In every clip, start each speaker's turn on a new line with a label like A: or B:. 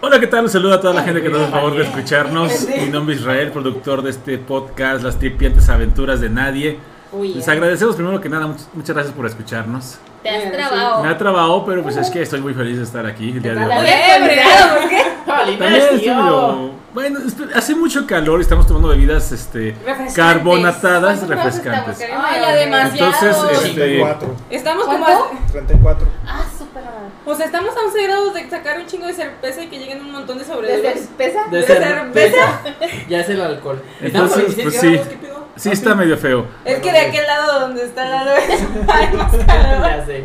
A: Hola, ¿qué tal? Un saludo a toda la gente que nos da el favor de escucharnos. Mi nombre es Israel, productor de este podcast, Las Tripiantes Aventuras de Nadie.
B: Uy,
A: Les
B: ya.
A: agradecemos primero que nada, much- muchas gracias por escucharnos.
C: Te has
B: Mira,
C: trabado.
A: Me ha trabado, pero pues es que estoy muy feliz de estar aquí el día de
B: Ojalá.
A: hoy.
C: Eh, cuidado, ¿por qué?
A: También estoy medio- Bueno, esp- hace mucho calor y estamos tomando bebidas este,
B: Refrescantes.
A: carbonatadas
C: ¿Cuántos grados estamos?
A: refrescantes.
C: Ay,
B: Ay,
C: además.
A: Entonces,
C: Demasiado.
A: este,
D: 34.
E: Estamos como
B: ¿Cuánto?
E: a,
D: 34.
C: Ah, súper.
E: o sea, estamos a 11 grados de sacar un chingo de cerveza y que lleguen un montón de sobredosis.
B: pesa?
F: De
E: ¿De
F: cerveza. Ya es el alcohol. Estamos a
A: Entonces,
F: 26
A: pues sí,
F: grados, ¿qué pedo?
A: sí está medio feo.
E: Es que de aquel lado donde está la cerveza hay más calor.
F: Ya sé.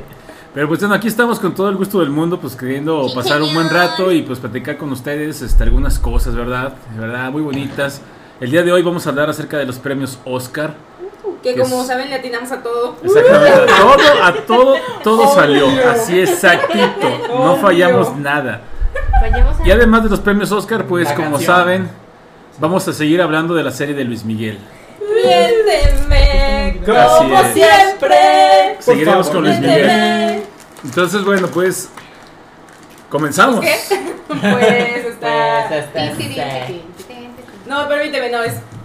A: Pero pues bueno, aquí estamos con todo el gusto del mundo, pues queriendo
C: Sí,
A: pasar un buen
C: señor.
A: rato y pues platicar con ustedes este, algunas cosas, ¿verdad? De verdad, muy bonitas. El día de hoy vamos a hablar acerca de los premios Oscar.
E: Que
A: Que
E: como
A: es-
E: saben le atinamos a todo.
A: Exactamente, a todo, a todo, todo
E: Obvio.
A: salió. Así exactito, no
E: Obvio.
A: fallamos nada.
C: Vayamos a.
A: Y además de los premios Oscar, pues
F: La
A: como
F: canción.
A: saben, vamos a seguir hablando de la serie de Luis Miguel.
E: Miénteme
A: Así
E: como
A: es.
E: siempre.
A: Seguiremos
D: favor.
A: con Luis Miguel.
E: Miénteme.
A: Entonces, bueno, pues comenzamos.
E: ¿Qué? Pues
F: Pues
E: está.
F: hasta- hasta-
E: No, permíteme, no, es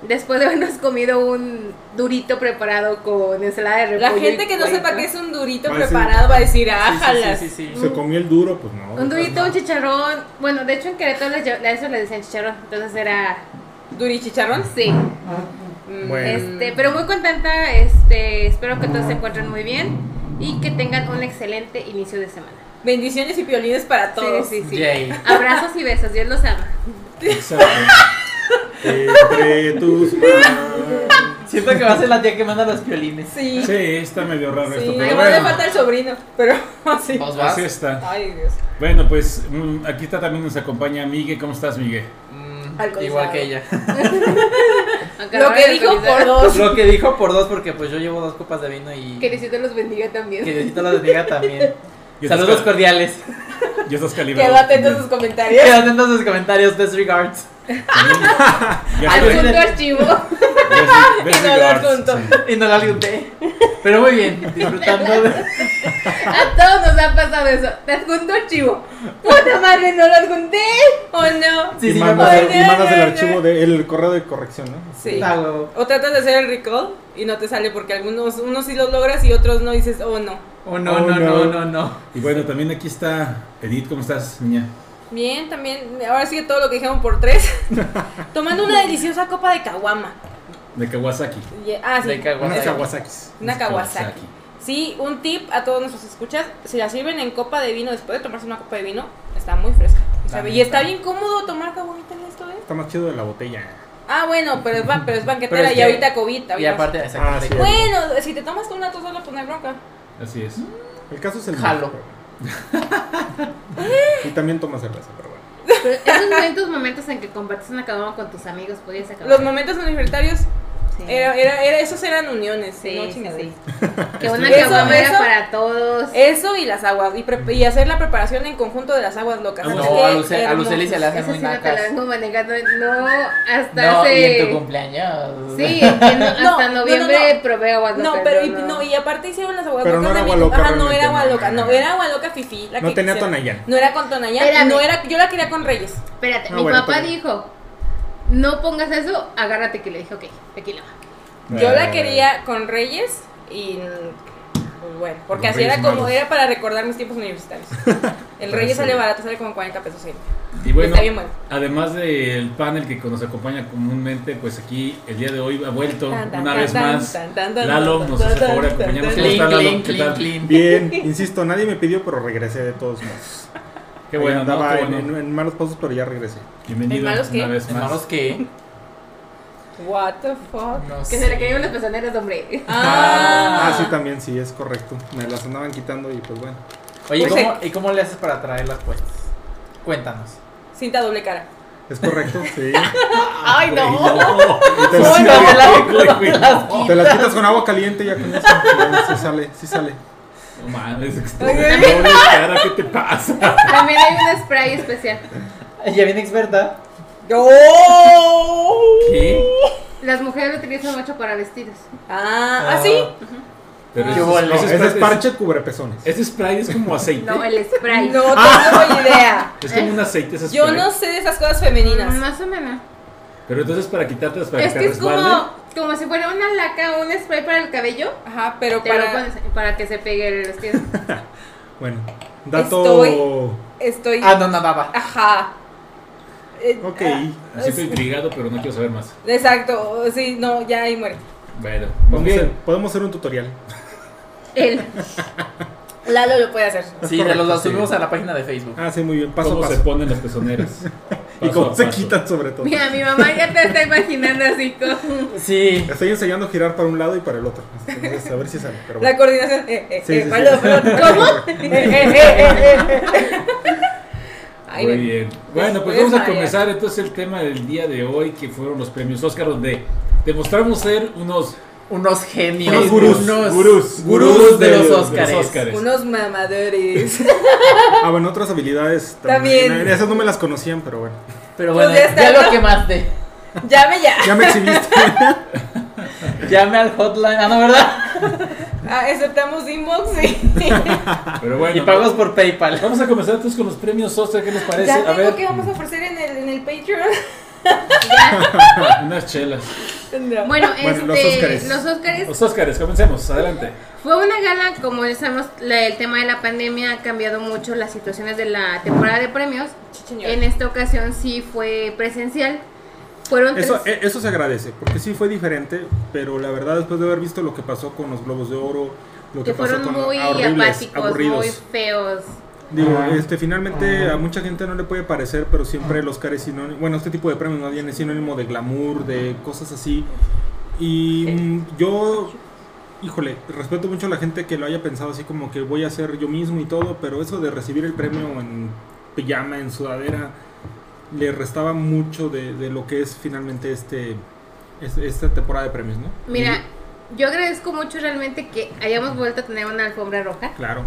C: Después de habernos comido un durito preparado con ensalada de repollo.
E: La gente
C: y
E: que no sepa
C: puerco.
E: que es un durito
D: Parece-
E: preparado va a decir, "Ah,
F: Sí, sí,
E: ájalas.
F: sí, sí, sí.
D: Se comió el duro, pues no.
C: Un durito, un chicharrón. Bueno, de hecho en Querétaro les lle- a eso le decían chicharrón. Entonces era.
E: ¿Duritichicharrón?
C: Sí.
E: Mm,
D: Bueno.
C: Este, pero muy contenta. Este, espero que todos se encuentren muy bien y que tengan un excelente inicio de semana.
E: Bendiciones y piolines para todos.
C: Sí, sí, sí.
F: Yay.
C: Abrazos y besos. Dios los ama.
A: Eh,
D: Entre tus manos.
F: Siento que va a ser la tía que manda los violines.
E: Sí.
A: Sí, está medio raro
E: Sí,
A: esto, pero
E: además le
A: bueno,
E: falta el sobrino, pero así.
F: ¿Vos vas?
A: así está.
E: Ay, Dios.
A: Bueno, pues mm, aquí está también nos acompaña Miguel, ¿cómo estás, Miguel?
F: Mm,
E: Alcoholizado.
F: igual que ella.
C: Aunque
E: Lo
C: ahora
E: que
C: me
E: dijo
C: actualizaron.
E: por dos.
F: Lo que dijo por dos, porque pues yo llevo dos copas de vino y.
C: Que Diosito los bendiga también.
F: Que Diosito las bendiga también.
A: Y estás
F: Saludos
A: cal-
F: cordiales.
A: y estás calibrado.
E: Quedó atento a sus comentarios.
F: Quédate en sus comentarios, disregards.
A: Ya
F: Ay,
A: estoy-
C: Asunto archivo.
A: ya estoy-
E: Y no
A: ya
E: lo
A: estoy-
E: adjunto.
A: sí.
F: Y no la alimenté. Pero muy bien, disfrutando de.
C: A todos nos ha pasado eso. Te adjunto archivo. Puta madre, no lo adjunté.
E: ¿O no?
F: Sí,
D: y,
F: sí, me
D: mandas,
F: pasó.
D: el- y mandas el archivo de, el correo de corrección, ¿no?
E: Sí.
F: Ah, huevo.
E: O tratas de hacer el recall y no te sale porque algunos unos sí los logras y otros no dices, oh no.
F: Oh, no,
D: Oh,
F: no, no,
D: no.
F: no, no.
A: Y bueno, también aquí está Edith, ¿cómo estás, niña?
E: Bien, también, ahora sí que todo lo que dijeron por tres. Tomando una deliciosa copa de caguama.
A: De Kawasaki.
E: Y- Ah, sí.
F: De
D: Unas
F: Kawasaki.
D: Kawasakis.
E: Una Kawasaki. Sí, un tip a todos nuestros escuchas, si la sirven en copa de vino, después de tomarse una copa de vino, está muy fresca. Y sabe- y está bien cómodo tomar caguamita en esto, ¿eh?
D: Está más chido de la botella.
E: Ah, bueno, pero es, ba- pero es banquetera
F: Pero es
E: y
F: que-
E: ahorita COVID.
F: Y
E: ahorita-
F: aparte, exactamente.
D: Ah,
E: Bueno, si te tomas con una tosa, no poner bronca.
A: Así es.
D: El caso es el
F: Jalo.
D: y también tomas cerveza, pero bueno.
C: Pero esos momentos, momentos en que compartes una caguama con tus amigos, podías acabar.
E: Los momentos universitarios,
C: Sí.
E: era, era, era, esos eran uniones,
C: Sí,
E: no
C: sí,
E: chingaderas.
C: Que una
E: Eso,
C: caguama era
E: eso.
C: para todos.
E: Eso y las aguas, y, pre- y hacer la preparación en conjunto de las aguas locas.
F: Ah, No,
E: Qué
F: a Luce- a Luceli
E: hermosos.
F: se le hace
C: Eso
F: muy
C: sí no te la
F: nacas.
C: vengo manejando. No, hasta
F: No, y en tu
C: hace.
F: cumpleaños.
C: Sí, en-
E: No,
C: hasta
E: no, no,
C: noviembre
E: no.
C: probé aguas
E: No,
C: locas,
E: pero y,
C: yo
E: no, y aparte hicieron las aguas
D: Pero
E: locas
D: no era
E: de
D: agua
E: Vino-
D: loca,
E: Ajá, no
D: realmente,
E: era agua
D: no.
E: loca, no, era agua loca fifí. la
D: No
E: que
D: tenía
E: quisieran.
D: Tonayán.
E: No era con Tonayán,
C: Espérame.
E: no era, yo la quería con Reyes.
C: Espérate,
D: Ah,
C: mi
D: bueno,
C: papá
D: pero-
C: dijo: No pongas eso, agárrate que le dije, ok, tequila.
E: Yo la
D: Eh,
E: quería con Reyes y pues bueno, porque
A: Los
E: así era
A: Reyes
E: como
A: Magos.
E: era para recordar mis tiempos universitarios. El
A: Pero
E: Reyes
A: sí.
E: sale barato, sale como 40 pesos. sí.
A: Y bueno,
E: Está bien bueno.
A: además del panel que nos acompaña comúnmente, pues aquí el día de hoy ha vuelto
E: Tan, tan,
A: una
E: tan,
A: vez
E: tan,
A: más.
E: tan, tan, tan,
A: Lalo
E: tan,
A: nos hace
E: tan,
A: favor de
E: tan,
A: acompañarnos.
E: tan,
A: ¿Cómo está
F: Clean,
A: Lalo?
F: clean,
A: ¿Qué
F: clean,
A: tal?
F: clean.
D: Bien, insisto, nadie me pidió, pero regresé de todos modos.
A: Qué
D: Ahí
A: bueno, ¿no?
D: andaba
A: Qué
D: en,
A: bueno.
D: en- en malos pasos, pero ya regresé.
A: Bienvenido
E: ¿En malos qué?
A: una vez más.
F: Hermanos, ¿qué?
E: What the fuck?
F: No
C: Que
F: sé.
C: se le cayeron las pezoneras, hombre.
D: Ah,
E: Ah,
D: sí, también, sí, es correcto. Me las andaban quitando y pues bueno.
F: Oye, ¿y
E: Pues,
F: cómo, ¿y cómo le haces para traer las puestas? Cuéntanos.
E: cinta doble cara.
D: Es correcto, sí. Ah,
E: Ay, no.
D: Y te,
F: No,
D: las,
F: no, me la recuerdo, me las
D: te las quitas con agua caliente y ya con eso. ya, Sí sale, sí sale.
A: No mames, extraño, pobre cara, ¿qué te pasa?
C: También hay un spray especial.
F: quito. Ya viene experta. ¡Oh!
A: ¿Qué?
C: Las mujeres lo utilizan mucho para vestidos.
E: Ah, ¿ah, sí?
A: Pero
F: Qué
A: ese-
F: bueno.
A: ese
D: Ese es
A: spray-
D: parche cubrepezones.
A: Ese spray es como aceite.
C: No, el
D: Ah.
C: spray.
E: No eh, tengo idea.
A: Es como un aceite ese
E: Yo
A: spray.
E: no sé de esas cosas
C: Mm,
E: femeninas.
C: Más o menos.
A: Pero entonces para quitarte las para
C: Es
A: que
C: que
A: te
C: es
A: resbalde.
C: como, como si fuera una laca, un spray para el cabello.
E: Ajá, pero
C: Pero para,
E: para.
C: para que se pegue el vestido.
D: Bueno, dato.
E: Estoy- Estoy.
F: Ah, no, no, baba.
E: Ajá. Eh,
D: Ok.
E: ah,
A: Me siento intrigado, pero no quiero saber más.
E: Exacto, sí, no, ya ahí muere.
A: Bueno, muy
D: Vamos a hacer-
A: bien.
D: podemos hacer un tutorial.
C: El.
E: Lalo lo puede hacer.
F: Sí,
D: correcto,
F: los, los
D: sí.
F: subimos a la página de Facebook.
D: Ah, sí, muy bien. Paso
A: ¿Cómo
D: a
A: se
D: paso.
A: ponen las pezoneras?
D: Y
A: Paso
D: cómo
A: a
D: se
A: paso.
D: quitan, sobre todo.
C: Mira, mi mamá ya te está imaginando así como.
F: Sí.
D: Estoy enseñando a girar para un lado y para el otro. Entonces, a ver si sale. Pero
E: La
D: bueno.
E: coordinación. Eh, eh,
D: Sí,
E: eh,
D: sí,
E: palo,
D: sí.
E: palo, ¿Cómo? Eh, eh, eh, eh, eh. Ay,
A: Muy
E: no.
A: bien. Bueno, pues
E: Después
A: vamos a
E: María.
A: comenzar entonces el tema del día de hoy, que fueron los premios Oscar, donde demostramos ser unos
F: Unos genios.
D: Unos gurús,
F: Unos
D: gurús,
F: gurús
D: gurús
F: de,
D: de- de
F: los
D: los
F: Óscares.
A: Óscares.
E: Unos mamadores.
D: Ah, bueno, otras habilidades
E: También.
D: también. Esas no me las conocían, pero bueno.
F: Pero
E: Pues
F: bueno,
E: ya está,
F: ya lo
E: ¿no?
F: quemaste.
E: Llame ya.
D: Ya me exhibiste.
F: Llame al hotline. Ah, no, ¿verdad?
E: Ah, aceptamos inbox. Sí.
A: Pero bueno,
F: y pagos por PayPal.
A: vamos a comenzar entonces con los premios Oscar, ¿qué les parece?
E: Ya
A: A
E: tengo
A: ver,
E: que vamos a ofrecer en el, en el Patreon.
A: unas chelas.
E: No.
C: Bueno,
D: Bueno, los
C: este,
D: Óscares.
C: los Óscares
A: Los Óscares, comencemos, adelante.
C: Fue una gala, como ya sabemos, la- el tema de la pandemia ha cambiado mucho las situaciones de la temporada de premios.
E: Sí, señor.
C: En esta ocasión sí fue presencial. Fueron tres.
D: Eso, e- eso se agradece, porque sí fue diferente, pero la verdad, después de haber visto lo que pasó con los globos de oro, lo que,
C: que
D: pasó
C: fueron
D: con
C: muy
D: ah, horribles,
C: apáticos,
D: aburridos.
C: muy feos.
D: Digo,
F: Ajá.
D: este, finalmente a mucha gente no le puede parecer, pero siempre el Oscar es sinónimo, bueno, este tipo de premios más bien es sinónimo de glamour, de cosas así. Y
F: Eh.
D: mm, yo, híjole, respeto mucho a la gente que lo haya pensado así como que voy a ser yo mismo y todo, pero eso de recibir el premio en pijama, en sudadera, le restaba mucho de, de lo que es finalmente este, es- esta temporada de premios, ¿no?
C: Mira, yo agradezco mucho realmente que hayamos vuelto a tener una alfombra roja.
D: Claro.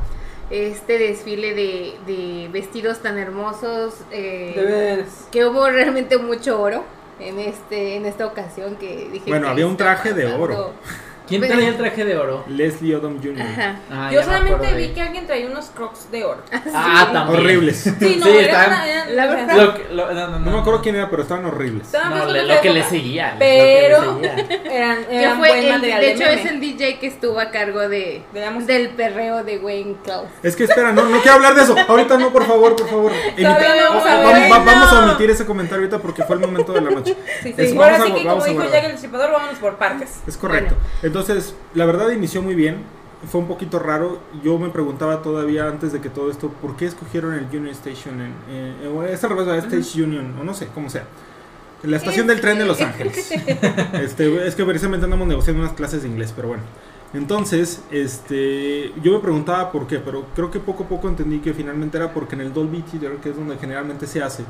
C: Este desfile de, de vestidos tan hermosos. eh,
E: De veras.
C: que hubo realmente mucho oro en este en esta ocasión que dije
D: Bueno,
C: "¿Qué
D: había un
C: está
D: traje de
C: pasando?".
D: oro.
F: ¿Quién traía el traje de oro?
D: Leslie Odom Jr.
C: Ajá.
F: Ah, ya
E: Yo
F: me
E: solamente
F: acuerdo
E: vi
F: de-
E: que alguien traía unos crocs de oro.
F: Ah, también.
D: Horribles.
E: Sí, no,
F: Sí,
E: era
F: estaban-
E: una- era-
C: La
E: o sea,
C: verdad-
F: Lo que- lo- no, no,
D: No me acuerdo quién era, pero estaban horribles.
E: estaban
F: No,
E: personas
F: le-
E: de
F: lo que le
E: época.
F: seguía. lo
E: Pero-
F: que le seguía.
E: Eran,
C: Que
E: eran buen
C: fue el,
E: material
C: de hecho
E: meme.
C: es el DJ que estuvo a cargo de,
E: De la música.
C: del perreo de Wayne Klaus.
D: Es que espera, no, no quiero hablar de eso. Ahorita no, por favor, por favor. Evita-
E: Todavía no,
D: va-
E: todavía
D: va-
E: no.
D: vamos a omitir ese comentario ahorita porque fue el momento de la noche.
E: Sí, sí.
D: Es-
E: Ahora
D: vamos
E: sí
D: a-
E: que como
D: vamos a
E: dijo
D: guardar.
E: Jack el Destripador, vámonos por partes.
D: Es correcto.
C: Bueno.
D: Entonces, la verdad inició muy bien. Fue un poquito raro. Yo me preguntaba todavía antes de que todo esto, ¿por qué escogieron el Union Station? En, eh, o es al revés, la Stage Union, o no sé, como sea. La estación del tren de Los Ángeles. Este, es que precisamente andamos negociando unas clases de inglés, pero bueno. Entonces, este, yo me preguntaba por qué, pero creo que poco a poco entendí que finalmente era porque en el Dolby Theater, que es donde generalmente se hace,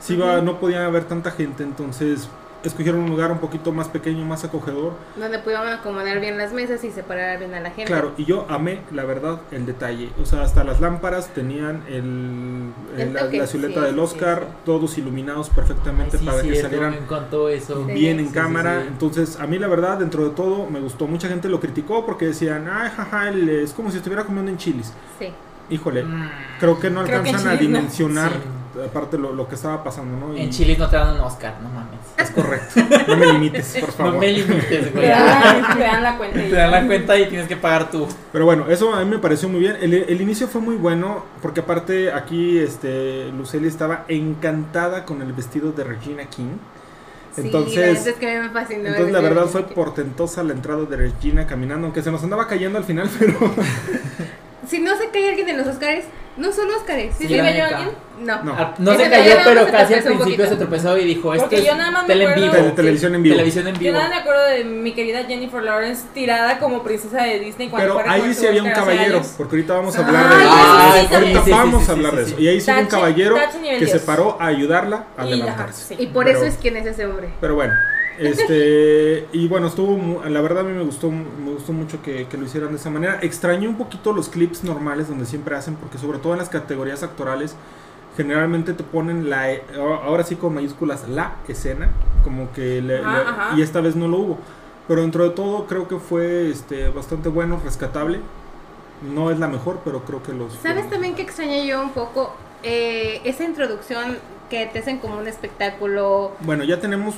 D: si va, no podía haber tanta gente, entonces escogieron un lugar un poquito más pequeño, más acogedor,
C: Donde pudieron acomodar bien las mesas y separar bien a la gente.
D: Claro, y yo amé, la verdad, el detalle. O sea, hasta las lámparas tenían el,
C: El
D: el- la-
C: toque,
D: la silueta
C: sí,
D: del
C: sí,
D: Oscar,
C: sí.
D: todos iluminados perfectamente
F: Sí,
D: para que
F: cierto,
D: salieran
F: me encantó eso.
C: Sí.
D: bien en
F: sí,
D: cámara.
F: sí.
D: Entonces, a mí la verdad, dentro de todo, me gustó. Mucha gente lo criticó porque decían, ay, jaja, el- es como si estuviera comiendo en chilis.
C: Sí.
D: Híjole,
F: Mm.
D: creo que no
E: Creo que en
D: alcanzan a
E: chilis no.
D: dimensionar, aparte, lo, lo que estaba pasando, ¿no? Y
F: En Chile no te dan un Oscar, no mames.
D: Es correcto, no me limites, por favor.
F: No me limites,
E: Te
F: güey.
E: dan, te dan la cuenta. y
F: Te dan la cuenta y tienes que pagar tú.
D: Pero bueno, eso a mí me pareció muy bien. El, el inicio fue muy bueno, porque aparte aquí este, Lucely estaba encantada con el vestido de Regina King.
C: sí, la
D: Entonces,
C: verdad es que a mí me fascinó.
D: entonces
C: el
D: la
C: video.
D: verdad fue portentosa la entrada de Regina caminando, aunque se nos andaba cayendo al final, pero,
C: si no se cae alguien en los Oscars, no son Oscars.
F: Sí,
C: ¿Sí se
F: la
C: cayó
F: neta.
C: alguien? No.
D: No.
F: Ah, No
C: Ese
F: se
C: todavía
F: cayó,
C: nada más
F: pero
C: se
F: casi al
C: tropezó un
F: principio se
C: poquito.
F: tropezó y dijo, esto
E: Porque
F: es
E: yo nada más me
F: tele en
E: acuerdo-
F: vivo.
D: Tele- televisión en vivo.
F: Televisión en
E: Yo
F: vivo.
E: nada me acuerdo de mi querida Jennifer Lawrence tirada como princesa de Disney cuando
D: Pero
E: fue a recoger
D: ahí
E: su
D: sí había un
E: Oscar hace
D: caballero,
E: años.
D: porque ahorita vamos a
C: Ah, ya,
D: hablar de
E: sí, sí,
D: eso. Ahorita
F: sí, sí,
D: vamos
F: sí,
D: a hablar
F: sí,
D: de
F: sí,
D: eso.
F: sí.
D: Y ahí sí hubo un
E: Tache-
D: caballero
E: tache nivel
D: que se
E: Dios.
D: paró a ayudarla a
E: Y- ajá,
D: levantarse.
E: sí.
C: Y por
D: Pero-
C: eso es quien es ese hombre.
D: Pero bueno, este y bueno, estuvo mu- la verdad a mí me gustó me gustó mucho que, que lo hicieran de esa manera. Extrañé un poquito los clips normales donde siempre hacen porque sobre todo en las categorías actorales generalmente te ponen la e- a- ahora sí con mayúsculas la escena, como que le-
E: Ajá,
D: le-
E: ajá.
D: y esta vez no lo hubo. Pero dentro de todo creo que fue este bastante bueno, rescatable. No es la mejor, pero creo que los
C: ¿Sabes también que extrañé yo un poco Eh, esa introducción que te hacen como un espectáculo?
D: Bueno, ya tenemos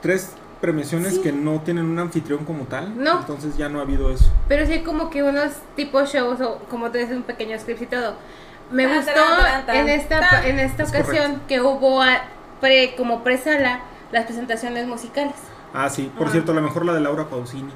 D: tres premiaciones
C: Sí.
D: que no tienen un anfitrión como tal,
C: No.
D: entonces ya no ha habido eso.
C: Pero sí hay como que unos tipos shows o como te dices un pequeño script y todo. Me
E: Tan,
C: gustó
E: taran, taran, tan,
C: en esta
E: tan.
C: en esta
D: Es
C: ocasión que hubo a- pre, como presala las presentaciones musicales.
D: Ah, sí. Por
E: Ah.
D: cierto, a lo mejor la de Laura Pausini.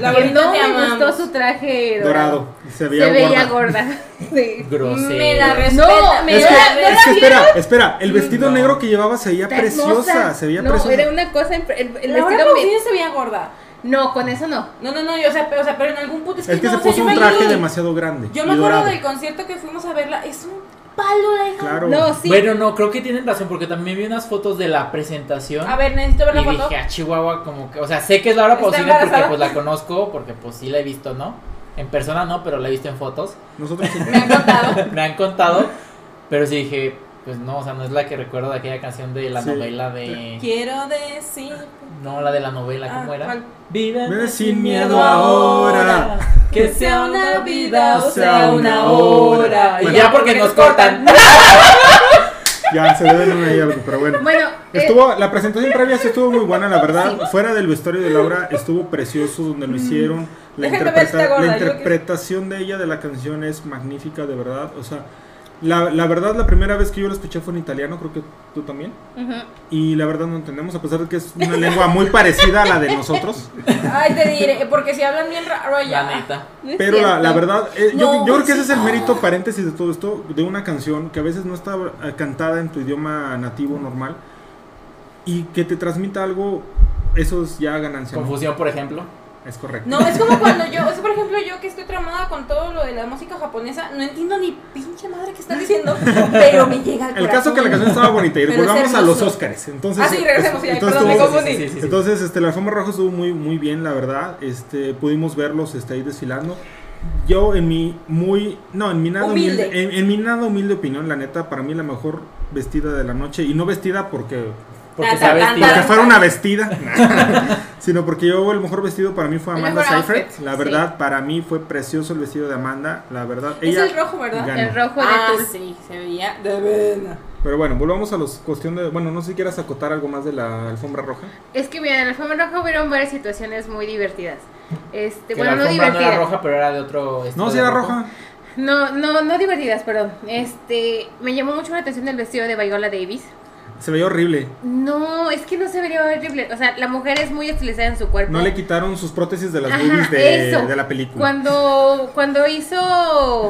E: La
C: Que
E: bonita
C: no
E: te
C: me
E: amamos.
C: gustó su traje dorado.
D: Dorado. Se
C: Se
D: veía
C: veía
D: gorda.
C: gorda. Sí.
F: Grosero.
E: Me la
C: No,
E: respeta.
C: me
E: me
D: Es
C: dio
D: que,
E: la
C: la-
E: respeta.
D: es que espera, espera. El vestido
F: No.
D: negro que llevaba se veía
C: Está
D: preciosa.
C: hermosa.
D: Se veía
C: no,
D: preciosa.
C: era una cosa impre- el, el
E: La verdad,
C: vestido me-
E: Pausini se veía gorda.
C: No, con eso no.
E: No, no, no, yo, o, sea, pero, o sea, pero en algún punto es que,
D: Es que
E: no,
D: se
E: o sea,
D: puso
E: yo
D: un
E: me
D: traje
E: acuerdo-
D: demasiado grande.
E: Yo
D: y
E: me acuerdo
D: dorado.
E: del concierto que fuimos a verla, es un palo la hija.
D: Claro.
C: No, sí.
F: Bueno, no, creo que tienen razón porque también vi unas fotos de la presentación.
E: A ver, necesito ver la
F: y
E: foto.
F: dije, a Chihuahua, como que, o sea, sé que es Laura
E: ¿Está
F: Pausini porque
E: embarazada?
F: pues la conozco, porque pues sí la he visto, ¿no? En persona no, pero la he visto en fotos.
D: Nosotros sí.
E: Me han contado.
F: Me han contado, pero sí dije, pues no, o sea, no es la que recuerdo de aquella canción de la
D: Sí.
F: novela de...
E: Quiero decir.
F: No, la de la novela, ¿cómo
E: Ah,
F: era?
E: ¿cuál?
F: Vive
D: Vive sin miedo ahora.
F: Que sea una vida o sea una
D: hora.
F: hora. Y
D: Bueno.
F: Pues ya porque nos cortan.
D: Ya se deben una y algo, pero bueno.
C: Bueno, eh,
D: Estuvo, la presentación previa sí estuvo muy buena, la verdad.
C: Sí.
D: Fuera del vestuario de Laura, estuvo precioso donde lo hicieron. La,
E: Déjenme Mm. ver
D: interpreta-
E: esta gorda, yo
D: la
E: que-
D: interpretación de ella de la canción es magnífica, de verdad. O sea, la, la verdad, la primera vez que yo la escuché fue en italiano, creo que tú también.
C: ujú.
D: Y la verdad no entendemos, a pesar de que es una lengua muy parecida a la de nosotros.
E: Ay, te diré, porque si hablan bien raro
F: La
E: ya.
F: neta.
C: No es
D: Pero la, la
C: cierto.
D: verdad, eh, yo,
E: No,
D: yo creo que ese
E: sí.
D: es el mérito paréntesis de todo esto, de una canción que a veces no está eh, cantada en tu idioma nativo normal y que te transmita algo, eso es ya ganancia. ¿no?
F: Confusión, por ejemplo.
D: Es correcto.
E: No, es como cuando yo, o sea, por ejemplo, yo que estoy tramada con todo lo de la música japonesa, no entiendo ni pinche madre que están diciendo, pero me llega al
D: El
E: corazón.
D: caso que la canción estaba bonita y
E: Pero es
D: volvamos a los
E: hermoso.
D: Óscares. Entonces,
E: Ah, sí, regresemos, ya,
D: entonces
E: perdón, me
D: estuvo-
E: confundí.
F: Sí, sí, sí, sí.
D: Entonces, este, la alfombra roja estuvo muy, muy bien, la verdad. Este, pudimos verlos este, ahí desfilando. Yo en mi muy, no, en mi nada humilde,
E: Humilde.
D: en, en mi nada humilde opinión, la neta, para mí la mejor vestida de la noche y no vestida porque
F: Porque
E: Tan,
F: sabes,
E: tan,
F: tío.
E: tan,
D: porque
E: Claro.
D: fuera una vestida, sino porque yo el mejor vestido para mí fue
C: El
D: Amanda
C: mejor
D: Seyfried.
C: outfit,
D: La
C: sí.
D: verdad, para mí fue precioso el vestido de Amanda. La verdad,
E: Es
D: ella.
E: el rojo, ¿verdad?
D: ganó.
C: El rojo de
E: Ah,
C: tul.
E: sí, se veía de vena.
D: Pero bueno, volvamos a los cuestión de, bueno, no sé si quieras acotar algo más de la alfombra roja.
C: Es que mira, en la alfombra roja hubieron varias situaciones muy divertidas.
F: Que
C: Este, bueno,
F: la
C: no
F: alfombra no era
C: divertidas.
F: roja, pero era de otro.
D: No,
F: estilo
D: si
F: de
D: era
F: rojo.
D: roja.
C: No, no, no divertidas, perdón. Este, me llamó mucho la atención el vestido de Viola Davis.
D: Se veía horrible.
C: No, es que no se vería horrible. O sea, la mujer es muy estilizada en su cuerpo.
D: No le quitaron sus prótesis de las
C: Ajá,
D: boobies de,
C: eso.
D: de la película.
C: Cuando, cuando hizo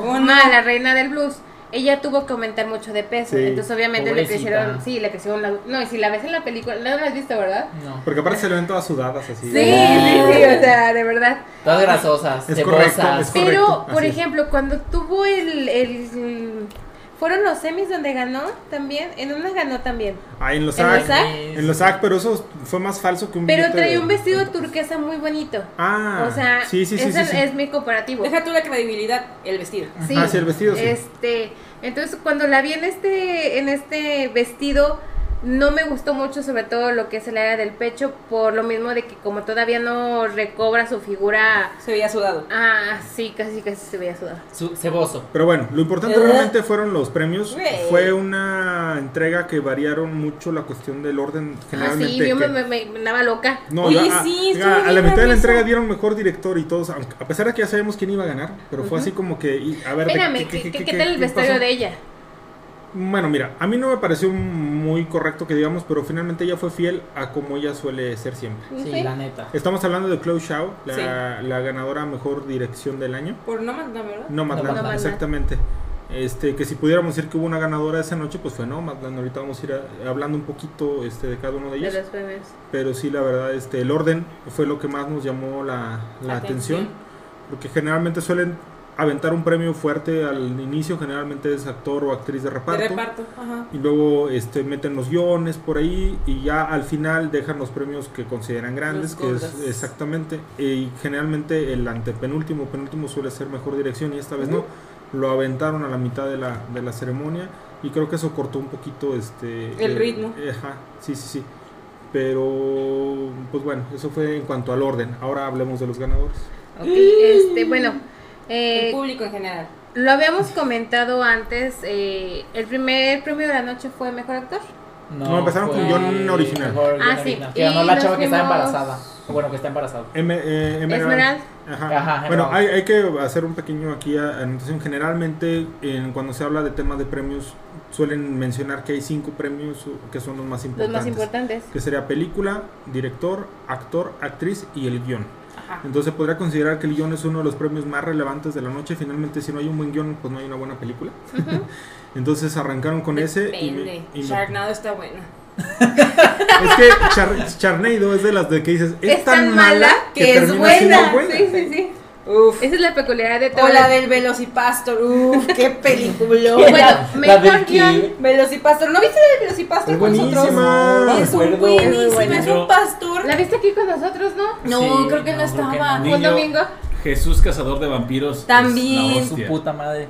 E: no.
C: Ma, la reina del blues, ella tuvo que aumentar mucho de peso.
D: Sí,
C: Entonces, obviamente le
F: pobrecita.
C: crecieron, sí, le crecieron la- No, y si la ves en la película, no la has visto, ¿verdad?
F: No.
D: Porque aparte se le ven todas sudadas así.
C: Sí, sí, sí, o sea, de verdad.
F: Todas grasosas,
D: Es correcto,
F: cebosas.
D: es correcto.
C: Pero, por
D: así es.
C: ejemplo, cuando tuvo el, el- Fueron los semis donde ganó también. En una ganó también.
D: Ah, en los
C: ¿En
D: AC.
C: los sac?
D: En los AC, pero eso fue más falso que un
C: Pero
D: billete
C: traía
D: de-
C: un vestido turquesa muy bonito.
D: Ah,
C: o sea,
D: sí, sí, sí,
C: ese
D: sí, sí.
C: es mi comparativo.
E: Deja tú la credibilidad, el vestido.
C: Sí,
D: Ah, sí, el vestido, sí.
C: Este, entonces cuando la vi en este, en este vestido, no me gustó mucho, sobre todo lo que es el área del pecho, por lo mismo de que como todavía no recobra su figura,
E: Se veía sudado.
C: ah, sí, casi casi se veía sudada.
F: Su- Ceboso.
D: Pero bueno, lo importante
E: ¿Verdad?
D: realmente fueron los premios.
E: Güey.
D: Fue una entrega que variaron mucho la cuestión del orden
C: Ah,
D: generalmente.
C: sí, yo me,
D: que-
C: me- me- me andaba loca.
D: No,
E: Oye,
D: ya-
E: sí,
D: ya
E: estuvo
D: a,
E: bien
D: la mitad de
E: raro eso.
D: la entrega dieron mejor director y todos, aunque- a pesar de que ya sabemos quién iba a ganar, pero fue así como que, y- a ver, de-
C: Espérame,
D: ¿qué-
C: ¿qué,
D: qué-
C: qué-
D: qué-
C: qué
D: qué-
C: tal el
D: qué
C: vestuario
D: pasó?
C: de ella?
D: Bueno, mira, a mí no me pareció muy correcto que digamos, pero finalmente ella fue fiel a como ella suele ser siempre.
F: Sí,
E: Sí.
F: la neta.
D: Estamos hablando de Chloe Shaw, la, la ganadora a mejor dirección del año.
E: Por no mandar, ¿verdad?
D: No, Madland,
C: Nomadland.
D: exactamente. Este, que si pudiéramos decir que hubo una ganadora esa noche, pues fue no, Madland. Ahorita vamos a ir a- hablando un poquito este, de cada uno de
C: de
D: ellos.
C: los premios.
D: Pero sí, la verdad, este, el orden fue lo que más nos llamó la, la atención.
E: Atención.
D: Porque generalmente suelen aventar un premio fuerte al inicio, generalmente es actor o actriz de reparto.
E: De reparto. Ajá.
D: Y luego este, meten los guiones por ahí y ya al final dejan los premios que consideran grandes, que es
E: gordos.
D: exactamente, y generalmente el antepenúltimo, penúltimo suele ser mejor dirección y esta vez no, lo aventaron a la mitad de la, de la ceremonia y creo que eso cortó un poquito este,
E: El ritmo.
D: Ajá, sí, sí, sí. Pero, pues bueno, eso fue en cuanto al orden. Ahora hablemos de los ganadores.
C: Ok, este, bueno, eh,
E: El público en general.
C: lo habíamos comentado antes, eh, el primer premio de la noche fue Mejor Actor.
D: No, empezaron con
F: fue
D: guión original.
F: mejor guión
C: Ah, sí.
F: original. Que
C: Y
F: ganó la
C: nos
F: chava que está
C: fuimos-
F: embarazada. Bueno, que está embarazada.
D: Em- eh,
C: Esmeralda.
D: Ajá.
F: Ajá,
D: bueno,
F: Emerald.
D: hay, hay que hacer un pequeño aquí a- anotación. Generalmente, en- cuando se habla de temas de premios, suelen mencionar que hay cinco premios o- que son los más
C: Los
D: importantes.
C: más importantes.
D: Que sería película, director, actor, actriz y el guión.
E: Ajá.
D: Entonces se podría considerar que el guión es uno de los premios más relevantes de la noche. Finalmente, si no hay un buen guión, pues no hay una buena película. Entonces arrancaron con ese. y me-
E: Depende.
D: y me-
E: Sharknado está buena.
D: es que Char- Charneido es de las de que dices, es, tan mala que,
E: es
D: termina siendo
E: buena.
D: buena.
C: Sí, sí, sí.
E: Uf.
C: Esa es la peculiaridad de todo.
E: O la del Velocipastor. Uf, qué
C: Bueno,
E: película.
C: mejor
F: del
C: guión.
F: Kid.
E: Velocipastor. ¿No viste el Velocipastor
D: Es
E: con nosotros?
D: buenísima.
E: Es un
F: Recuerdo.
E: buenísimo,
F: Muy buena.
E: es un pastor.
C: La viste aquí con nosotros, ¿no?
E: No,
F: Sí,
E: creo que no,
F: no, creo que
E: estaba.
F: no.
C: Un
A: Niño.
C: domingo.
A: Jesús cazador de vampiros. es
E: También.
A: la
F: Su
A: hostia.
F: puta madre.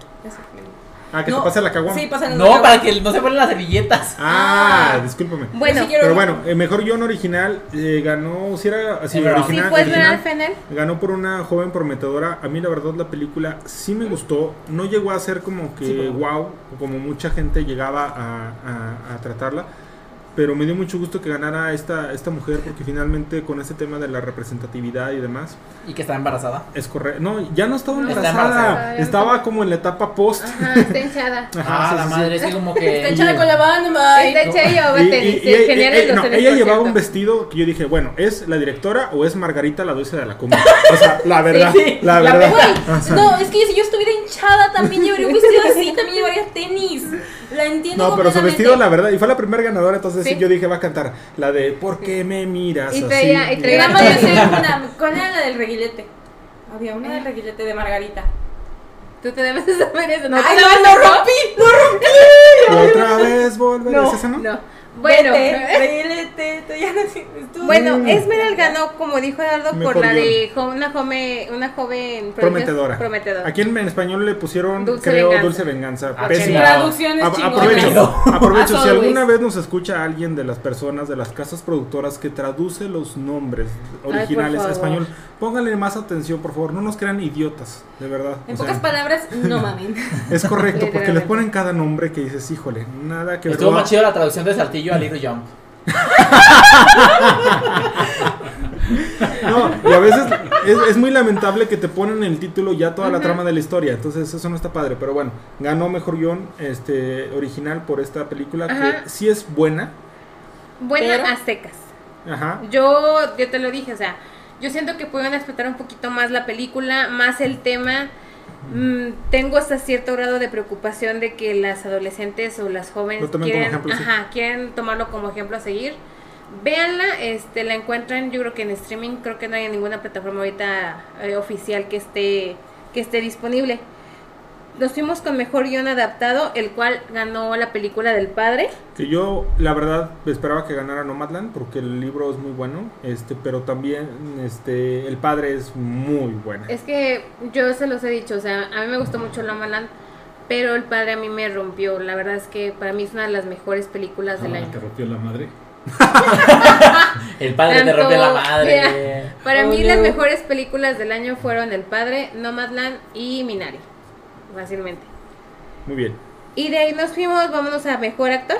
D: Ah, que
E: No.
D: te pase la caguama.
E: Sí, pasan
F: No, para que no se ponen las servilletas.
D: Ah,
E: Ah.
D: discúlpame.
C: Bueno,
E: sí quiero-
D: Pero bueno, el mejor guión original eh, ganó, si era si
F: Emerald.
C: sí
D: original,
C: fue
D: original,
C: Esmeralda Fennel.
D: ganó por una joven prometedora. A mí la verdad la película sí me gustó, no llegó a ser como que
F: Sí, como-
D: wow, como mucha gente llegaba a, a- a tratarla. Pero me dio mucho gusto que ganara esta, esta mujer porque finalmente con este tema de la representatividad y demás,
F: Y que está embarazada.
D: es correcto. No, ya no estaba
C: No, Ah.
F: está
D: embarazada,
F: embarazada.
D: estaba como en la etapa post.
C: Ajá, está hinchada.
D: Ajá,
F: ah,
D: sí,
F: la
D: sí, sí.
F: madre, sí, como que.
E: Está echada con la banda,
C: Está
E: Mike.
C: hecha ella,
D: Y-
C: obate,
D: y-
C: dice,
D: y- y-
C: genera
D: y-
C: ilusiones,
D: no,
C: por
D: ella llevaba
C: cierto.
D: un vestido que yo dije, bueno, ¿es la directora o es Margarita la dulce de la cumbia? O sea, la verdad,
F: Sí,
D: la
E: La-
D: verdad.
E: Güey, no, es que si yo estuviera hinchada también llevaría un vestido así, también llevaría tenis. La entiendo.
D: No, pero su
E: completamente.
D: vestido, la verdad, y fue la primera ganadora, entonces sí,
C: Sí.
D: yo dije, va a cantar la de ¿Por qué me miras
C: Y
D: así?
C: traía- y traía-
E: Nada más yo sé una. ¿Cuál era la del reguilete? Había una del reguilete de Margarita.
C: Tú te debes de saber eso, ¿no?
E: ¡Ay,
C: ¿Te
E: no,
C: sabes
E: no
C: eso?
E: rompí! ¡No rompí!
D: Otra vez volver, ¿es esa, no?
C: No. Bueno, eh,
E: Vete, reguilete, tú ya no tienes- tú-
C: bueno,
D: Mm.
C: Esmeralda ganó, como dijo Eduardo, por
D: Mejor
C: la de jo- una joven, una joven
D: Prometedora.
C: prometedora.
D: Aquí en, en español le pusieron,
C: Dulce
D: creo,
C: venganza.
D: Dulce Venganza.
F: Ah,
D: Pésima.
F: chingada.
E: Traducciones
D: A-
E: chingonas.
D: aprovecho, aprovecho.
E: As
D: Si alguna
E: always.
D: vez nos escucha alguien de las personas de las casas productoras que traduce los nombres
C: por
D: originales a
C: favor.
D: español, pónganle más atención, por favor. No nos crean idiotas, de verdad.
E: En
D: O sea,
E: pocas palabras, no mamen.
D: es correcto, porque les
C: Literalmente.
D: ponen cada nombre que dices, híjole, nada que ver.
F: Estuvo
D: No,
F: más chido la traducción de Saltillo a Little Jump.
D: No, y a veces es, es muy lamentable que te ponen en el título ya toda la trama de la historia. Entonces, eso no está padre. Pero bueno, ganó mejor guión este, original por esta película,
C: Ajá.
D: que sí es buena.
C: Buena
E: Pero-
C: a secas.
D: Ajá.
C: Yo, yo te lo dije, o sea, yo siento que pudieron explotar un poquito más la película, más el tema. Mm, tengo hasta cierto grado de preocupación de que las adolescentes o las jóvenes
D: Lo tomen como
C: quieren,
D: ejemplo, sí.
C: ajá, quieren tomarlo como ejemplo a seguir. Véanla, este, la encuentran yo creo que en streaming, creo que no hay ninguna plataforma ahorita eh, oficial que esté, que esté disponible. Nos fuimos con mejor guión adaptado, el cual ganó la película del padre.
D: Que yo, la verdad, esperaba que ganara Nomadland porque el libro es muy bueno, este, pero también este, el padre es muy bueno.
C: Es que yo se los he dicho, o sea, a mí me gustó mucho La La Land, pero El Padre a mí me rompió. La verdad es que para mí es una de las mejores películas del
A: Ah,
C: año.
A: Te rompió la madre.
F: El padre te
C: Tanto-
F: rompe la madre.
C: Mira, para mí
E: Oh,
C: las
E: no.
C: mejores películas del año fueron El Padre, Nomadland y Minari, fácilmente.
D: Muy bien.
C: Y de ahí nos fuimos, vámonos a Mejor Actor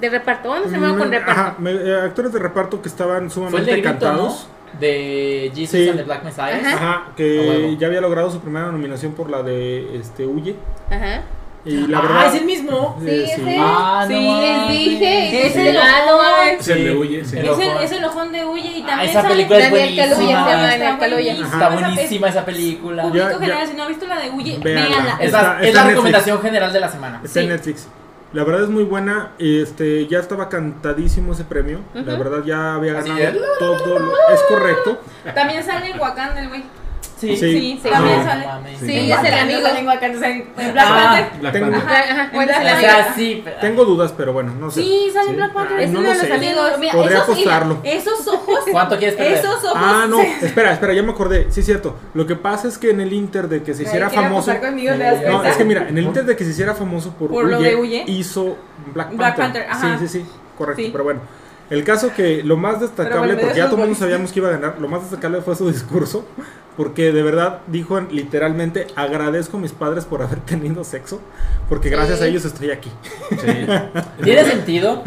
C: de reparto. Vamos primero con
D: Mm,
C: reparto.
D: ajá, me- eh, actores de reparto que estaban
F: Fue el
D: sumamente
F: de grito, ¿no?
D: encantados.
F: De Jesus
D: Sí.
F: and the Black Messiah.
C: Ajá.
D: Ajá,
F: A
D: que
F: huevo.
D: ya había logrado su primera nominación por la de este, Huye.
C: Ajá.
D: Y la
B: ah,
D: verdad.
B: es el mismo.
C: Sí,
D: sí.
C: ese.
F: Ah, no
E: Sí,
F: mames.
C: Les dije,
E: Ese
C: este
E: no
C: gano.
E: mames.
A: Se le huye, sí.
F: El
E: Es el,
F: ojo.
E: es el ojón de Huye y
F: Ah,
E: también
F: esa
E: sale-
F: película es
C: Daniel Kaluuya se
F: buenísima.
C: llama
E: Está
C: Daniel Kaluuya.
E: buenísima
F: Está
E: esa
F: buenísima esa
E: pe-
F: película.
E: Público
D: Ya- ya-
E: general, si no ha visto la de Huye,
D: Véanla.
E: véanla.
F: Es,
D: Está-
F: la- es
D: está
F: la
D: en
F: recomendación general de la semana.
D: Está en
E: Sí.
D: Netflix. La verdad es muy buena. Este, ya estaba cantadísimo ese premio. La
C: Ujú.
D: verdad ya había
F: Así
D: ganado
F: de-
D: todo. lo- Es correcto.
E: También sale en Wakanda el güey.
F: Sí,
D: Sí. Ah,
E: Sí,
C: Sí.
E: también
D: No,
E: sale.
F: mames.
C: Sí, es el amigo.
E: En Wakanda, sale en Black
F: Ah.
E: Panther.
A: Black
D: Tengo-
A: Panther.
C: Ajá, ajá, ¿cuál es
F: O
C: el amigo?
F: sea, sí. pero-
D: Tengo dudas, pero bueno, no sé.
E: Sí, sale en Black
D: Ay,
E: Panther.
C: Es
D: Ah, no
C: uno
D: lo
C: de los
D: sé.
C: amigos.
E: Mira,
D: Podría
E: esos- mira,
D: apostarlo.
E: Esos ojos.
F: ¿Cuánto quieres perder?
E: Esos ojos.
D: Ah, no, espera, espera, ya me acordé. Sí, es cierto. Lo que pasa es que en el Inter de que se
E: Nadie
D: hiciera
E: quiere
D: famoso.
E: apostar conmigo, ¿te das
F: No,
D: No,
E: cuenta?
D: es que mira, en el Inter de que se hiciera famoso por,
E: Por lo
D: Huye,
E: de Huye.
D: hizo Black Panther.
E: Black Panther, ajá.
D: Sí, sí, sí, correcto.
E: Sí.
D: Pero bueno, el caso que lo más
E: Pero
D: destacable,
E: bueno,
D: porque
E: es
D: ya todo el mundo
E: futbolista.
D: sabíamos que iba a ganar, lo más destacable fue su discurso, porque de verdad dijo en- literalmente, agradezco a mis padres por haber tenido sexo, porque gracias a ellos estoy aquí.
F: ¿Tiene sentido?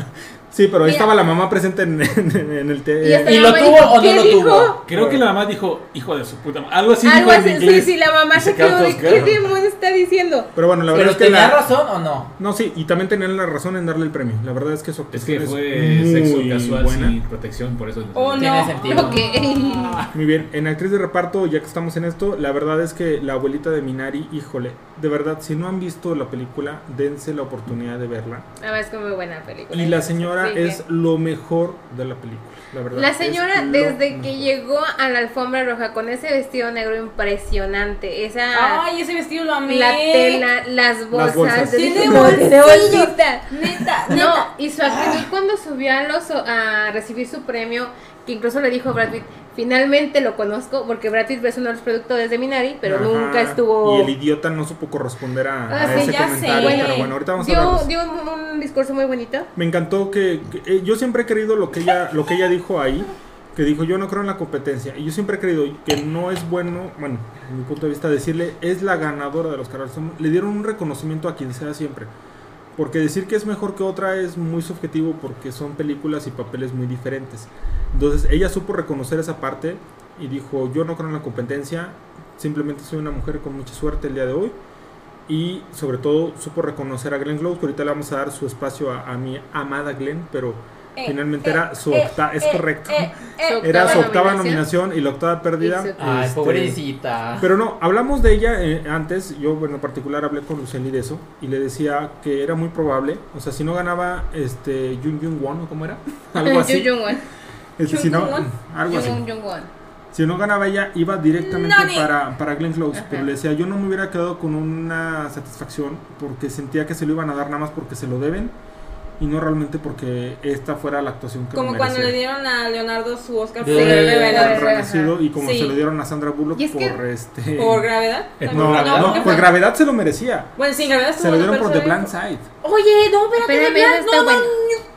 D: Sí, pero ahí
C: Mira.
D: estaba la mamá presente en, en- en el... te-
C: Y hasta
F: ¿Y
E: este
F: lo
C: la mamá
F: tuvo
C: dijo,
F: o no
C: ¿qué
F: lo
C: dijo?
F: tuvo?
A: Creo que la mamá dijo, hijo de su puta madre. Algo así
C: Algo
A: dijo en
C: así, sí,
A: inglés.
C: sí, la mamá
A: Y
C: se
A: se quedó
C: quedó de
A: todos
C: qué
A: quedados.
C: demonios está diciendo.
D: Pero bueno, la verdad
F: ¿Pero
D: es que
F: tenía
D: la...
F: razón o no?
D: No, sí, y también tenían la razón en darle el premio. La verdad es que eso
A: Es que fue sexo casual sin protección, por eso.
E: Oh, no.
F: Tiene sentido.
C: Ok.
D: Muy bien, en actriz de reparto, ya que estamos en esto, la verdad es que la abuelita de Minari, híjole, de verdad, si no han visto la película, dense la oportunidad de verla.
C: A ver, es como muy buena película.
D: Y la señora
C: Sí,
D: es
C: sí.
D: lo mejor de la película, la verdad.
C: La
D: es
C: señora,
D: lo
C: desde
D: mejor.
C: que llegó a la alfombra roja con ese vestido negro impresionante, esa
E: Ay, ese vestido lo amé.
C: la tela, las bolsas,
D: bolsas.
C: de-
E: Tiene
C: de
E: bolsillos.
C: bolsita.
E: Neta,
C: No,
E: neta. Ah.
C: y su actitud cuando subió a, los, a recibir su premio, que incluso le dijo a Brad Pitt, finalmente lo conozco, porque Brad Pitt es uno de los productores de Minari, pero
D: Ajá,
C: nunca estuvo...
D: Y el idiota no supo corresponder a,
C: Ah,
D: a
C: sí,
D: ese
E: ya
D: comentario,
E: sé.
D: pero bueno, ahorita vamos a hablar pues. de
C: dio
D: eso.
C: dio un, un discurso muy bonito.
D: Me encantó que, que- eh, yo siempre he querido lo que ella lo que ella dijo ahí, que dijo yo no creo en la competencia y yo siempre he creído que no es bueno, bueno, en mi punto de vista decirle es la ganadora de los carros, le dieron un reconocimiento a quien sea siempre. Porque decir que es mejor que otra es muy subjetivo porque son películas y papeles muy diferentes. Entonces ella supo reconocer esa parte y dijo yo no creo en la competencia, simplemente soy una mujer con mucha suerte el día de hoy y sobre todo supo reconocer a Glenn Close, que ahorita le vamos a dar su espacio a, a mi amada Glenn, pero
E: Eh,
D: finalmente era su
E: eh,
D: octava, es
E: eh,
D: correcto,
E: eh, eh.
D: era su
C: octava
D: octava
C: nominación.
D: nominación, y la octava pérdida.
C: Y su-
F: Ay,
D: este,
F: pobrecita.
D: Pero no, hablamos de ella eh, antes, yo bueno, en particular hablé con Lucely de eso y le decía que era muy probable, o sea, si no ganaba este Jun Jung Won o cómo era, algo así,
C: Yu Jung Won.
D: Este, si no,
E: Jung-Jung
D: algo así.
C: Jung Jung Won.
D: Si no ganaba ella, iba directamente
E: Nani.
D: para, para Glenn Close.
C: Ajá.
D: Pero le decía, yo no me hubiera quedado con una satisfacción porque sentía que se lo iban a dar nada más porque se lo deben y no realmente porque esta fuera la actuación que
E: Como
D: me
E: cuando le
D: merecía.
E: dieron a Leonardo su Oscar
F: Sí.
E: por
D: Por
E: gravedad.
C: Ajá.
D: Renacido y como
E: Sí.
D: se lo dieron a Sandra Bullock
C: Y es que-
D: por este...
E: ¿Por gravedad?
A: No,
D: No,
E: También.
D: no,
F: ¿por
D: por,
F: qué
E: fue-
D: gravedad se lo merecía.
E: Bueno, sí, gravedad
D: Se lo dieron por The Blind
E: blanza
D: Side.
E: Oye, no, espérate,
C: Espérame, no
E: The Blind-
C: está
E: no, no,
C: bueno.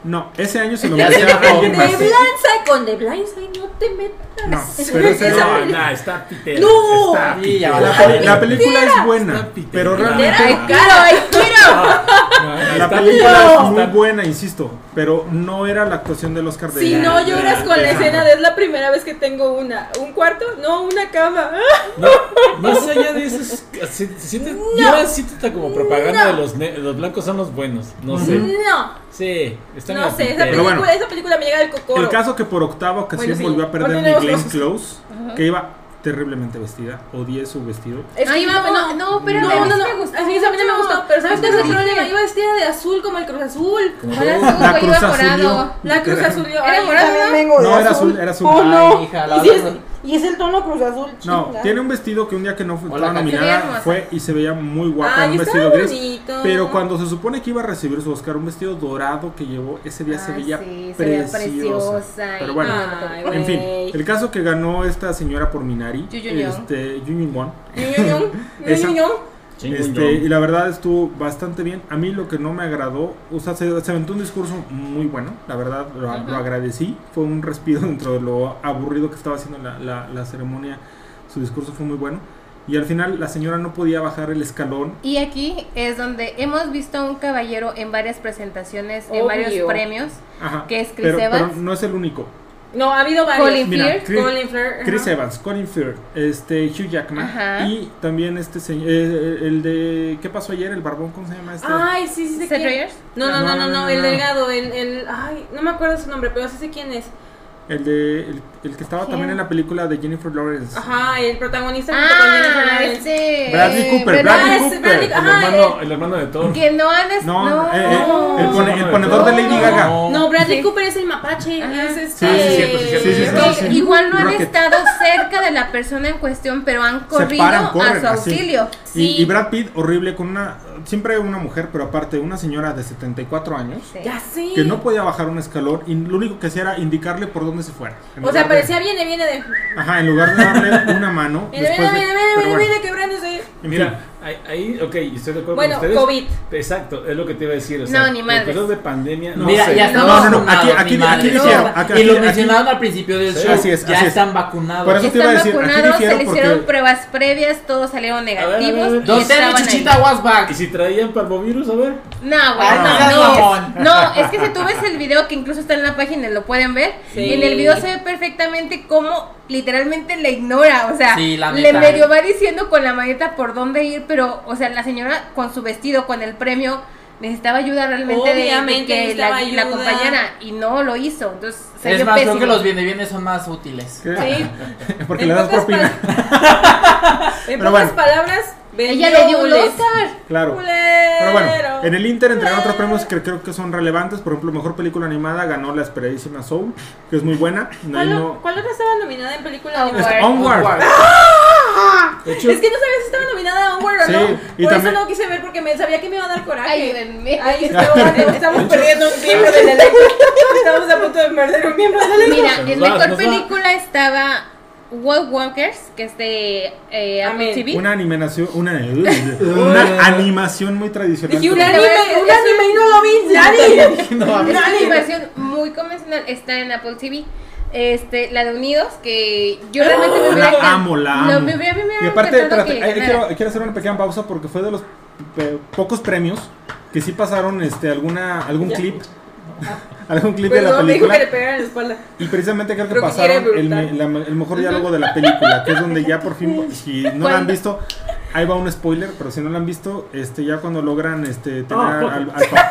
D: No, ese año se lo
F: Ya se
D: merecía
F: dijo.
D: alguien más.
E: The Blind Side, con The Blind Side no te metas.
D: No, pero ese
E: Esa
A: No,
D: no.
E: película-
A: no, está pitera.
E: No.
A: Está
F: Sí, ya
A: pitera.
F: va.
D: La, peli- la película es buena,
A: Está pitera.
D: pero
A: Pitera.
D: realmente...
C: ¡Ay, caro!
E: eh.
C: ¡Ay, quiero!
A: No,
D: La
A: está
D: película
A: pitera.
D: es muy
A: Está-
D: buena, insisto, pero no era la actuación de los de
E: Si no lloras con la
D: Ajá.
E: escena de es la primera vez que tengo una. ¿Un cuarto? No, una cama. Ah,
A: No, más allá de eso, es- si, si te, yo ahora sí te está como propaganda de los, ne- los blancos son los buenos. No sé.
E: No,
A: Sí, están
E: no sé. Esa
D: Pero
E: película,
D: bueno.
E: esa película me llega del cocoro.
D: El caso que por octava ocasión
E: Bueno, sí.
D: volvió a perder
E: Ponle los
D: mi Glenn
E: ojos.
D: Close, que iba terriblemente vestida, odié su vestido.
E: Es que
C: Ay,
E: no,
C: vamos,
E: no,
C: no, espérame,
E: no,
C: a mí
E: no,
C: sí
E: no.
C: me gustó
E: Así que a mí no me
C: mucho.
E: gustó. Pero ¿sabes
C: No,
E: cuál es el
C: sí.
E: problema? Iba vestida de azul como el Cruz Azul.
C: Ahora tú,
D: La
C: güey,
D: Cruz
C: iba morado.
D: Azul.
E: La Cruz
D: Era-
E: Azul. yo-
C: era
E: ay,
C: morado,
E: también
C: ¿no?
E: vengo.
D: No, era azul, era
G: Oh,
D: azul.
F: Ay, no. hija, la
B: y, sí es,
F: otra-
B: y es el tono Cruz Azul.
D: No,
B: chinga.
D: tiene un vestido que un día que no fue
F: Hola,
D: estaba
F: Katy.
C: Se veía
D: nominada
C: hermosa.
D: fue y se veía muy guapa en
E: Ay,
D: un
E: estaba
D: vestido gris.
E: bonito.
D: Pero cuando se supone que iba a recibir su Oscar, un vestido dorado que llevó, ese día se
C: Ay,
D: veía
C: sí, se veía
D: preciosa.
C: preciosa.
D: Pero
C: y-
D: bueno,
E: Ay, güey.
D: en fin, el caso que ganó esta señora por Minari,
C: Yu Yu Young.
D: este, Yu Yu Won,
E: Ñoñoñón,
D: Esa-
E: ñoñoñón.
D: Este, y la verdad estuvo bastante bien. A mí lo que no me agradó, o sea, se, se aventó un discurso muy bueno, la verdad lo, lo agradecí. Fue un respiro dentro de lo aburrido que estaba haciendo la, la- la ceremonia. Su discurso fue muy bueno. Y al final la señora no podía bajar el escalón.
C: Y aquí es donde hemos visto a un caballero en varias presentaciones, en
E: Obvio.
C: varios premios.
D: Ajá,
C: ¿Qué es Chris
D: pero,
C: Evans?
D: pero no es el único.
E: No, ha habido varios.
C: Colin
D: Mira,
C: Firth.
D: Chris-
E: Colin Firth, ajá.
D: Chris Evans, Colin Firth, este, Hugh Jackman
C: Ajá.
D: y también este señor, eh, el de ¿qué pasó ayer? El barbón, ¿cómo se llama este?
C: Ah.
E: Ay, sí, sí, sé
C: Seth
E: quién.
C: Rogers.
E: No, no, no, no, no, el
D: no.
E: delgado, el, el, ay, no me acuerdo su nombre, pero sí sé quién es.
D: El de el, el que estaba también en la película de Jennifer Lawrence.
E: Ajá, el protagonista junto con Jennifer
C: Ah,
E: Lawrence.
C: este.
D: Eh, Bradley Cooper,
C: Bradley-
D: Bradley
E: es-
D: Cooper.
E: Bradley-
A: El
E: ajá,
A: hermano, el hermano de Thor.
C: Que no han es-
D: No,
C: no.
D: eh, eh, el, pone- el ponedor de Lady
E: No.
D: Gaga.
E: eh, no, Bradley
C: Sí.
E: Cooper es el mapache,
C: Ajá.
E: es
D: Sí,
E: este.
D: sí, cierto, sí, cierto, sí,
C: Que
D: cierto, sí.
C: Igual no han
D: Rocket.
C: estado cerca de la persona en cuestión, pero han
D: Se
C: corrido
D: paran, corren,
C: a su
D: así.
C: auxilio.
E: Sí.
D: Y, y Brad Pitt horrible con una siempre una mujer, pero aparte una señora de 74 años
C: Sí.
E: Ya sé.
D: que no podía bajar un escalón y lo único que hacía era indicarle por dónde se fuera. En
E: O sea,
D: lugar de-
E: parecía viene, viene de.
D: Ajá, en lugar de darle una mano.
E: Viene,
D: después
E: viene,
D: de-
E: viene,
D: pero
E: viene,
D: bueno,
E: viene, quebrándose.
D: en fin.
A: Mira, ahí, ahí, ok, estoy de acuerdo
E: Bueno,
A: con ustedes.
E: COVID.
A: Exacto, es lo que te iba a decir. o
C: No,
A: sea,
C: ni madres.
A: por cosas de pandemia. no
F: Mira,
A: sé.
F: ya
E: No,
F: estamos
E: no,
D: no, aquí-
F: vacunados,
D: aquí-
F: mi madre.
D: aquí
E: dijeron,
D: aquí-
F: y lo
D: aquí-
F: mencionaron al principio del
A: Sí,
F: show.
D: así es,
F: ya
D: así es.
F: están vacunados.
D: Por eso
C: Ya
D: te iba a
C: están
D: decir, aquí
C: vacunados, se
D: difiero
C: le hicieron
D: porque-
C: pruebas previas, todos salieron
A: ver, a ver, a ver.
C: negativos. y
A: Dos
F: Doctor
C: estaban ahí.
F: Chichita was back.
A: ¿Y si traían parvovirus? A ver.
C: No, güey,
F: Ah,
C: no, no,
F: no.
C: es, no, es que si tú ves el video que incluso está en la página, lo pueden ver,
E: Sí.
C: en el video se ve perfectamente cómo literalmente le ignora, o sea,
F: Sí, la
C: le
F: neta.
C: medio va diciendo con la maneta por dónde ir, pero, o sea, la señora con su vestido, con el premio, necesitaba ayuda realmente de-
E: Obviamente
C: de, que la,
E: necesitaba
C: la
E: ayuda.
C: acompañara y no lo hizo, entonces salió
F: Es más, creo
C: pésimo.
F: que los bienes bienes son más útiles.
E: Sí.
D: Ah, Porque
E: En
D: le das
E: pocas
D: propina.
E: pa- en
D: Pero
E: pocas
D: bueno.
E: palabras,
C: Ella le dio un
E: vendioles.
C: Oscar.
D: Claro. Pero bueno, en el Inter entregaron otros premios que creo que son relevantes. Por ejemplo, mejor película animada ganó la esperadísima Soul, que es muy buena. Ahí
E: ¿Cuál,
D: no.
E: cuál otra estaba nominada en película
C: Onward.
E: animada?
D: Este, Onward.
A: De hecho,
E: Es que no sabía si estaba nominada a Onward o
D: oh, Sí,
E: no.
D: y
E: Por
D: también-
E: eso no quise ver porque me sabía que me iba a dar coraje.
C: Ayúdenme.
E: Ay, estamos, estamos perdiendo un miembro del elenco. Estamos a punto de perder un miembro del elenco.
C: Mira,
A: Nos
C: en
A: va,
C: mejor
A: nos va.
C: película estaba World Walkers, que es de eh, Apple
E: Amén.
C: TV.
D: Una animación, una, una animación muy tradicional.
E: Dije un
D: pero-
E: anime, un anime y no lo vi. Nadie.
C: Es una
E: Nadie.
C: animación muy convencional, está en Apple TV. Este, la de Unidos, que yo realmente me hubiera
D: Oh, La
C: encan-
D: amo, la
C: no,
D: amo.
C: me hubiera- me hubiera
D: y aparte,
C: encantado
D: espérate,
C: que
D: eh, quiero,
C: ganara.
D: quiero hacer una pequeña pausa porque fue de los eh, pocos premios que sí pasaron este alguna algún
E: Ya. Ah.
D: clip. Algún clip de la
E: Perdón, me dijo
D: película
E: que le pegaran en la espalda.
D: y precisamente creo que
E: creo que
D: pasaron
E: quiere
D: el, me- la- el mejor diálogo de la película, que es donde ya por fin, si no la han
C: ¿Cuándo?
D: visto, ahí va un spoiler, pero si no la han visto, este ya cuando logran este tener
A: Ah,
D: al, al pa-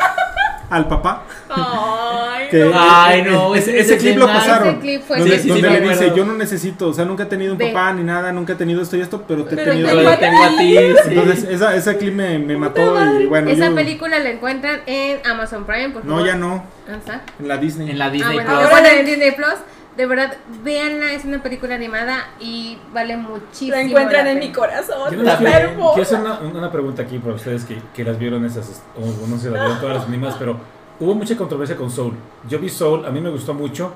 D: al papá,
E: Ay,
D: que
E: no.
F: Ay,
D: eh,
F: no,
D: eh,
F: ese-
D: ese,
F: ese
D: clip lo
F: escenario.
D: pasaron.
C: Ese clip fue
D: donde
F: Sí, sí, sí,
D: donde
F: me
D: le
F: acuerdo.
D: dice, yo no necesito, o sea, nunca he tenido un
C: Ve.
D: papá ni nada, nunca he tenido esto y esto, pero te he
C: Pero
D: tenido.
C: te
D: a
F: Yo
D: ti".
F: lo tengo a ti. sí.
D: Entonces, esa, esa clip me, me mató y bueno,
C: Esa
D: yo-
C: película la encuentran en Amazon Prime, por favor.
D: No, ya no,
C: Ah, ¿está?
D: en la Disney.
F: En la
C: Ah,
F: Disney
C: bueno,
F: Plus.
C: ahora en Disney Plus. De verdad, véanla, es una película animada y vale muchísimo.
E: Lo encuentran
C: la
E: en
C: pena.
E: mi corazón.
A: Yo no
E: Está
A: les quiero, quiero
E: hermoso.
A: hacer una, una pregunta aquí para ustedes que, que las vieron esas, o no sé, las vieron todas las animadas, pero hubo mucha controversia con Soul. Yo vi Soul, a mí me gustó mucho,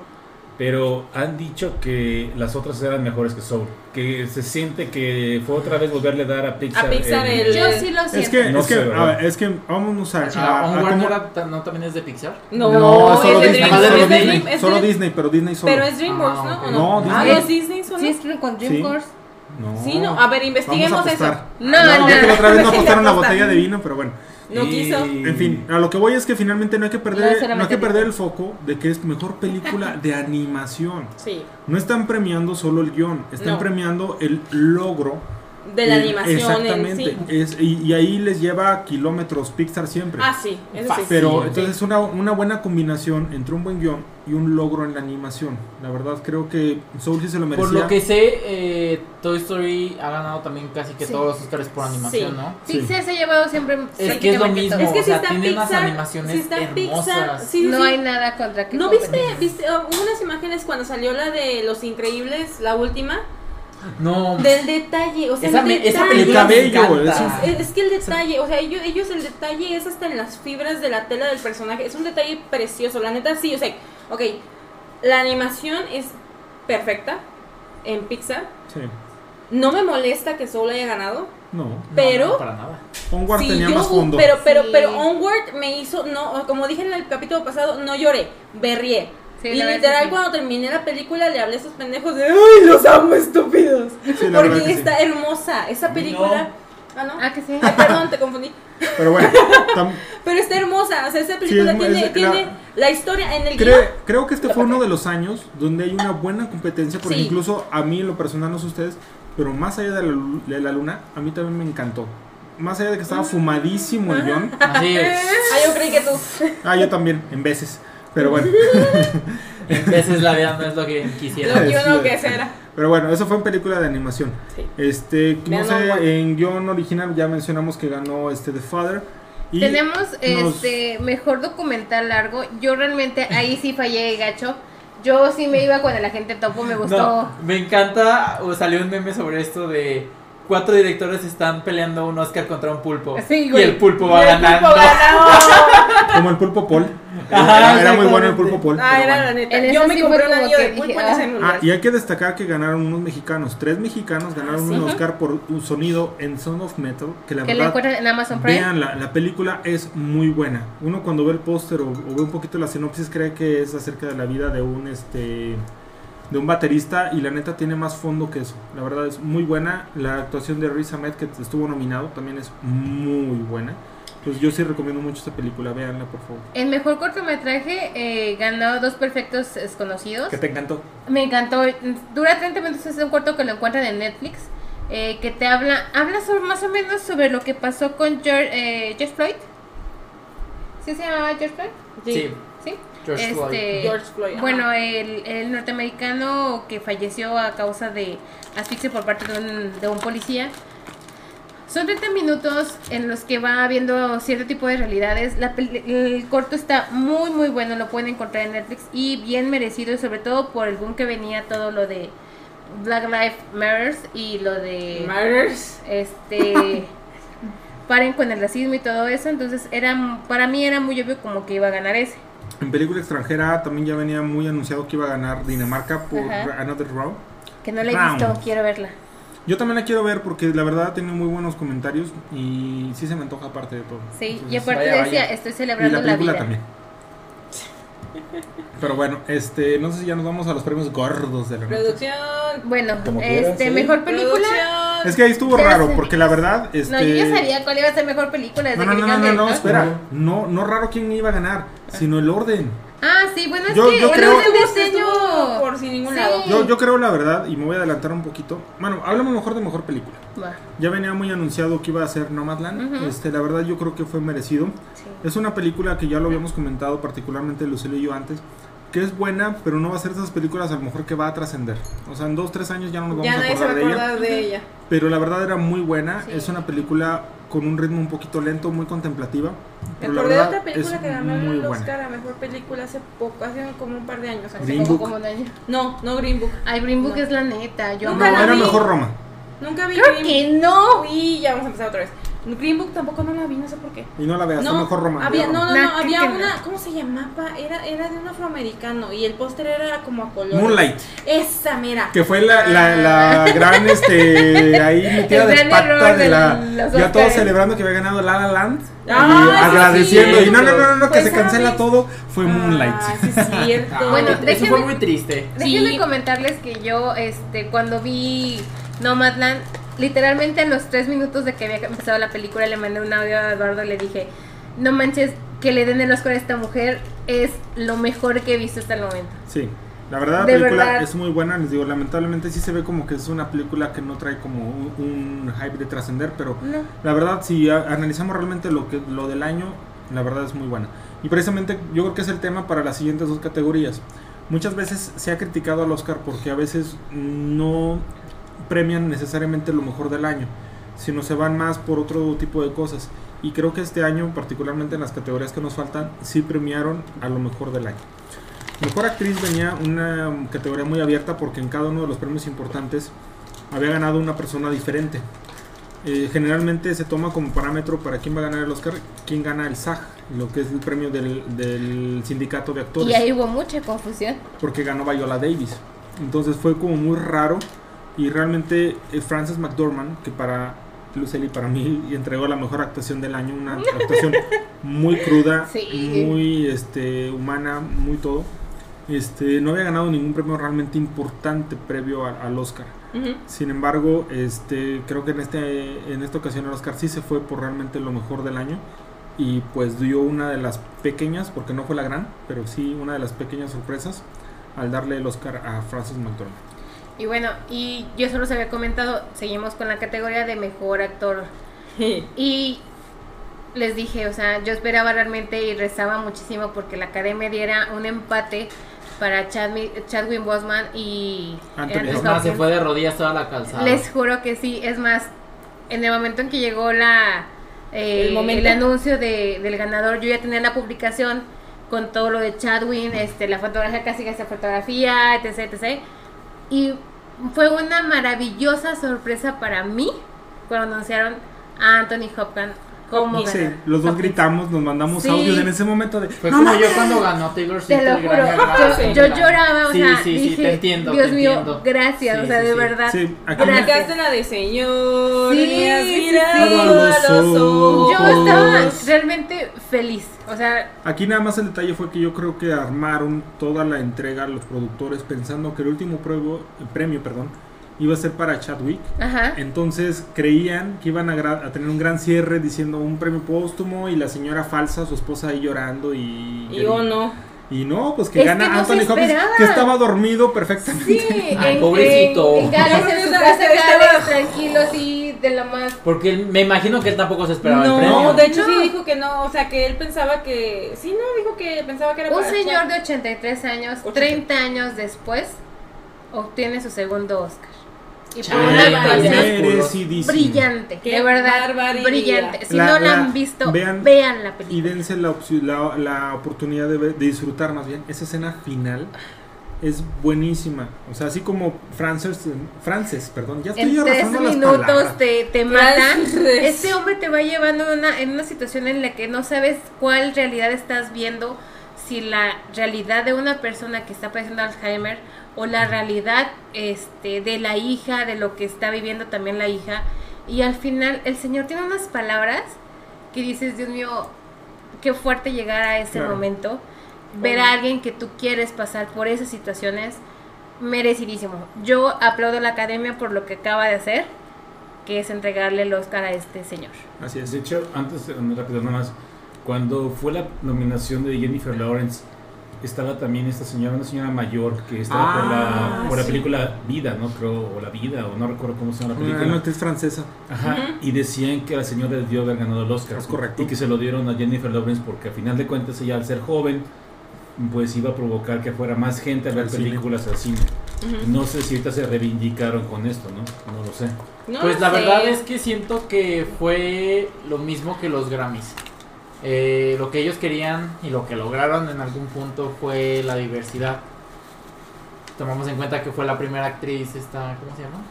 A: pero han dicho que las otras eran mejores que Soul, que se siente que fue otra vez volverle a dar a Pixar.
E: A Pixar el-
C: Yo sí lo
D: Es
C: siento.
D: que,
A: No
D: es, que,
A: sé, ¿verdad?
D: a ver, es que vamos a, a-
F: Ah,
D: a
F: Onward
D: cómo-
F: no era tan- no también es de Pixar.
E: No,
D: No,
E: es
D: solo
E: de
D: Disney,
E: Dreamworks,
D: solo
E: es de
D: Disney,
E: Dream- es
D: solo
E: Dream-
D: Disney, pero Disney solo.
E: Pero es DreamWorks,
F: Ah,
E: ¿no? ¿O
F: ok.
E: no?
D: No,
E: Ah,
D: Disney.
E: es Disney solo.
C: Sí, es con DreamWorks.
D: No.
E: Sí, no. ah, A ver, investiguemos
D: Vamos a
E: eso.
D: apostar.
C: No,
D: No,
C: no.
D: ya que la otra vez no
E: Sí,
D: apostaron la
E: apostan.
D: botella de vino, pero bueno.
E: No quiso.
D: En fin, a lo que voy es que finalmente no hay que
C: No,
D: perder, no, hay
C: solamente
D: que perder
C: vino.
D: el foco de que es mejor película de animación.
E: Sí,
D: No están premiando solo el guión, están
E: No.
D: premiando el logro
E: de la
D: Eh,
E: animación en
D: Exactamente.
E: sí.
D: Es- y, y ahí les lleva kilómetros Pixar siempre.
E: Ah, sí, eso sí.
D: Pero
F: sí.
D: entonces una, una buena combinación entre un buen guión y un logro en la animación. La verdad creo que Soul sí se lo merecía.
F: Por lo que sé, eh, Toy Story ha ganado también casi que
C: Sí.
F: todos los Oscars por animación,
E: Sí.
F: ¿no?
D: Sí.
C: Pixar se ha llevado siempre.
F: Es que es lo
C: prácticamente
F: mismo.
C: todo.
E: Es que
F: o
E: si
F: sea,
E: está
F: tiene unas
E: Pixar,
F: animaciones
E: si está Pixar,
F: hermosas.
E: sí, sí,
C: No
E: sí.
C: hay nada contra que.
E: ¿No
C: competir.
E: viste, viste uh, unas imágenes cuando salió la de Los Increíbles, la última?
F: No,
E: Del detalle, o sea,
F: esa,
E: el
F: me-
E: detalle.
F: esa película me
D: cabello,
F: encanta.
E: Es, es que el detalle, o sea, ellos, ellos el detalle es hasta en las fibras de la tela del personaje. Es un detalle precioso, la neta sí, o sea, ok, la animación es perfecta en Pixar.
D: Sí.
E: No me molesta que Soul haya ganado.
D: No.
F: No,
E: pero-
F: no, para nada.
D: Onward
E: Sí,
D: tenía
E: yo-
D: más fondo.
E: Pero, pero,
C: Sí.
E: pero Onward me hizo, no, como dije en el capítulo pasado, no lloré, berrié.
C: Sí,
E: y
C: la verdad
E: literal
C: sí.
E: cuando terminé la película le hablé a esos pendejos de ¡Ay, los amo estúpidos!
D: Sí, la verdad
E: Porque
D: que sí.
E: está hermosa, esa película... Ah, no.
C: Ah, que sí.
E: Ay, perdón, te confundí.
D: Pero bueno, tam-
E: Pero está hermosa, o sea, esta película
D: es muy-
E: tiene,
D: es-
E: tiene
D: la-
E: la, historia en el
D: Creo,
E: guión.
D: creo que este fue uno de los años donde hay una buena competencia, porque
E: Sí.
D: incluso a mí, en lo personal, no sé ustedes, pero más allá de la, lu- de la luna, a mí también me encantó. Más allá de que estaba fumadísimo el guión,
F: Así es.
E: Ah, yo creí que tú.
D: ah, yo también, en veces, pero bueno.
F: En veces la vida no es lo que
E: Lo
F: quisiera.
E: que
D: sí.
E: uno que será.
D: Pero bueno, eso fue en película de animación.
E: Sí.
D: Este, no
E: Vean Long Walk.
D: sé, en guión original ya mencionamos que ganó este The Father. Y
C: Tenemos
D: nos-
C: este mejor documental largo. Yo realmente ahí sí fallé, gacho. Yo sí me iba con el agente topo, me gustó.
F: No, me encanta, o salió un meme sobre esto de cuatro directores están peleando un Oscar contra un pulpo.
C: Sí,
F: y
C: güey.
F: el pulpo va
C: Y el
F: ganando.
C: pulpo ganó.
D: Como el pulpo Paul.
F: Ajá,
D: era, era muy bueno el
F: exactamente.
D: pulpo Paul.
E: Ah,
D: pero
E: era
D: bueno.
E: la neta.
C: En esa
E: Yo me
C: sí
E: compré
C: fue
E: un
C: como
E: anillo
C: que
E: de pulpo
C: dije,
E: en ese
C: ah.
E: lugar.
D: Ah, y hay que destacar que ganaron unos mexicanos. Tres mexicanos ganaron un Oscar por un sonido en Sound of Metal. Que la
C: que la
D: verdad.
C: encuentran en Amazon Prime.
D: Vean, la, la película es muy buena. Uno cuando ve el póster o, o ve un poquito la sinopsis cree que es acerca de la vida de un este de un baterista y la neta tiene más fondo que eso. La verdad es muy buena. La actuación de Riz Ahmed que estuvo nominado también es muy buena. Pues yo sí recomiendo mucho esta película. Veanla por favor.
C: El mejor cortometraje eh, ganó dos perfectos desconocidos.
D: te encantó?
C: Me encantó. Dura 30 minutos, es un corto que lo encuentran en Netflix. eh, que te habla, habla sobre- más o menos sobre lo que pasó con George, eh, George Floyd. ¿Sí se llamaba George Floyd?
F: Sí,
C: Sí.
F: George
C: Este,
F: Floyd.
E: George Floyd. ajá.
C: Bueno, el, el norteamericano que falleció a causa de asfixia por parte de un, de un policía. Son 30 minutos en los que va viendo cierto tipo de realidades. La pel- el corto está muy, muy bueno. Lo pueden encontrar en Netflix y bien merecido. Y sobre todo por el boom que venía todo lo de Black Lives Matter y lo de
E: Matters.
C: este paren con el racismo y todo eso. Entonces, era para mí era muy obvio como que iba a ganar ese.
D: En película extranjera también ya venía muy anunciado que iba a ganar Dinamarca por
C: Ajá.
D: Another Round.
C: Que no la he
D: Round.
C: visto, quiero verla.
D: Yo también la quiero ver porque la verdad tiene muy buenos comentarios y sí se me antoja aparte de todo.
C: Sí, y
D: Entonces,
C: aparte
F: vaya,
C: decía,
F: vaya.
C: estoy
D: y
C: celebrando
D: la
C: la,
D: película
C: vida.
D: también. Pero bueno, este, no sé si ya nos vamos a los premios gordos de la noche.
E: Producción.
C: Bueno,
A: Como
C: este,
A: quieras, sí.
C: mejor película.
D: Es que ahí estuvo
C: Ya
D: raro
C: sé.
D: porque la verdad, este,
C: No, yo ya sabía cuál iba a ser mejor película desde
D: no, no,
C: que
D: no, no,
C: dijeron
D: no, no,
C: director.
D: espera, no, no raro quién iba a ganar, sino el orden.
C: Ah, sí, bueno, es
D: Yo-
C: que este
D: yo
C: el
D: creo-
C: orden de
E: Estuvo- estuvo
C: diseño.
E: por sin ningún
C: Sí.
E: lado.
D: Yo, yo creo la verdad y me voy a adelantar un poquito. Bueno, hablamos mejor de mejor película.
C: Va,
D: Ya venía muy anunciado que iba a ser Nomadland.
C: Ujú.
D: Este, la verdad yo creo que fue merecido.
C: sí.
D: Es una película que ya lo habíamos comentado, particularmente Lucille y yo antes, que es buena, pero no va a ser de esas películas a lo mejor que va a trascender. O sea, en dos, tres años ya no nos vamos
E: Ya
D: a
E: nadie se va a
D: acordar de ella.
E: acordar de ella.
D: Pero la verdad era muy buena.
C: Sí.
D: Es una película con un ritmo un poquito lento, muy contemplativa.
E: Me
D: Pero la
E: acordé de
D: verdad
E: otra película
D: es
E: que ganó
D: muy
E: el
D: buena.
E: Oscar a mejor película hace poco, hace como un par de años.
C: Hace
D: Green
C: poco
D: Book.
C: como un año.
E: No, no Green Book.
C: Ay, Green Book
E: No.
C: es la neta. Yo
E: Nunca
D: no,
E: la
C: amaba-
D: era
E: vi.
D: mejor Roma.
E: Nunca vi
C: Creo
E: Green Book.
C: que no.
E: Uy, ya vamos a empezar otra vez. Green Book tampoco no la vi, no sé por qué.
D: Y no la veas, no, mejor Roma.
E: había,
D: ve
E: no, no,
C: Nah,
E: no,
C: creo
E: había
C: que no.
E: una, ¿cómo se llamaba? Era, era de un afroamericano y el póster era como a color.
D: Roma. Moonlight,
E: Esa, mira.
D: que fue la, la, la gran, este, ahí metida
C: El
D: de
C: gran
D: pata
C: error
D: de
C: de
D: la,
C: los
D: ya todos
C: Oscars.
D: celebrando que había ganado La La Land, y
E: Ah, sí,
D: agradeciendo,
F: sí.
D: y no, no, no, no, no, que
E: Pues,
D: se cancela
E: ¿sabes?
D: todo, fue Moonlight.
E: Ah, sí, es cierto.
C: Bueno,
F: eso
C: déjenme-
F: fue muy triste.
E: Sí.
C: Déjenme comentarles que yo, este, cuando vi Nomadland, literalmente a los tres minutos de que había empezado la película, le mandé un audio a Eduardo y le dije, no manches, que le den el Oscar a esta mujer es lo mejor que he visto hasta el momento.
D: Sí, la verdad la
C: De
D: película
C: verdad.
D: es muy buena, les digo, lamentablemente sí se ve como que es una película que no trae como un, un hype de trascender, pero
C: No.
D: la verdad si a- analizamos realmente lo que lo del año, la verdad es muy buena. Y precisamente yo creo que es el tema para las siguientes dos categorías. Muchas veces se ha criticado al Oscar porque a veces no premian necesariamente lo mejor del año, sino se van más por otro tipo de cosas. Y creo que este año, particularmente en las categorías que nos faltan, sí premiaron a lo mejor del año. Mejor actriz venía una categoría muy abierta porque en cada uno de los premios importantes había ganado una persona diferente. Eh, generalmente se toma como parámetro para quién va a ganar el Oscar, quién gana el SAG, lo que es el premio del, del sindicato de actores
C: Y ahí hubo mucha confusión.
D: porque ganó Viola Davis. Entonces fue como muy raro y realmente eh, Frances McDormand, que para Lucely para mí entregó la mejor actuación del año, una actuación muy cruda,
C: Sí.
D: muy este humana, muy todo. Este, no había ganado ningún premio realmente importante previo al- al Oscar.
E: Ujú.
D: Sin embargo, este, creo que en, este, en esta ocasión el Oscar sí se fue por realmente lo mejor del año y pues dio una de las pequeñas, porque no fue la gran, pero sí una de las pequeñas sorpresas al darle el Oscar a Francis McDormand.
C: Y bueno, y yo solo se había comentado, seguimos con la categoría de mejor actor. Y les dije, o sea, yo esperaba realmente y rezaba muchísimo porque la academia diera un empate para Chadmi- Chadwick Boseman y
D: Anthony
C: Anthony
D: Hopkins.
G: Es más, se
C: Hopkins.
G: fue de rodillas toda la calzada.
C: Les juro que sí, es más, en el momento en que llegó la eh,
E: El
C: el,
E: momento.
C: anuncio de- del ganador, yo ya tenía la publicación con todo lo de Chadwin, este, la fotografía casi que esa fotografía, etc, etc. Y fue una maravillosa sorpresa para mí cuando anunciaron a Anthony Hopkins como
E: Hopkins.
D: Sí,
C: ganador.
D: los dos
C: Hopkins.
D: gritamos, nos mandamos
C: Sí.
D: audios en ese momento de...
G: Fue como yo cuando ganó Taylor Swift
C: Te lo
G: el
C: juro,
G: Grammy Award.
C: yo, yo lloraba, o
G: Sí,
C: sea,
G: sí, sí,
C: dije,
G: te entiendo,
C: Dios
G: te
C: mío,
G: entiendo.
C: gracias,
G: Sí,
C: o sea,
G: sí,
C: de
G: sí.
C: verdad.
D: Sí, aquí me-
E: Aplicaste la de señor.
C: Sí,
E: me has
C: sí, sí.
E: mirado a
D: Todos
E: los
D: ojos.
E: ojos.
C: Yo estaba realmente feliz, o sea,
D: Aquí nada más el detalle fue que yo creo que armaron toda la entrega los productores pensando que el último pruebo- premio perdón, iba a ser para Chadwick.
C: ajá.
D: Entonces creían que iban a, gra- a tener un gran cierre diciendo un premio póstumo y la señora falsa, su esposa ahí llorando y...
E: Y yo no.
D: Y no, pues que
C: oh, Es
D: gana
C: que no se
D: Anthony Hopkins,
C: esperaba.
D: que estaba dormido perfectamente.
C: Sí,
G: Ay,
C: en,
G: pobrecito.
C: En, en Gales, en su casa,
E: Pobrecito,
C: Gales,
E: estaba-
C: tranquilo, sí, de la más.
G: Porque él- me imagino que él tampoco se esperaba el
E: No,
G: premio.
E: de hecho sí
C: No.
E: dijo que no. O sea, que él pensaba que. Sí, no, dijo que pensaba que era
C: Un
E: para
C: señor
E: Chad.
C: de 83 años,
E: 80.
C: 30 años después, obtiene su segundo Oscar. Y por
D: Eh,
G: Chale,
E: pues,
C: una
G: también.
C: actuación
D: Merecidísimo.
C: brillante,
E: Qué
C: de verdad,
E: barbaridad.
C: brillante. Si
D: La-
C: no la
D: la-
C: han visto,
D: vean-
C: vean, la
D: Y
C: película.
D: dense la, opci- la, la oportunidad de, ver- de disfrutar más bien. Esa escena final es buenísima. O sea, así como Frances, Frances perdón, ya estoy
C: En
D: yo
C: tres
D: arrastrando las
C: minutos
D: palabras.
C: te, te mata.
E: Gracias.
C: Este hombre te va llevando en una, en una situación en la que no sabes cuál realidad estás viendo, si la realidad de una persona que está padeciendo Alzheimer o la realidad este, de la hija, de lo que está viviendo también la hija. Y al final el Señor tiene unas palabras que dices, Dios mío, qué fuerte llegar a ese
D: Claro.
C: momento, ver a alguien que tú quieres pasar por esas situaciones, merecidísimo. Yo aplaudo a la academia por lo que acaba de hacer, que es entregarle el Oscar a este señor.
D: Así es.
A: De hecho, antes, eh, rápido nada más, cuando fue la nominación de Jennifer Lawrence, estaba también esta señora, una señora mayor que estaba por,
D: Ah,
A: la, por la
D: sí.
A: película Vida, ¿no? Creo, o La Vida, o no recuerdo cómo se llama la
D: Una
A: película.
D: una actriz francesa.
A: Ajá, y decían que la señora debió haber ganado el Oscar.
D: Es correcto.
A: Y que se lo dieron a Jennifer Lawrence porque a final de cuentas ella al ser joven, pues iba a provocar que fuera más gente a ver
D: Al cine.
A: películas al cine. No sé si ahorita se reivindicaron con esto, ¿no? No lo sé.
E: No
G: Pues la
E: sé.
G: verdad es que siento que fue lo mismo que los Grammys. Eh, lo que ellos querían y lo que lograron en algún punto fue la diversidad. Tomamos en cuenta que fue la primera actriz, esta, ¿cómo se llama?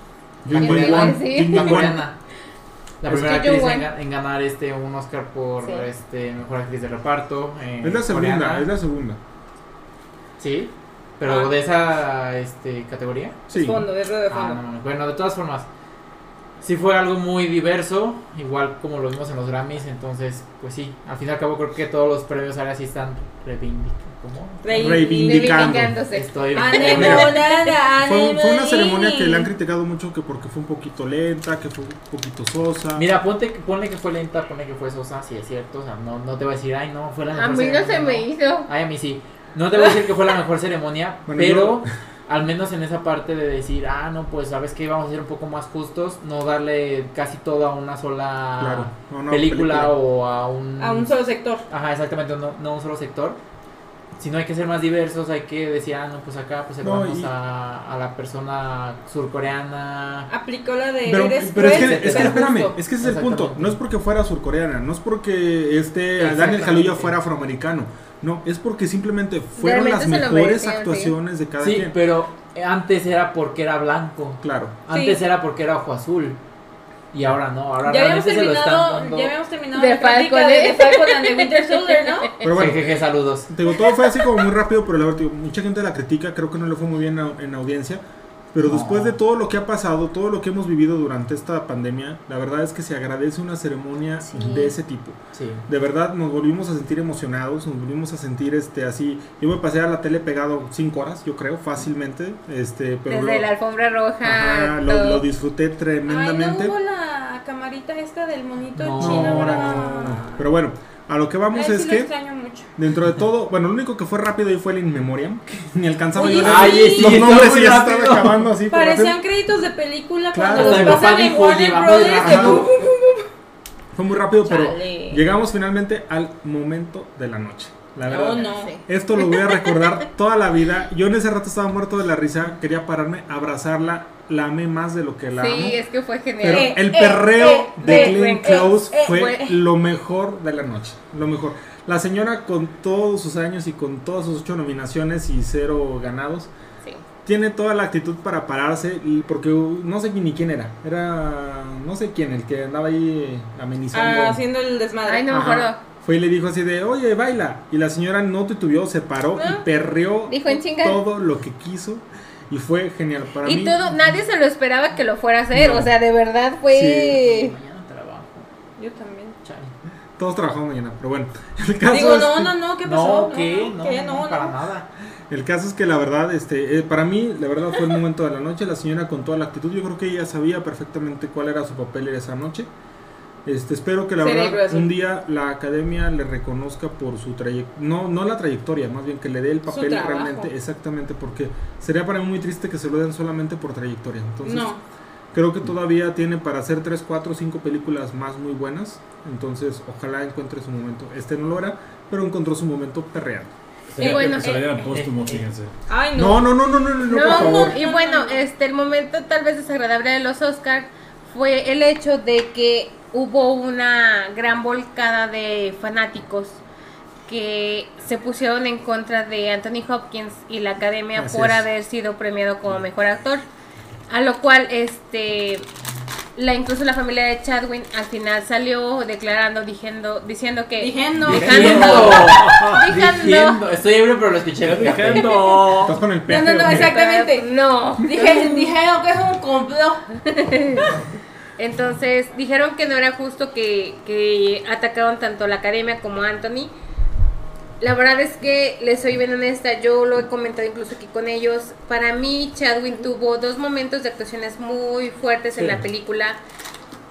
D: Jung
G: La
D: Wei
G: coreana.
D: Won.
C: Sí.
D: Jung
G: La
D: Wei Won.
G: coreana. La
C: Es
G: primera
C: que Jung
G: actriz en,
C: Won.
G: ga- en ganar este un Oscar por
C: Sí.
G: este mejor actriz de reparto. eh,
D: Es la segunda,
G: coreana.
D: es la segunda.
G: Sí, pero
E: Ah.
G: de esa este, categoría.
D: Sí.
E: Fondo, de rueda de
G: Ah, no
E: fondo.
G: mames. Bueno, de todas formas, sí fue algo muy diverso, igual como lo vimos en los Grammys, entonces, pues sí, al fin y al cabo creo que todos los premios ahora sí están reivindicando. ¿Cómo?
E: Rey-
D: Reivindicando.
C: Reivindicándose.
G: Estoy...
E: Anemolada,
D: Fue, fue una
E: anemolín.
D: ceremonia que le han criticado mucho que porque fue un poquito lenta, que fue un poquito sosa.
G: Mira, ponte, que- ponle que fue lenta, ponle que fue sosa, si es cierto, o sea, no, no te voy a decir, ay, no, fue la mejor
C: A mí no
G: ceremonia",
C: se me hizo.
G: Ay, a mí sí. No te voy a decir que fue la mejor ceremonia,
D: Bueno,
G: pero al menos en esa parte de decir, ah, no, pues sabes que vamos a ser un poco más justos, no darle casi todo a una sola
D: Claro, no, no,
G: película,
D: película.
G: o a un...
E: A un solo sector.
G: Ajá, exactamente, no, no a un solo sector. Sino hay que ser más diversos, hay que decir, ah, no, pues acá pues
D: No,
G: vamos
D: y-
G: a, a la persona surcoreana.
E: Aplicó la de.
D: Pero,
E: eres
D: pero es
E: cruel,
D: que, es que
E: pero
D: espérame,
E: justo.
D: es que ese es el
G: Exactamente.
D: punto. No es porque fuera surcoreana, no es porque este Daniel
G: Exactamente.
D: Kaluuya fuera afroamericano. No, es porque simplemente fueron
C: Realmente se lo
D: las mejores
C: merecían, sí.
D: actuaciones de cada
G: Sí,
D: quien.
G: pero antes era porque era blanco.
D: Claro.
G: Antes
E: Sí.
G: era porque era ojo azul. Y ahora no, ahora
E: Ya habíamos
G: realmente se lo están
E: terminado,
G: dando.
E: ya habíamos terminado
C: De
E: la práctica
C: Falcon,
E: de,
C: ¿eh?
E: de Falcon and the Winter Soldier, ¿no?
D: Pero bueno,
G: Jejeje, saludos.
D: te digo, todo fue así como muy rápido, pero la verdad, digo, mucha gente la critica, creo que no le fue muy bien au- en audiencia. Pero
G: No.
D: después de todo lo que ha pasado, todo lo que hemos vivido durante esta pandemia, la verdad es que se agradece una ceremonia
C: Sí.
D: de ese tipo.
G: Sí.
D: De verdad nos volvimos a sentir emocionados, nos volvimos a sentir este así. Yo me pasé a la tele pegado cinco horas, yo creo, fácilmente. Este, pero
C: Desde
D: lo,
C: la alfombra roja.
D: ajá, lo-
C: todo.
D: lo disfruté
E: Ay, no
D: tremendamente.
E: hubo la camarita esta del monito
G: No,
E: chino,
G: ahora
E: ¿verdad?
G: no.
D: Pero bueno, a lo que
E: Ay,
D: vamos
E: sí
D: es
E: lo
D: que
E: extraño mucho.
D: dentro de todo, bueno, lo único que fue rápido ahí fue el In Memoriam, que ni alcanzaba
E: Oye,
D: yo a
E: Ay,
D: leer.
E: sí,
D: los
G: está
D: nombres
G: muy
D: y ya
G: rápido.
D: estaban acabando así. por
E: Parecían
D: hacer-
E: créditos de película
D: Claro.
E: cuando
G: Hasta
E: los
G: mi
E: pasan
G: papá
E: en
G: dijo,
E: Warner Este,
G: llevamos
E: Brothers. de
D: Ajá.
E: bu- bu-
D: Fue muy rápido, pero
E: Chale.
D: llegamos finalmente al momento de la noche. La verdad.
E: No, no. Ah,
D: Esto lo voy a recordar toda la vida. Yo en ese rato estaba muerto de la risa, quería pararme, abrazarla, la amé más de lo que la amo.
C: Sí, es que fue genial.
D: Pero
E: Eh,
D: el
E: eh,
D: perreo
E: eh,
D: de
E: eh,
D: Glenn
E: eh,
D: Close
E: eh,
D: fue
E: fue-
D: lo mejor de la noche, lo mejor. La señora con todos sus años y con todas sus ocho nominaciones y cero ganados,
C: Sí.
D: tiene toda la actitud para pararse y- porque uh, no sé ni quién era, era no sé quién el que andaba ahí amenizando.
E: Ah, haciendo el desmadre.
C: Ay, no me
D: Ajá.
C: acuerdo.
D: Fue y le dijo así de, oye, baila. Y la señora no titubeó, se paró
E: Ah.
D: y perreó
C: Dijo, "En chinga".
D: todo lo que quiso. Y fue genial para mí.
C: Y todo, nadie se lo esperaba que lo fuera a hacer.
D: No.
C: O sea, de verdad fue.
G: Mañana trabajo.
E: Yo también.
G: Chale.
D: Todos trabajamos mañana, pero bueno. El caso,
E: Digo,
D: es,
E: no, no, no, ¿qué pasó?
G: No, ¿qué? No,
E: ¿qué?
G: no,
E: No,
G: para
E: no.
G: nada.
D: el caso es que la verdad, este, eh, para mí, la verdad fue el momento de la noche. La señora con toda la actitud, yo creo que ella sabía perfectamente cuál era su papel esa noche. Este, espero que la
E: Sería
D: verdad
E: grueso.
D: un día la academia le reconozca por su trayectoria, no, no la trayectoria, más bien que le dé el papel
E: trabajo.
D: realmente, exactamente, porque sería para mí muy triste que se lo den solamente por trayectoria. Entonces,
E: No.
D: Creo que todavía tiene para hacer 3, 4, 5 películas más muy buenas. Entonces, ojalá encuentre su momento. Este no lo era, pero encontró su momento perreando.
A: Sería
C: bueno,
A: que se la
C: eh,
A: dieran póstumo, fíjense.
E: Ay,
D: No,
E: no.
D: no, no, no, no, no, no, por
C: No,
D: favor.
C: y bueno, este el momento tal vez desagradable de los Oscars fue el hecho de que hubo una gran volcada de fanáticos que se pusieron en contra de Anthony Hopkins y la Academia
D: Así
C: por
D: es. Mm.
C: haber sido premiado como mejor actor, a lo cual este la incluso la familia de Chadwin al final salió declarando diciendo diciendo que
E: Dije no.
C: Dejando. Dejando.
G: Diciendo. Estoy ebrio, pero lo escuché.
D: Estás con el
E: No, no, no,
D: perreo.
E: exactamente.
C: no
E: Dije, dijeron que es un complot.
C: Entonces dijeron que no era justo que, que atacaron tanto a la academia como a Anthony. La verdad es que les soy bien honesta, yo lo he comentado incluso aquí con ellos. Para mí, Chadwin tuvo dos momentos de actuaciones muy fuertes en
D: Sí.
C: la película.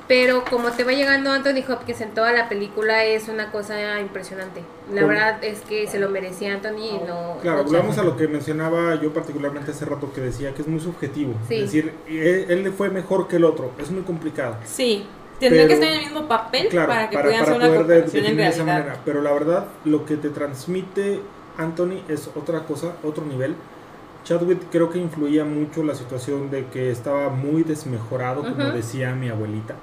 C: Pero como te va llegando Anthony Hopkins en toda la película, es una cosa impresionante. La
D: Con-
C: verdad es que se lo merecía Anthony y no.
D: Claro,
C: no
D: volvemos a
C: Chadwick.
D: lo que mencionaba yo particularmente hace rato que decía que es muy subjetivo.
C: Sí.
D: Es decir, él, él fue mejor que el otro. Es muy complicado.
E: Sí. Tendrían que
D: Pero-
E: estar en el mismo papel
D: Claro,
E: para que
D: para,
E: pudieran
D: para
E: hacer una
D: poder de-
E: comparación en
D: definir de esa
E: realidad.
D: manera. Pero la verdad, lo que te transmite Anthony es otra cosa, otro nivel. Chadwick creo que influía mucho la situación de que estaba muy desmejorado, como
C: Ujú.
D: decía mi abuelita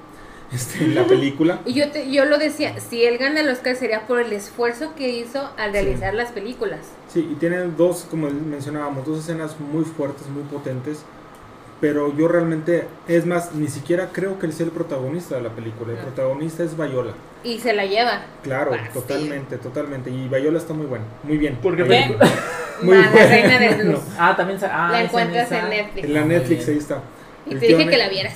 D: este, en la película.
C: Y yo, te- yo lo decía, si él gana el Oscar sería por el esfuerzo que hizo al realizar las películas.
D: Sí, y tiene dos, como mencionábamos, dos escenas muy fuertes, muy potentes. Pero yo realmente, es más, ni siquiera creo que él sea el protagonista de la película. El
C: No.
D: protagonista es Viola.
C: Y se la lleva.
D: Claro,
C: Fácil.
D: totalmente, totalmente. Y Viola está muy buena, muy bien.
G: ¿Por qué
D: Viola.
E: película?
D: Muy
C: Va, la
D: buena.
C: reina del blues.
G: Ah, también. sa- Ah,
C: La
G: esa
C: encuentras
G: mesa.
C: en Netflix.
D: En la
G: Muy
D: Netflix
G: bien.
D: ahí está.
C: Y
D: El
C: te dije
D: Johnny-
C: que la vieras.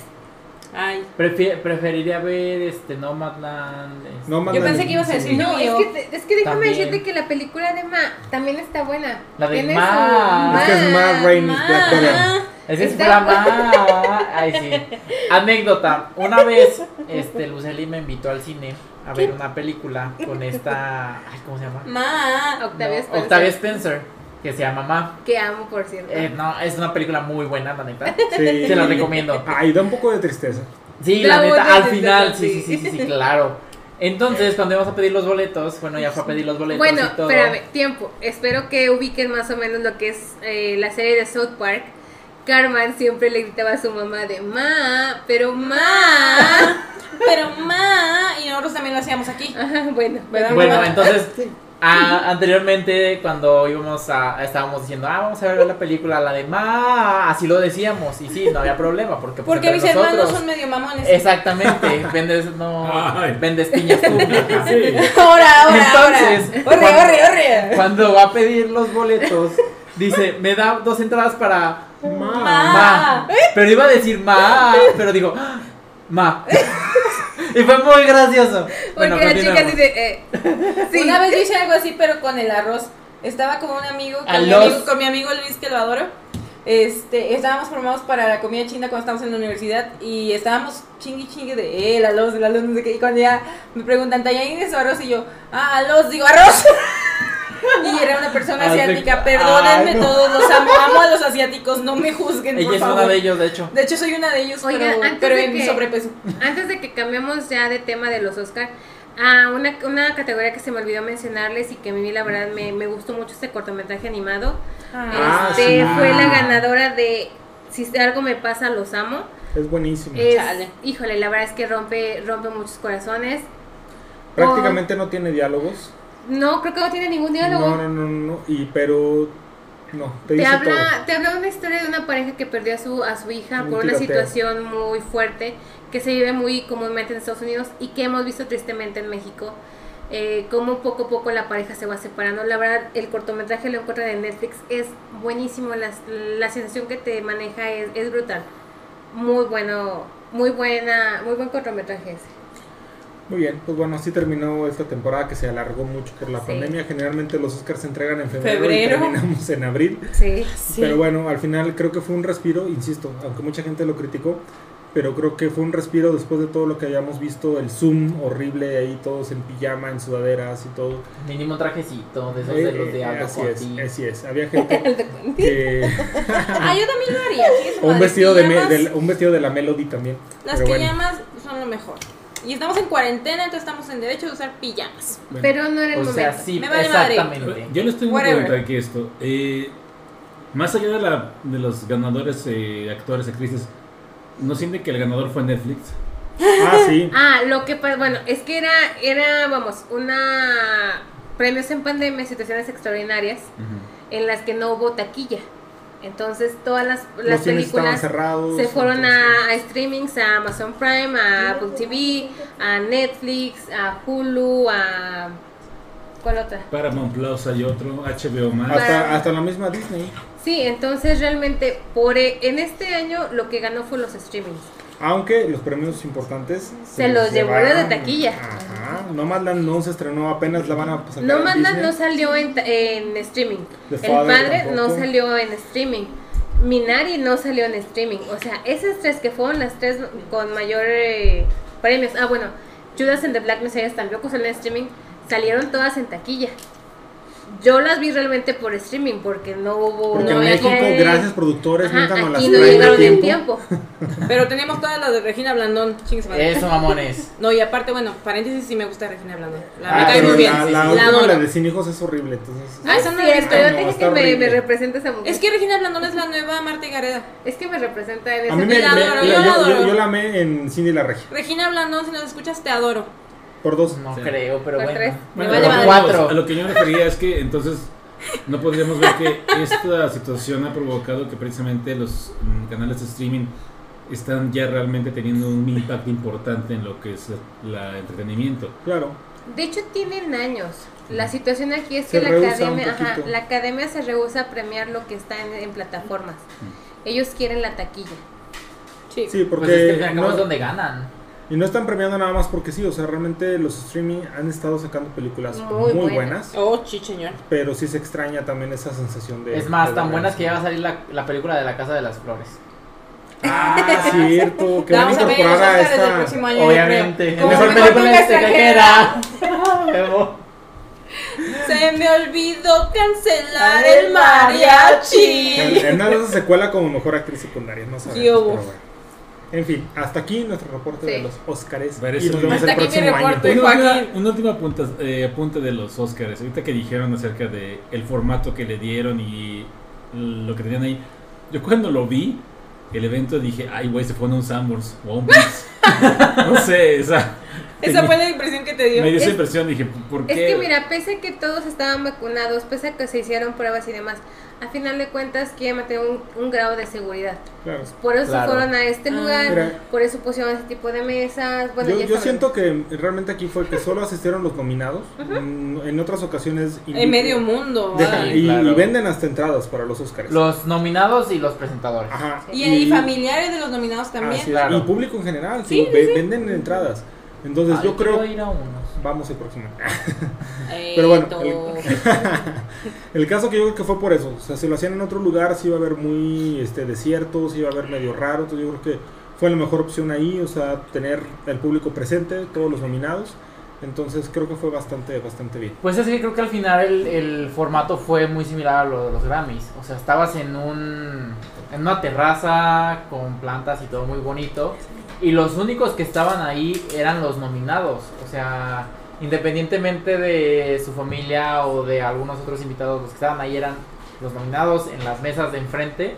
E: Ay.
G: Prefi- preferiría ver este Nomadland. este,
D: No,
E: Yo
D: mándale.
E: pensé que ibas a decir
C: No,
E: no,
C: es que, te- es que déjame
G: También.
C: decirte que la película de Ma también está buena.
G: La de
C: Tiene
G: Ma.
C: su-
D: Es que es
C: Ah,
D: más Rain is Black Dahlia.
G: Ese es
C: Está-
G: drama. Ay, sí. Anécdota. Una vez, este, Lucely me invitó al cine a ver una película con esta. Ay, ¿cómo se llama?
E: Ma.
C: Octavia
G: No,
C: Spencer,
G: Octavia Spencer, que se llama Ma.
C: Que amo, por cierto.
G: Eh, no, es una película muy buena, la neta.
D: Sí.
G: Se la recomiendo.
D: Ay, da un poco de tristeza.
G: Sí,
C: Da
G: la
C: buena
G: neta, al
C: neta,
G: final, sí,
C: sí.
G: sí, sí, sí, sí, claro. Entonces, cuando íbamos a pedir los boletos, bueno, ya fue a pedir los boletos
C: bueno,
G: y todo.
C: espérame, tiempo. Espero que ubiquen más o menos lo que es eh, la serie de South Park. Carmen siempre le gritaba a su mamá de Ma, pero Ma.
E: Pero ma. Y nosotros también lo hacíamos aquí.
D: Ah,
C: Ajá, bueno,
E: ¿Verdad,
G: Bueno,
E: mamá?
G: entonces, a- anteriormente cuando íbamos a, estábamos diciendo, ah, vamos a ver la película, la de Ma, así lo decíamos, y sí, no había problema, porque pues,
E: Porque
G: entre
E: mis hermanos son medio mamones.
G: Exactamente, vendes, no,
A: Ay.
G: vendes piñas tú. ajá.
E: Ahora, ahora,
G: Entonces,
E: ahora. Horre,
G: cuando-
E: horre, horre.
G: Cuando va a pedir los boletos, dice, me da dos entradas para
E: Ma.
G: Ma. Pero iba a decir ma, pero digo "Ah, ma. Y fue muy gracioso.
C: Porque la chica
G: continuemos.
C: dice, eh, sí.
E: Una vez yo hice algo así, pero con el arroz. Estaba con un amigo,
G: A
E: con, mi
G: los-
E: amigo, con mi amigo Luis, que lo adoro. Este, estábamos formados para la comida china cuando estábamos en la universidad y estábamos chingui chingue de eh, la luz, la luz, no sé qué. Y cuando ya me preguntan, ¿Tallarín es o arroz? Y yo, ah, los, digo arroz. y era una persona
G: Ay, te-
E: asiática. Perdónenme
G: ay, Ah, no.
E: todos, los amo, amo a los asiáticos, no me juzguen,
G: Ella
E: por
G: es
E: favor.
G: una de ellos, de hecho.
E: De hecho, soy una de ellos,
C: Oiga,
E: pero,
C: antes
E: pero
C: de
E: en
C: que-
E: sobrepeso.
C: Antes de que cambiemos ya de tema de los Oscar, a una, una categoría que se me olvidó mencionarles y que a mí la verdad me, me gustó mucho este cortometraje animado.
E: Ah,
C: este
D: sí.
C: fue la ganadora de Si algo me pasa, los amo.
D: Es buenísimo.
C: Es-
E: Chale.
C: híjole, la verdad es que rompe, rompe muchos corazones.
D: Prácticamente no tiene diálogos.
C: No, creo que no tiene ningún diálogo.
D: No, no, no, no. Y pero. No,
C: Te
D: te dice
C: habla, te habla una historia de una pareja que perdió a su, a su hija
D: Un
C: por una
D: tiroteo.
C: situación muy fuerte que se vive muy comúnmente en Estados Unidos y que hemos visto tristemente en México, eh, cómo poco a poco la pareja se va separando. La verdad, el cortometraje lo encuentran en Netflix, es buenísimo, las- la sensación que te maneja es, es brutal. Muy bueno, muy buena, muy buen cortometraje ese.
D: todo. Muy bien, pues bueno, así terminó esta temporada que se alargó mucho por la
C: Sí.
D: pandemia. Generalmente los Oscars se entregan en febrero,
E: Febrero.
D: y terminamos en abril.
C: Sí.
E: Sí.
D: Pero bueno, al final creo que fue un respiro, insisto, aunque mucha gente lo criticó, pero creo que fue un respiro después de todo lo que habíamos visto, el Zoom horrible ahí todos en pijama, en sudaderas y todo.
G: Mínimo un trajecito de esos de los de
D: Eh,
G: algo
D: así
G: por
D: es,
G: ti.
D: así es. Había gente que...
E: Ah, yo también lo haría. chingue su
D: o un
E: madre,
D: vestido de, me-
E: pijamas.
D: del- un vestido de la Melody también.
E: Las
D: pero bueno.
E: pijamas son lo mejor. Y estamos en cuarentena, entonces estamos en derecho de usar pijamas.
D: Bueno.
C: Pero no era el
G: O sea,
C: momento.
G: sí,
E: Me vale
G: exactamente.
A: Yo les tengo que
E: Whatever.
A: preguntar aquí esto. Eh, más allá de, la, de los ganadores, eh, actores, actrices, ¿no sienten que el ganador fue Netflix?
D: Ah, sí.
C: Ah, lo que pasa, bueno, es que era, era, vamos, una premios en pandemia, situaciones extraordinarias en las que no hubo taquilla. Entonces todas las, las
D: Los cines estaban
C: películas
D: cerrados.
C: se fueron
D: entonces-
C: a, a streamings, a Amazon Prime, a Apple TV, a Netflix, a Hulu, a... ¿Cuál otra?
A: Paramount Plus hay otro, HBO
E: Ah,
A: Max.
D: Hasta, hasta la misma Disney.
C: Sí, entonces realmente por e- en este año lo que ganó fue los streamings.
D: Aunque los premios importantes pues,
C: Se los llevó la de taquilla.
D: Ajá. No Land no se estrenó, apenas la van a sacar.
C: No
D: en
C: Mandan
D: Disney.
C: no salió en, ta- en streaming.
D: The
C: El
D: Father
C: padre no
D: tampoco.
C: salió en streaming. Minari no salió en streaming. O sea, esas tres que fueron las tres con mayor eh, premios. Ah, bueno, Judas and the Black Messiah tampoco salió en streaming. Salieron todas en taquilla. Yo las vi realmente por streaming porque no hubo.
D: Porque
C: no
D: en
C: había
D: México,
C: como-
D: gracias productores,
C: Ajá,
D: nunca nos las
C: aquí no
D: traen a
C: llegaron en
D: tiempo.
C: tiempo.
E: Pero tenemos todas las de Regina Blandón. Chingue su madre.
G: Eso, mamones.
E: No, y aparte, bueno, paréntesis, sí me gusta Regina Blandón. La
G: Ah,
E: me cae
G: pero
E: muy bien.
D: la,
E: sí,
D: la
E: sí,
D: última,
E: adoro.
D: la de Sin Hijos, es horrible. Entonces,
E: Ah, esa no la he visto.
C: Cierto, yo
D: No,
C: te dije
D: está
C: que me,
D: horrible.
C: me representa esa mujer.
E: Es que Regina Blandón es la nueva Marta y Gareda.
C: Es que me representa en
D: a
C: esa
D: mí me,
E: yo la
D: me-
E: adoro,
D: yo,
E: yo la
D: yo-
E: adoro.
D: yo la amé en Cindy la Regia.
E: Regina Blandón, si nos escuchas, te adoro.
D: Por dos.
G: No
A: Sí.
G: creo, pero
C: Por tres.
G: bueno.
E: Me
A: Bueno,
E: vale
A: pero
E: madre.
A: vamos,
G: Cuatro.
A: A lo que yo me refería es que entonces no podríamos ver que esta situación ha provocado que precisamente los mm, canales de streaming están ya realmente teniendo un impacto importante en lo que es la el entretenimiento.
D: Claro.
C: De hecho, tienen años. La situación aquí es
D: Se
C: que la
D: rehúsa un
C: academia, ajá,
D: poquito.
C: la academia se rehúsa a premiar lo que está en, en plataformas. Ellos quieren la taquilla.
E: Sí.
D: Sí, porque.
G: Pues es que al fin y al cabo
D: no-
G: es donde ganan.
D: Y no están premiando nada más porque sí, o sea, realmente los streaming han estado sacando películas muy,
C: Muy buenas.
D: buenas,
E: Oh, sí, señor.
D: pero sí se extraña también esa sensación de...
G: Es más,
D: de
G: tan
D: la
G: buenas que ya va a salir la, la película de la Casa de las Flores.
D: Ah, cierto, que van a
E: Vamos a ver los
D: incorporar a
E: Oscars del
D: esta...
E: próximo año. yo
G: Obviamente.
E: creo. Como
G: Mejor
E: mejor
G: película
E: película
G: extranjera. Huevo.
E: Se me olvidó cancelar el mariachi.
D: En en una de esas secuela como mejor actriz secundaria, no sabemos,
E: Sí, hubo.
D: pero bueno. En fin, hasta aquí nuestro reporte de
C: Sí.
D: los Oscars
A: Parece
D: y nos
A: un-
D: vemos
E: Hasta
D: el
E: aquí mi
D: próximo año.
E: reporte. Soy
A: Una última-
E: Joaquín.
A: un último apunta, eh, apunte de los Oscars, ahorita que dijeron acerca de el formato que le dieron y lo que tenían ahí. Yo cuando lo vi, el evento dije, ay güey, se fue a un Sanborns o a un Beats". no sé, o sea,
E: Esa fue la impresión que te dio.
A: Me dio esa
C: Es-
A: impresión, dije, ¿por qué?
C: Es que mira, pese a que todos estaban vacunados, pese a que se hicieron pruebas y demás, a final de cuentas quieren mantener un, un grado de seguridad.
D: Claro.
C: Por eso
G: Claro.
C: fueron a este
E: Ah.
C: lugar,
D: Mira.
C: por eso pusieron ese tipo de mesas. Bueno,
D: yo
C: ya
D: yo
C: saben.
D: siento que realmente aquí fue que solo asistieron los nominados. Mm, En otras ocasiones.
E: En medio mundo.
D: Deja-
E: ay.
D: y,
G: claro.
D: y venden hasta entradas para los Oscars.
G: Los nominados y los presentadores.
D: Ajá.
E: Y, y familiares de los
D: Ah,
E: nominados también.
D: Así es,
G: Claro.
D: Y público en general. sí, ve- Venden entradas. Entonces
G: Ay,
D: Pues yo creo.
G: quiero ir a unos.
D: Vamos el próximo.
E: Eh,
D: Pero bueno,
E: to-
D: El caso que yo creo que fue por eso. O sea, si lo hacían en otro lugar, sí iba a haber muy este, desierto, sí iba a haber medio raro. Entonces yo creo que fue la mejor opción ahí. O sea, tener el público presente, todos los nominados. Entonces creo que fue bastante, bastante bien.
G: Pues es que creo que al final el, el formato fue muy similar a lo de los Grammys. O sea, estabas en un en una terraza con plantas y todo muy bonito. Y los únicos que estaban ahí eran los nominados. O sea, independientemente de su familia o de algunos otros invitados, los que estaban ahí eran los nominados en las mesas de enfrente.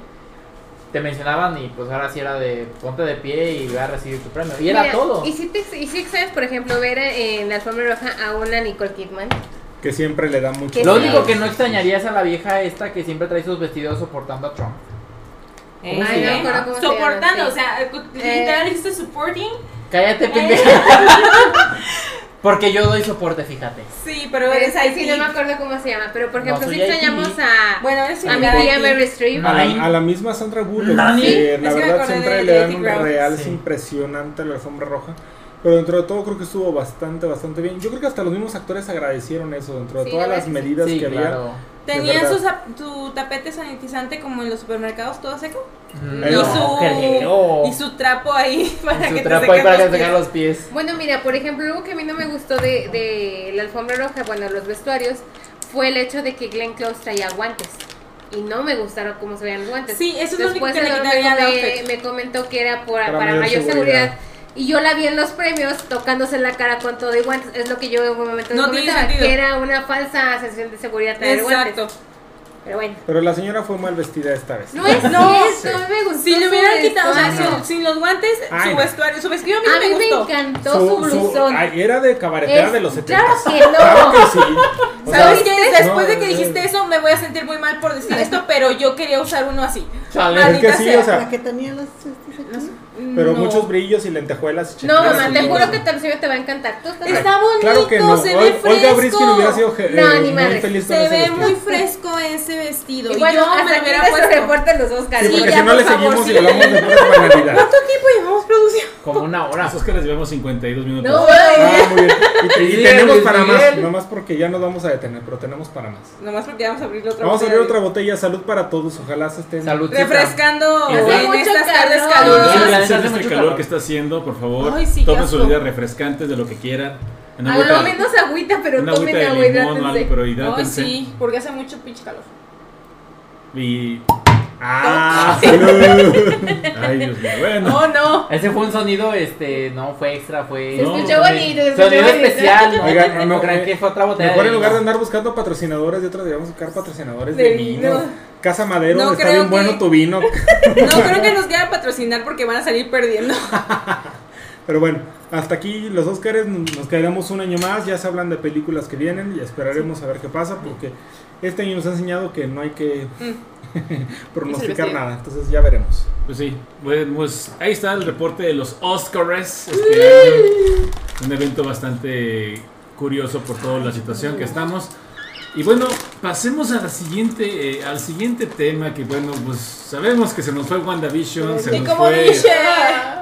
G: Te mencionaban y pues ahora sí era de ponte de pie y ve a recibir tu premio. Y era
C: Mira,
G: todo.
C: Y si, te, y si extrañas, por ejemplo, ver en la alfombra roja a una Nicole Kidman.
D: Que siempre le da mucho.
C: Que
G: Lo
C: sí.
G: único que no extrañaría es a la vieja esta que siempre trae sus vestidos soportando a Trump.
E: Eh,
G: ¿Cómo se
E: ay, no
G: llama?
E: me acuerdo cómo se llama, Soportando,
C: sí.
E: o sea, eh, literal dijiste supporting.
G: Cállate,
E: Eh.
G: pendeja. Porque yo doy soporte, fíjate.
E: Sí, pero
C: Pero
E: eres
C: es que
E: ahí.
C: sí, no me acuerdo cómo se llama. Pero por
G: No,
C: ejemplo,
G: soy
C: si extrañamos
G: IT.
C: a,
E: Bueno, eres
C: a mi
E: similar
C: tía
E: ti.
C: Mary Streep.
D: A
G: Ay.
D: la, a la misma Sandra Bullock,
G: Nani.
D: que la
E: Sí, me
D: verdad
E: acordé
D: siempre
E: de
D: le dan
E: Jake
D: un
E: Brown.
D: real, es
G: Sí.
D: impresionante la alfombra roja. Pero dentro de todo creo que estuvo bastante, bastante bien. Yo creo que hasta los mismos actores agradecieron eso, dentro de
C: Sí,
D: todas
C: la
D: las
C: verdad que sí.
D: medidas
G: sí,
D: que había.
G: claro.
E: Tenía
D: verdad.
E: su, sap- su tapete sanitizante como en los supermercados todo seco.
G: Mm,
E: y,
D: No,
E: su,
G: creo.
E: y su trapo ahí para
G: Y
E: que
G: su
E: te
G: trapo ahí
E: sequen
G: para
E: los
G: que
E: pies.
G: sacar los pies.
C: Bueno, mira, por ejemplo, algo que a mí no me gustó de, de la alfombra roja, bueno, los vestuarios, fue el hecho de que Glenn Close traía guantes. Y no me gustaron cómo se veían los guantes.
E: Sí, eso es lo único
C: Después
E: que le
C: Eduardo
E: quitaría al
C: me,
E: outfit.
C: me comentó que era por-
D: Para
C: para,
D: mayor
C: mayor seguridad.
D: seguridad.
C: Y yo la vi en los premios tocándose la cara con todo y guantes. Es lo que yo en un momento
E: No tiene
C: comentaba,
E: sentido.
C: que era una falsa sensación de seguridad traer
E: Exacto.
C: guantes. Pero bueno.
D: Pero la señora fue mal vestida esta vez.
C: No es
E: No.
C: cierto, no me gustó.
E: Si le
C: su
E: hubieran quitado, o sea,
C: vestuario.
E: su- sin los guantes,
D: Ay,
E: su
D: no.
E: vestuario, su vestido a mí
C: a
E: no
C: mí
E: me
C: me
E: gustó.
C: encantó su, blusón.
D: ay, era de cabaretera
C: Es-
D: de los 70.
C: claro que no.
D: Claro que sí. O sea,
E: ¿Sabes qué? Después de
D: no, eh,
E: que
D: no,
E: dijiste
D: no.
E: eso, me voy a sentir muy mal por decir esto, pero yo quería usar uno así.
G: Chale.
D: es que
E: maldita
D: sí,
E: sea,
D: o
B: La
D: sea,
B: que tenía las cestas aquí.
D: pero
E: No.
D: muchos brillos y lentejuelas. y
C: No,
D: chaquiras
C: mamá,
D: y
C: te
D: todo
C: juro
D: eso.
C: que tu diseño te va a encantar. Tú estás-
E: Está bonito,
D: Claro que no.
E: se
D: Ol-
E: ve fresco.
D: Olga Briskin hubiera sido je-
C: No, ni
D: eh, muy
C: madre.
D: feliz con
E: Se
D: ese
E: ve
D: vestido.
E: muy fresco ese vestido.
C: Y
E: Y,
C: bueno,
E: yo me
C: hasta
E: lo
C: aquí
E: hubiera
C: nuestro
E: puesto.
C: reporte en los Oscars.
D: Sí,
E: Sí,
D: porque
E: ya,
D: si no
E: por
D: le
E: favor,
D: seguimos
E: sí.
D: y hablamos de para Navidad.
E: ¿Cuánto tiempo llevamos producción?
G: Como una hora.
A: Eso es que les llevamos 52 minutos.
C: No,
D: Ah, muy bien. Y, te- y
G: Sí,
D: tenemos
G: Luis
D: para más.
G: Miguel.
D: No más porque ya nos vamos a detener, pero tenemos para más.
E: Nomás porque vamos a abrir otra
D: Vamos a abrir
E: botella
D: otra botella. Salud para todos. Ojalá se estén.
G: Salud.
E: de- Refrescando
A: Hace
E: en
C: mucho
E: estas tardes
A: Si
C: calor.
G: Sí, la neta
E: calurosas.
A: sienten
G: hace
A: este
G: mucho
A: calor,
G: calor.
A: que está haciendo, por favor,
E: Ay, sí, qué
A: tomen
E: asco.
A: sus bebidas refrescantes de lo que quieran. Una
C: A
A: agüita,
C: lo menos agüita, pero
A: una agüita
C: tomen
A: de
C: agua,
A: limón o algo,
C: hidrátense.
A: pero
E: Ay,
A: hidrátense.
E: sí, porque hace mucho pinche calor.
A: Y.
D: Ah, salud.
A: Ay, Dios mío. Bueno.
E: No, no.
G: Ese fue un sonido, este, no fue extra, fue.
C: Se
A: No,
C: escuchó
A: no,
C: bonito, se escuchó
G: Sonido
C: bonito.
G: especial, ¿no?
D: Oigan,
G: no,
D: no,
G: crean
D: eh,
G: que fue otra botella.
D: Mejor
G: de
D: en lugar de
G: vino.
D: andar buscando patrocinadores, de otras deberíamos buscar patrocinadores
E: De
D: de vino.
E: vino.
D: Casa Madero,
E: No
D: está
E: creo
D: bien
E: que-
D: bueno tu vino.
E: No creo que nos quieran patrocinar porque van a salir perdiendo.
D: Pero bueno, hasta aquí los Óscares, nos quedamos un año más, ya se hablan de películas que vienen y esperaremos a ver qué pasa, porque este año nos ha enseñado que no hay que pronosticar
E: Mm. vestido.
D: nada, entonces ya veremos.
A: Pues sí, bueno, pues ahí está el reporte de los Oscars. Este año. Un evento bastante curioso por toda la situación que estamos. Y bueno, pasemos a la siguiente, eh, al siguiente tema que bueno, pues sabemos que se nos fue WandaVision, se
E: Y
A: nos
E: como
A: fue,
E: dije,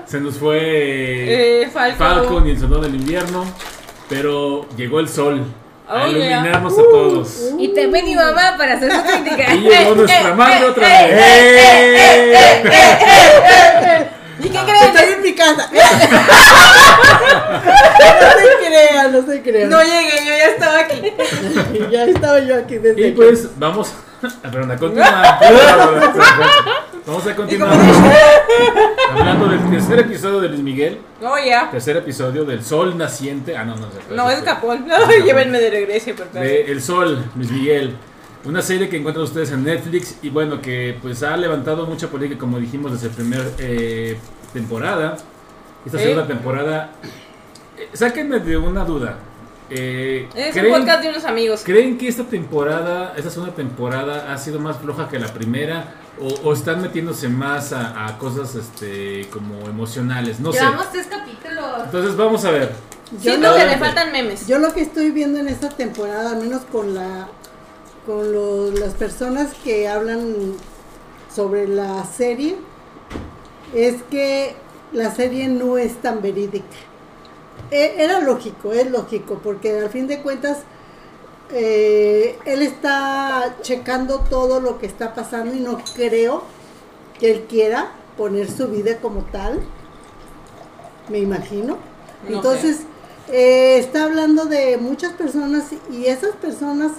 A: se nos fue
E: eh, Falco.
A: Falcon y el Sonoro del Invierno, pero llegó el sol a
E: Oh, yeah. uh.
A: iluminarnos a todos.
C: Y también mi mamá para hacer su crítica. Eh,
A: Y llegó
E: Eh,
A: nuestra madre otra vez.
D: ¡Eh!
E: ¿Y qué
B: Está
E: creen?
B: bien picada. no se crean, no se crean.
E: No llegué, yo ya estaba aquí.
B: Y ya estaba yo aquí desde
A: Y pues vamos a, perdón, a continuar. Vamos a continuar hablando del tercer episodio de Luis Miguel,
E: No, ya.
A: tercer episodio del Sol naciente. Ah, no, no sé.
E: No, es Capón. No,
A: Capón.
E: llévenme de regreso, por favor.
A: De El Sol, Luis Miguel. Una serie que encuentran ustedes en Netflix y bueno, que pues ha levantado mucha polémica, como dijimos, desde la primera eh, temporada. Esta
E: Sí.
A: segunda temporada eh, sáquenme de una duda. Eh,
E: Es
A: ¿creen-
E: un podcast de unos amigos.
A: ¿Creen que esta temporada, esta segunda temporada, ha sido más floja que la primera? ¿O, o están metiéndose más a, a cosas este, como emocionales? No sé.
C: Llevamos tres capítulos.
A: Entonces vamos a ver.
B: Yo
E: Siento que
A: no-
E: le faltan memes.
B: Yo lo que estoy viendo en esta temporada, al menos con la con lo- las personas que hablan sobre la serie, es que la serie no es tan verídica. E- Era lógico, es lógico, porque al fin de cuentas eh, él está checando todo lo que está pasando y no creo que él quiera poner su vida como tal, me imagino.
E: No
B: Entonces, eh, está hablando de muchas personas y esas personas,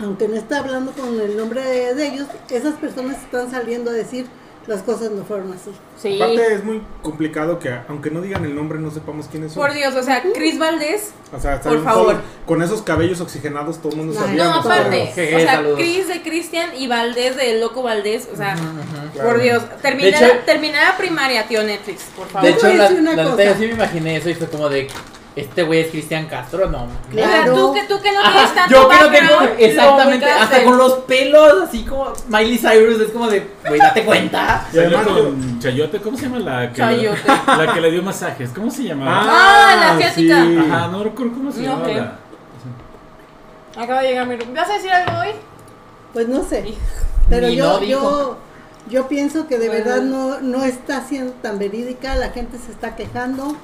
B: aunque no está hablando con el nombre de, de ellos, esas personas están saliendo a decir las cosas no fueron así.
E: Sí.
D: Aparte es muy complicado que aunque no digan el nombre no sepamos quiénes son.
E: Por Dios, o sea, Chris Valdés.
D: O sea,
E: Por
D: estaban
E: favor.
D: todos- con esos cabellos oxigenados todo el mundo
B: No,
D: sabía.
E: No,
B: Digamos,
E: aparte.
G: jeje,
E: O sea,
G: saludos.
E: Chris de Cristian y Valdés de Loco Valdés. O sea,
D: Claro.
E: por Dios.
G: De
E: Termina,
G: hecho-
E: termina la primaria, tío Netflix, por favor.
G: De
B: Yo te
G: hecho,
B: voy a
G: la,
B: decir una
G: la neta,
B: cosa.
G: yo sí me imaginé eso y fue como de, este güey es Cristian Castro, no.
E: O sea,
B: Claro.
E: tú que, tú que no
G: Ajá,
E: tienes tanto
G: Ah, yo que no tengo,
E: background,
G: exactamente,
E: lo ubicaste.
G: hasta con los pelos, así como Miley Cyrus, es como de, güey, date cuenta.
D: Y además
A: Salió con Chayote, ¿cómo se llama la que, le,
E: Chayote.
A: la que le dio masajes? ¿Cómo se llamaba?
E: Ah, la asiática.
D: sí.
A: Ajá, no recuerdo cómo se
E: No,
A: llamaba.
E: ok.
A: la-
E: Acaba de llegar mi room. ¿Vas a decir algo hoy?
B: Pues no sé.
E: Ni
B: Pero
G: no
B: yo,
G: dijo.
B: yo, yo pienso que de
E: Bueno.
B: verdad no, no está siendo tan verídica, la gente se está quejando.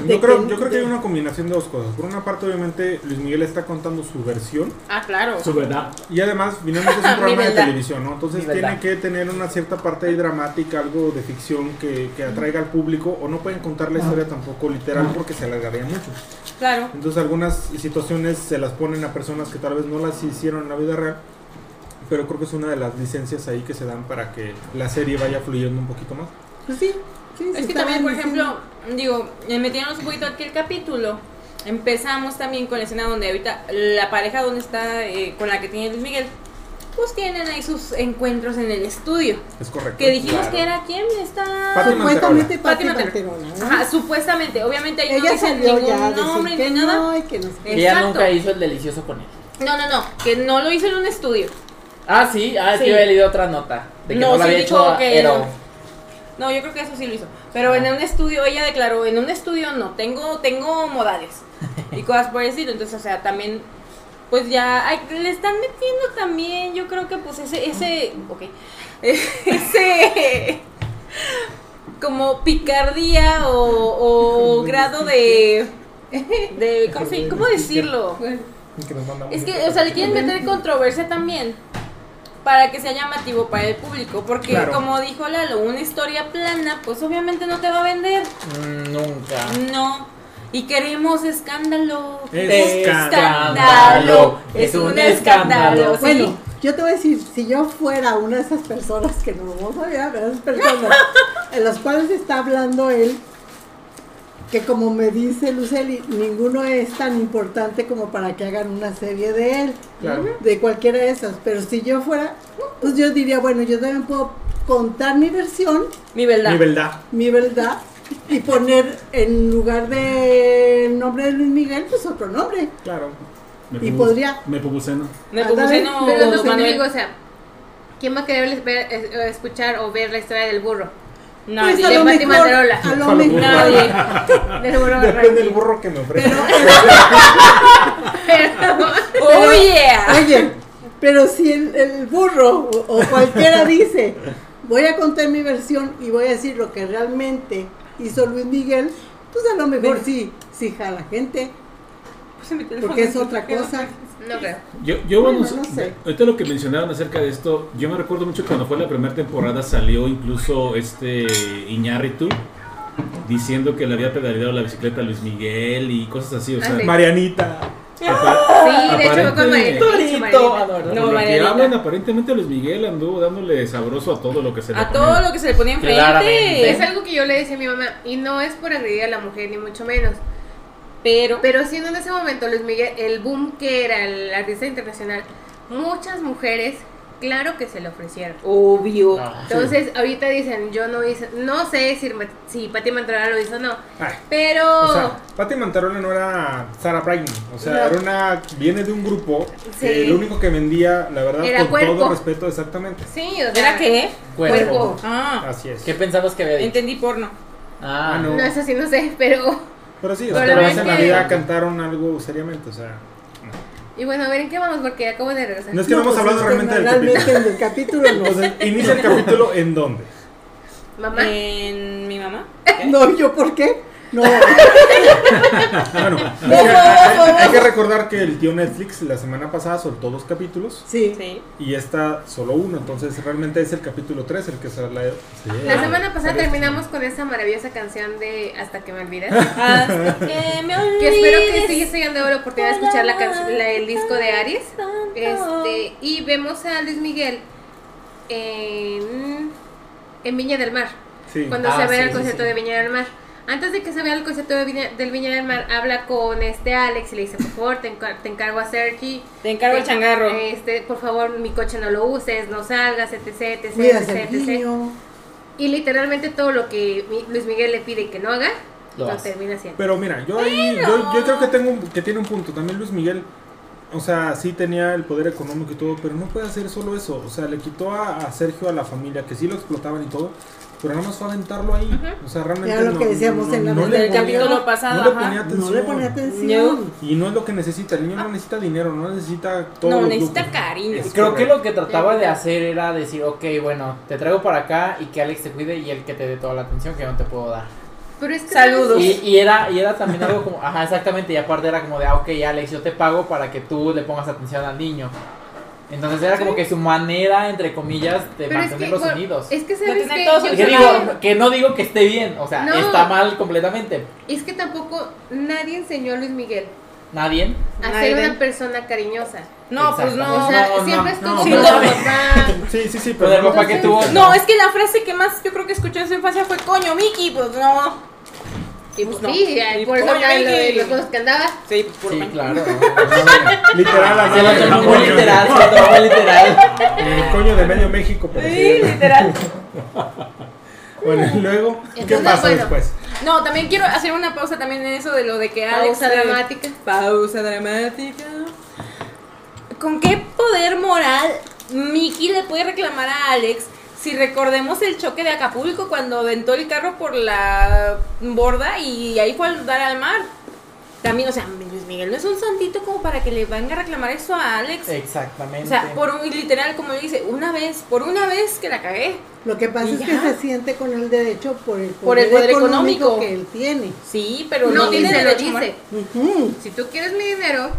D: Yo
B: De
D: creo,
B: que-
D: yo creo que hay
B: de-
D: una combinación de dos cosas. Por una parte, obviamente, Luis Miguel está contando su versión.
E: Ah, claro.
A: Su verdad.
D: Y además, finalmente es
E: Mi
D: un programa de
E: verdad.
D: televisión, ¿no? Entonces
G: Mi
D: tiene
G: verdad.
D: que tener una cierta parte ahí dramática, algo de ficción que, que atraiga al público. O no pueden contar la historia tampoco literal porque se alargaría mucho.
E: Claro.
D: Entonces algunas situaciones se las ponen a personas que tal vez no las hicieron en la vida real. Pero creo que es una de las licencias ahí que se dan para que la serie vaya fluyendo un poquito más.
B: Pues sí, sí, se
E: Es que
B: estaban
E: también, por
B: diciendo-
E: ejemplo, digo, eh, metiéndonos un poquito aquí el capítulo, empezamos también con la escena donde ahorita la pareja donde está eh, con la que tiene Luis Miguel, pues tienen ahí sus encuentros en el estudio.
D: Es correcto.
E: Que dijimos
D: Claro.
E: que era quién está.
D: Pati
B: supuestamente
E: Pati
B: Pati
E: Manterola.
B: Manterola, ¿no?
E: Ajá, supuestamente. Obviamente ahí no
B: Ella
E: dicen
B: salió
E: ningún
B: ya a
E: nombre ni
B: decir que
E: nada.
B: no y que no sé qué.
G: Que ella
E: Exacto.
G: nunca hizo el delicioso con él.
E: No, no, no, que no lo hizo en un estudio.
G: Ah, sí, ah, es
E: Sí.
G: que yo había leído otra nota, de que
E: No,
G: no, lo
E: sí
G: había
E: dijo
G: hecho a-
E: que
G: Ero.
E: no. No, yo creo que eso sí lo hizo. Pero en un estudio, ella declaró, en un estudio no, tengo, tengo modales y cosas por el estilo. Entonces, o sea, también, pues ya, ay, le están metiendo también, yo creo que pues ese, ese, ok, ese, como picardía o, o grado de, de, ¿cómo, se- cómo decirlo?
D: Que nos mandamos
E: Es que,
D: este
E: o sea, le quieren meter controversia también. Para que sea llamativo para el público. Porque,
D: Claro.
E: como dijo Lalo, una historia plana, pues obviamente no te va a vender.
G: Mm, Nunca.
E: No. Y queremos escándalo.
G: Escándalo. Es un escándalo.
E: sí.
B: Bueno, yo te voy a decir, si yo fuera una de esas personas que no vamos a ver, de esas personas en las cuales está hablando él, que como me dice Luceli, ninguno es tan importante como para que hagan una serie de él,
D: Claro.
B: de cualquiera de esas, pero si yo fuera, pues yo diría, bueno, yo también puedo contar mi versión,
E: Mi verdad.
D: Mi verdad.
B: mi verdad, y poner en lugar del nombre de Luis Miguel, pues otro nombre.
D: Claro.
A: Me
B: Y
A: pubus-
B: podría-
A: Me pupuceno.
E: Me
B: Ándale,
E: puse no,
C: Pero no sé,
E: Manuel.
C: digo, o sea, ¿quién va a querer les- ver- es- eh, escuchar o ver la historia del burro?
E: Nadie.
B: Pues a
C: de
B: lo
C: Pati
B: mejor,
C: Manterola.
B: a lo
D: Ojalá.
B: mejor-
E: Nadie.
C: Del burro
D: Ah, Depende del
C: Barranqui.
D: burro que me ofrezca.
C: Pero-
E: Oh, yeah.
B: Oye, pero si el, el burro o, o cualquiera dice, voy a contar mi versión y voy a decir lo que realmente hizo Luis Miguel, pues a lo mejor sí, sí jala gente,
E: Puse mi teléfono.
B: porque es otra cosa.
C: No creo.
A: Yo, yo
B: Bueno,
A: bueno,
B: no sé.
A: ahorita lo que mencionaron acerca de esto, yo me recuerdo mucho cuando fue la primera temporada salió incluso este Iñárritu diciendo que le había pedaleado la bicicleta a Luis Miguel y cosas así, o sea,
C: Ah, sí.
D: Marianita.
A: apa-
C: Sí, de hecho, fue con
A: Aparente.
G: Torito. Ah,
C: María.
G: no,
A: por
G: ¿verdad?
E: No,
A: lo que
E: Marianita.
A: hablan, aparentemente Luis Miguel anduvo dándole sabroso a todo lo que se le
E: A
A: ponía.
E: todo lo que se le ponía
G: Claramente.
C: Es
E: enfrente.
C: algo que yo le decía a mi mamá, y no es por agredir a la mujer, ni mucho menos.
E: Pero.
C: Pero siendo en ese momento Luis Miguel el boom que era el artista internacional, muchas mujeres claro que se le ofrecieron.
E: Obvio.
G: Ah, sí.
C: Entonces, ahorita dicen, yo no hice, no sé si, Irma- si Pati Mantrana lo hizo o no,
D: Ay,
C: pero...
D: O sea, Patty Mantarola no era Sarah Brightman. O sea,
C: No.
D: era una. Viene de un grupo.
C: Sí.
D: que lo único que vendía, la verdad,
C: Era
D: con
C: cuerpo.
D: todo respeto, exactamente.
C: sí, o sea...
E: ¿Era qué?
G: Cuerpo.
C: Cuerpo.
E: Ah,
D: Así es.
G: ¿Qué pensabas que había dicho?
E: entendí porno.
G: Ah,
D: Ah, no.
C: No, eso sí no sé, pero...
D: Pero sí, o
C: Pero
D: sea,
C: la
D: jamás
C: verdad
D: en
C: es
D: la
C: que-
D: vida cantaron algo seriamente. O sea,
C: Y bueno, a ver, ¿en qué vamos? Porque acabo de regresar.
D: no es que no, hemos
B: pues,
D: hablado
B: este,
D: realmente del
B: realmente
D: capítulo.
B: en el capítulo no.
D: Entonces, inicia el capítulo en dónde.
C: Mamá,
E: Eh, En mi mamá.
B: No, ¿yo por qué? No,
D: Bueno, hay que- hay, hay que recordar que el tío Netflix la semana pasada soltó dos capítulos
B: sí.
E: Sí.
D: y esta solo uno. Entonces, realmente es el capítulo 3 el que sale. sí.
C: la semana pasada
D: Salió esta
C: terminamos con esa maravillosa canción de Hasta que me olvides.
E: Hasta que me olvides.
C: que espero que sigues llegando la oportunidad de escuchar la canc- la- el disco de Aries.
E: Tanto.
C: Este, y vemos a Luis Miguel en, en Viña del Mar,
D: Sí.
C: cuando
G: Ah,
C: se va
G: sí,
C: al
G: sí,
C: concierto
G: sí.
C: de Viña del Mar. Antes de que se vea al concierto de Viña- del Viña del Mar, habla con este Alex y le dice, por favor, te, encar- te encargo a Sergi.
E: Te encargo el changarro.
C: Este, por favor, mi coche no lo uses, no salgas, etc, etc,
B: Cuidas
C: etc,
B: al
C: etc.
B: niño.
C: Y literalmente todo lo que mi- Luis Miguel le pide que no haga,
G: Lo
C: lo,
G: hace.
C: termina haciendo.
D: Pero mira, yo ahí, yo, yo creo que tengo un- que tiene un punto. También Luis Miguel, o sea, sí tenía el poder económico y todo, pero no puede hacer solo eso. O sea, le quitó a, a Sergio a la familia, que sí lo explotaban y todo, pero nada más fue aventarlo ahí. O sea, realmente
B: Era lo
D: no,
B: que decíamos
D: no-
B: en la
D: no
B: mesa
D: le
E: del
D: ponía-
E: capítulo pasado,
D: No le
E: ajá.
D: ponía atención.
B: No le ponía atención.
D: Y no es lo que necesita. El niño no necesita dinero, no necesita todo.
E: Ah. No, necesita cariño.
D: Es-
G: Creo que lo que trataba de hacer era decir, ok, bueno, te traigo para acá y que Alex te cuide y él que te dé toda la atención que yo no te puedo dar.
C: Pero es que
E: Saludos.
G: Y, y era, y era también algo como, ajá, exactamente, y aparte era como de, ah, ok, Alex, yo te pago para que tú le pongas atención al niño. Entonces era como que su manera, entre comillas, de
C: Pero es que,
G: mantenerlos
C: bueno,
G: unidos.
C: es que
E: De
C: sabes
E: tener
C: que
E: todo
G: Que
E: solucionado.
G: digo, que no digo que esté bien, o sea,
C: No.
G: está mal completamente.
C: es que tampoco nadie enseñó a Luis Miguel
G: Nadie.
C: a
E: Nadie.
C: ser una persona cariñosa.
E: No, pues
G: Exactamente.
E: no.
C: O sea,
G: no,
C: siempre
G: no,
C: estuvo
G: no,
C: con
E: no.
C: su papá.
D: Sí, sí, sí,
G: Pero el
D: no-
G: papá que tuvo.
E: No, es que la frase que más yo creo que escuché en su infancia fue coño, Mickey, pues no.
C: Y pues
E: No.
C: sí, ya,
E: Y
C: por eso
E: coño,
C: acá lo de
E: Miki.
C: los dos que andaba.
E: Sí, pues por
G: Sí,
E: pan.
G: claro. no,
D: Literal,
G: no. Se lo
D: la
G: tomó muy literal, se lo tomó muy literal.
D: El coño de medio México, pero
E: Sí,
D: sí.
E: literal.
D: Bueno, y luego, ¿qué
C: Entonces,
D: pasa
C: bueno.
D: después?
E: No, también quiero hacer una pausa también en eso de lo de que Alex.
C: Pausa
E: eh,
C: dramática.
E: Pausa dramática. ¿Con qué poder moral Mickey le puede reclamar a Alex si recordemos el choque de Acapulco cuando aventó el carro por la borda y ahí fue a dar al mar? También, o sea, Luis Miguel no es un santito como para que le venga a reclamar eso a Alex.
G: Exactamente.
E: O sea, por un, literal, como le dice, una vez, por una vez que la cagué.
B: Lo que pasa
E: Y
B: es que
E: ya.
B: se siente con el derecho por el poder,
E: Por el poder económico.
B: que él tiene.
E: Sí, pero
C: no,
E: no,
C: y
E: tiene
C: se lo
E: derecho, amor.
C: dice.
B: Ujú.
C: Si tú quieres mi dinero,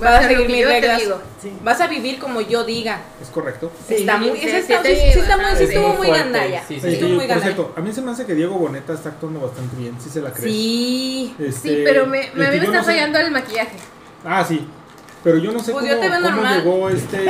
E: Vas a
C: hacer lo
E: seguir
C: que
E: mis
C: yo te
E: reglas.
C: digo.
B: Sí.
E: Vas a vivir como yo diga.
D: Es correcto.
B: Sí.
E: está muy,
C: sí,
E: esa
C: sí,
E: está-
C: sí,
E: sí, sí, está
C: bastante.
E: muy, sí, estuvo
G: Muy
E: muy
G: fuerte,
E: gandalla.
G: sí,
E: Sí,
G: sí.
D: Oye,
E: estuvo
D: y,
E: muy
D: Este, por
E: gandalla.
D: cierto, a mí se me hace que Diego Boneta está actuando bastante bien, sí se la cree. Este,
E: Sí.
C: Sí, pero me, me- a mí me está fallando el maquillaje.
D: Ah, sí. Pero yo no sé
E: Pues yo
D: cómo,
E: te veo
D: cómo
E: normal.
D: llegó este.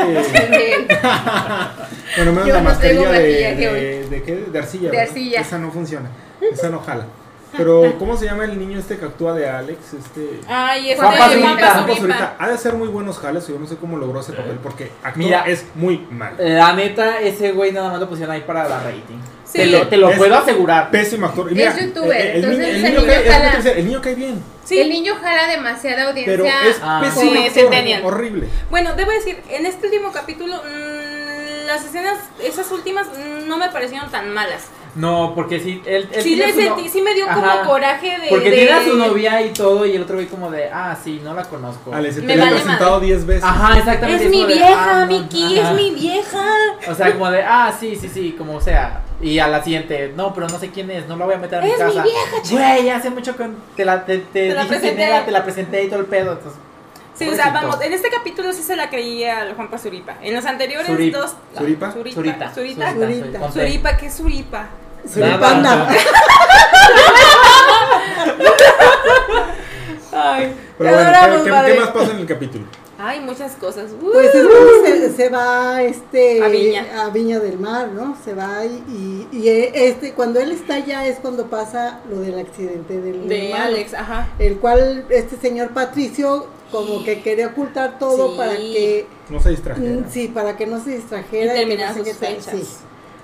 D: bueno, menos
C: Yo
D: la
C: no
D: mascarilla
C: tengo
D: de,
C: maquillaje
D: de, de qué? De arcilla.
C: De
D: ¿verdad?
C: arcilla.
D: Esa no funciona. Esa no jala. Pero, ¿cómo se llama el niño este que actúa de Alex? Este.
E: Ay, este
G: Juanpa
E: de
G: Zurita.
E: Juanpa
D: Juanpa
E: Zurita.
D: Zurita. Ha de hacer muy buenos jales. Yo no sé cómo logró ese papel porque actúa
G: Mira.
D: es muy mal.
G: La neta, ese güey nada más lo pusieron ahí para la rating.
E: Sí.
G: Te lo, te lo
D: Es-
G: puedo asegurar.
D: Pésimo actor. Y
C: Es
D: mira,
C: youtuber,
D: el- el,
C: entonces
D: niño-
C: el
D: el niño
C: niño
D: cae- es lo que
C: jala.
D: te decía, el niño cae bien.
C: El
E: Sí.
C: niño jala demasiada audiencia.
D: Pero es
G: Ah.
D: pésimo
E: Sí,
D: actor,
E: Centennial.
D: horrible.
E: Bueno, debo decir, en este último capítulo, mm, las escenas, esas últimas, mm, no me parecieron tan malas.
G: No, porque sí. Él, él
E: Sí,
G: tenía
E: le
G: su no-
E: sentí, sí me dio
G: Ajá.
E: como coraje de.
G: Porque
E: de-
G: tiene a su novia y todo, y el otro güey como de, ah, sí, no la conozco.
D: Ale, se
E: Me
D: te lo he
E: vale
D: presentado 10 veces.
G: Ajá, exactamente.
E: Es mi
G: como de,
E: vieja,
G: "Ah, no,
E: Miki, es
G: ajá".
E: mi vieja.
G: O sea, como de, ah, sí, sí, sí, como sea. Y a la siguiente, no, pero no sé quién es, no la voy a meter a mi
E: Es mi
G: casa.
E: vieja,
G: Güey, hace mucho que te la, te, te
E: Te la
G: dije quién
E: presenté.
G: era, te la presenté y todo el pedo. Entonces,
E: Sí, o sea,
G: Pobrecito.
E: vamos, en este capítulo sí se la creía al Juanpa Zuripa. En los anteriores
G: Zurip.
E: dos.
D: ¿Zuripa?
E: Zurita. Zurita.
B: Zurita.
G: con T.
E: Zuripa, ¿qué es Zuripa?
G: Nada.
B: Suripanda.
E: Ay,
D: Pero
E: te
D: bueno,
E: adoramos,
D: ¿qué- ¿qué,
E: padre.
D: qué más pasa en el capítulo?
E: Ay, muchas cosas. Uh,
B: Pues es cuando se, se va este,
E: A Viña.
B: a Viña del Mar, ¿no? Se va y, y, eh, este, cuando él está allá es cuando pasa lo del accidente del
E: de
B: hermano,
E: Alex, ajá.
B: El cual este señor Patricio como que quería ocultar todo
E: Sí.
B: para que
D: No se distrajera.
B: Mm, Sí, para que no se distrajera.
E: Y
B: que no
E: terminaran
B: sé
E: sus
B: qué tal,
E: fechas.
B: sí.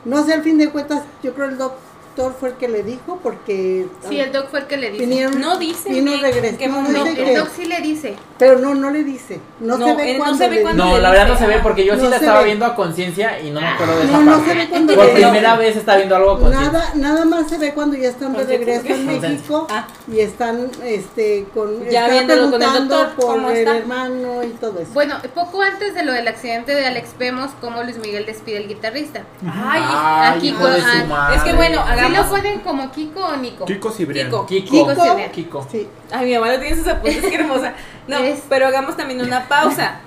B: No sé, al fin de cuentas, yo creo el doctor fue el que le dijo porque...
C: Sí, el doc fue el que le dice.
B: vinieron-
E: No dice
B: Y no
E: que-
B: regresó,
E: que
B: no
E: mandó,
B: dice
E: pero-
C: El doc sí le dice.
B: Pero no, no le dice. No,
E: No,
B: se ve
E: él no
B: cuándo
E: se ve
B: le
E: cuándo
B: dice.
G: No, la verdad no se ve porque yo sí
B: No
G: la
B: se
G: estaba
B: ve.
G: viendo a conciencia y no me acuerdo de esa
B: No, no se
G: parte.
B: ve cuando
G: Por
E: Pero-
G: primera vez está viendo algo a conciencia.
B: Nada, nada más se ve cuando ya están de
E: Conciencia.
B: regreso en
G: Conciencia.
B: México
E: Ah.
B: y están este con
E: Ya
B: están
E: viéndolo con el
B: preguntando
E: doctor, ¿cómo
B: por el
E: está?
B: hermano y todo eso.
C: Bueno, poco antes de lo del accidente de Alex, vemos cómo Luis Miguel despide al guitarrista.
E: Ay,
G: Ay,
C: Aquí
G: hijo de
C: con-
G: su madre.
E: es que bueno,
C: ¿Sí
E: hagamos.
C: lo ponen como Kiko o Nico?
D: Kiko Cibrián.
E: Kiko.
G: Kiko.
C: Kiko Silvia.
G: Kiko.
B: Sí.
E: Ay, mi mamá lo tiene en sus apuntes, qué hermosa. No,
C: Es-
E: pero hagamos también una pausa.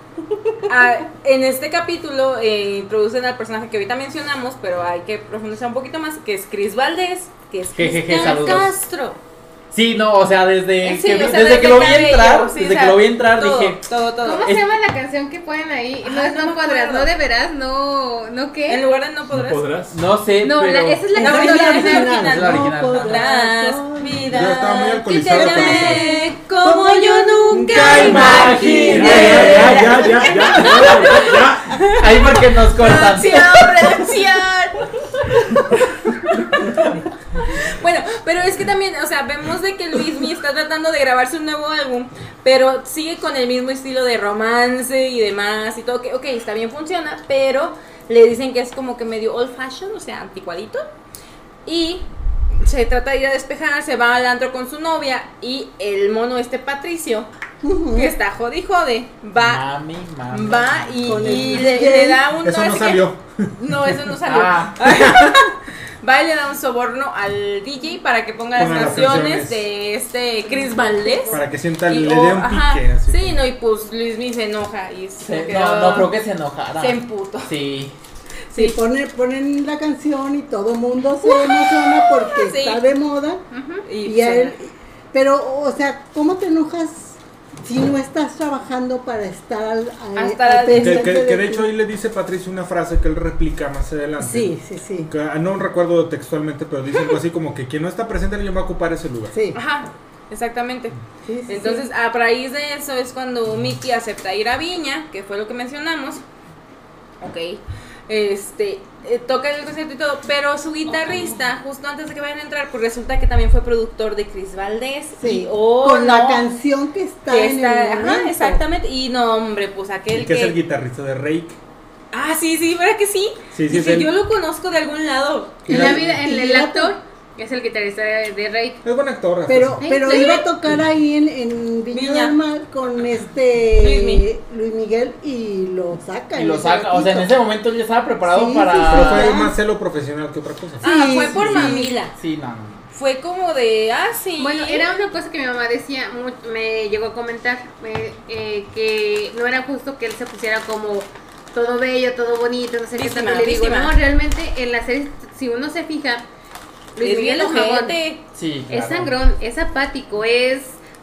E: Ah, en este capítulo eh, introducen al personaje que ahorita mencionamos, pero hay que profundizar un poquito más, que es Chris Valdés, que es
G: Jejeje,
E: Cristian
G: saludos.
E: Castro.
G: Sí, no, o sea, desde
E: Sí,
G: que,
E: o sea,
G: vi- desde que lo vi
E: cabello,
G: entrar,
E: sí, o
G: desde
E: sea,
G: que lo vi entrar
E: todo,
G: dije,
E: Todo, todo.
C: ¿Cómo
G: Es-
C: se llama la canción que ponen ahí? No
E: Ah,
C: es
E: no
C: no,
E: me
C: podrás,
E: acuerdo.
C: no deberás, no, no
E: En
C: qué.
E: lugar de no
A: ¿No
E: podrás.
A: podrás?
G: no sé,
C: No,
G: pero
C: la- esa es la
E: No,
C: canción
E: es la
C: original.
E: original.
G: Es la original,
B: No
G: ajá.
E: podrás,
B: podrás.
E: vida.
D: Yo estaba muy
E: que te
D: alcoholizado con
E: amé como yo nunca
G: Nunca
E: imaginé.
D: Ya, ya, ya, ya, ya, ya, ya, ya.
G: ahí porque nos cortan.
E: Producción, producción. Bueno, pero es que también, o sea, vemos de que Luismi está tratando de grabar su nuevo álbum, pero sigue con el mismo estilo de romance y demás y todo, que ok, está bien, funciona, pero le dicen que es como que medio old fashion, o sea, anticuadito, y se trata de ir a despejar, se va al antro con su novia y el mono este Patricio, que está jode y jode, va
G: Mami, mami.
E: va y,
B: Con el
E: y le,
B: DJ.
E: le da un
D: Ah, Eso
E: ahora
D: no
E: sí que-
D: salió.
E: no eso no salió
G: Ah.
E: va y le da un soborno al DJ para que ponga las
D: Ponga las
E: canciones
D: canciones.
E: de este Chris Valdés
D: Para que sienta,
E: Y-
D: le dé
E: oh,
D: un
E: ajá.
D: pique. Así
E: sí no y pues Luismi se enoja y se
G: Se-
E: queda-
G: no, no creo que se enojara.
E: se emputó
G: Sí.
B: Sí, ponen, ponen la canción y todo el mundo se emociona porque
E: Sí.
B: está de moda.
E: y,
B: Y
E: se-
B: él- pero, o sea, ¿cómo te enojas si no estás trabajando para estar al, al-
E: Hasta
B: al
E: la-
D: Que,
B: pendiente
D: que- que de
B: tu-
D: hecho ahí le dice Patricio una frase que él replica más adelante.
B: Sí, sí, sí.
D: Que, ah, no recuerdo textualmente, pero dice algo así como que quien no está presente alguien va a ocupar ese lugar.
B: Sí,
E: ajá exactamente
B: sí, sí, sí.
E: Entonces, a raíz de eso es cuando Mickey acepta ir a Viña, que fue lo que mencionamos. Ok. Este, eh, toca el concierto y todo, pero su guitarrista, justo antes de que vayan a entrar, pues resulta que también fue productor de Chris Valdés.
B: Sí,
E: Y, oh,
B: con la
E: no,
B: canción que está
E: que
B: en
E: está-
B: el
E: ajá,
B: momento.
E: exactamente. Y no, hombre, pues aquel
D: Y que es el guitarrista de Rake.
E: Ah, sí, sí, ¿verdad que sí?
D: Sí, sí, es
E: Dije,
D: él.
E: yo lo conozco de algún lado.
C: En la vida,
B: Y
C: en el
B: la-
C: actor, que es el guitarrista de, de Rake.
D: Es buen actor. así
B: Pero,
D: es.
C: Sí,
B: pero
C: sí.
B: iba a tocar ahí en, en Viña,
E: Viña.
B: del Mar con este
E: Luis Mi-
B: Luis Miguel y lo saca.
G: Y lo
B: ese
G: saca. O sea, en
B: ratito.
G: ese momento yo estaba preparado
B: Sí,
G: para.
B: sí, sí.
D: Pero fue
B: Ah.
D: más celo profesional que otra cosa.
E: ah,
B: Sí,
E: fue por
B: sí.
E: mamila.
G: Sí, no, no, no.
E: Fue como de, ah, sí.
C: Bueno, era una cosa que mi mamá decía, mu- me llegó a comentar, me- eh, que no era justo que él se pusiera como todo bello, todo bonito, no sé qué
E: Víctima,
C: tanto. Le digo,
E: víctima.
C: no, realmente en la serie, si uno se fija, Luis
E: Es
C: Miguel
E: bien
C: es jabón,
E: ojete.
G: Sí, claro.
C: es sangrón, es apático, es,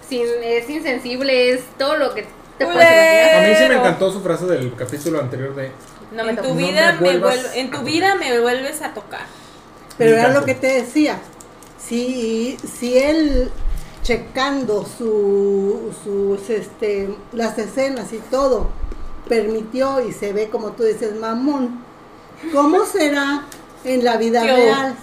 C: sin, es insensible, es todo lo que te
E: Ule.
C: puedes
D: A mí sí me
E: Pero-
D: encantó su frase del capítulo anterior de
C: No me
E: en tu
C: tocó.
D: No
E: vida
D: me
E: me
D: vuelvas
E: vuel- en tu vida me vuelves a tocar.
B: Pero era
D: Exacto.
B: lo que te decía. Si, si él checando su, sus este las escenas y todo permitió y se ve como tú dices mamón, ¿cómo será en la vida
E: ¿Qué hubo?
B: real?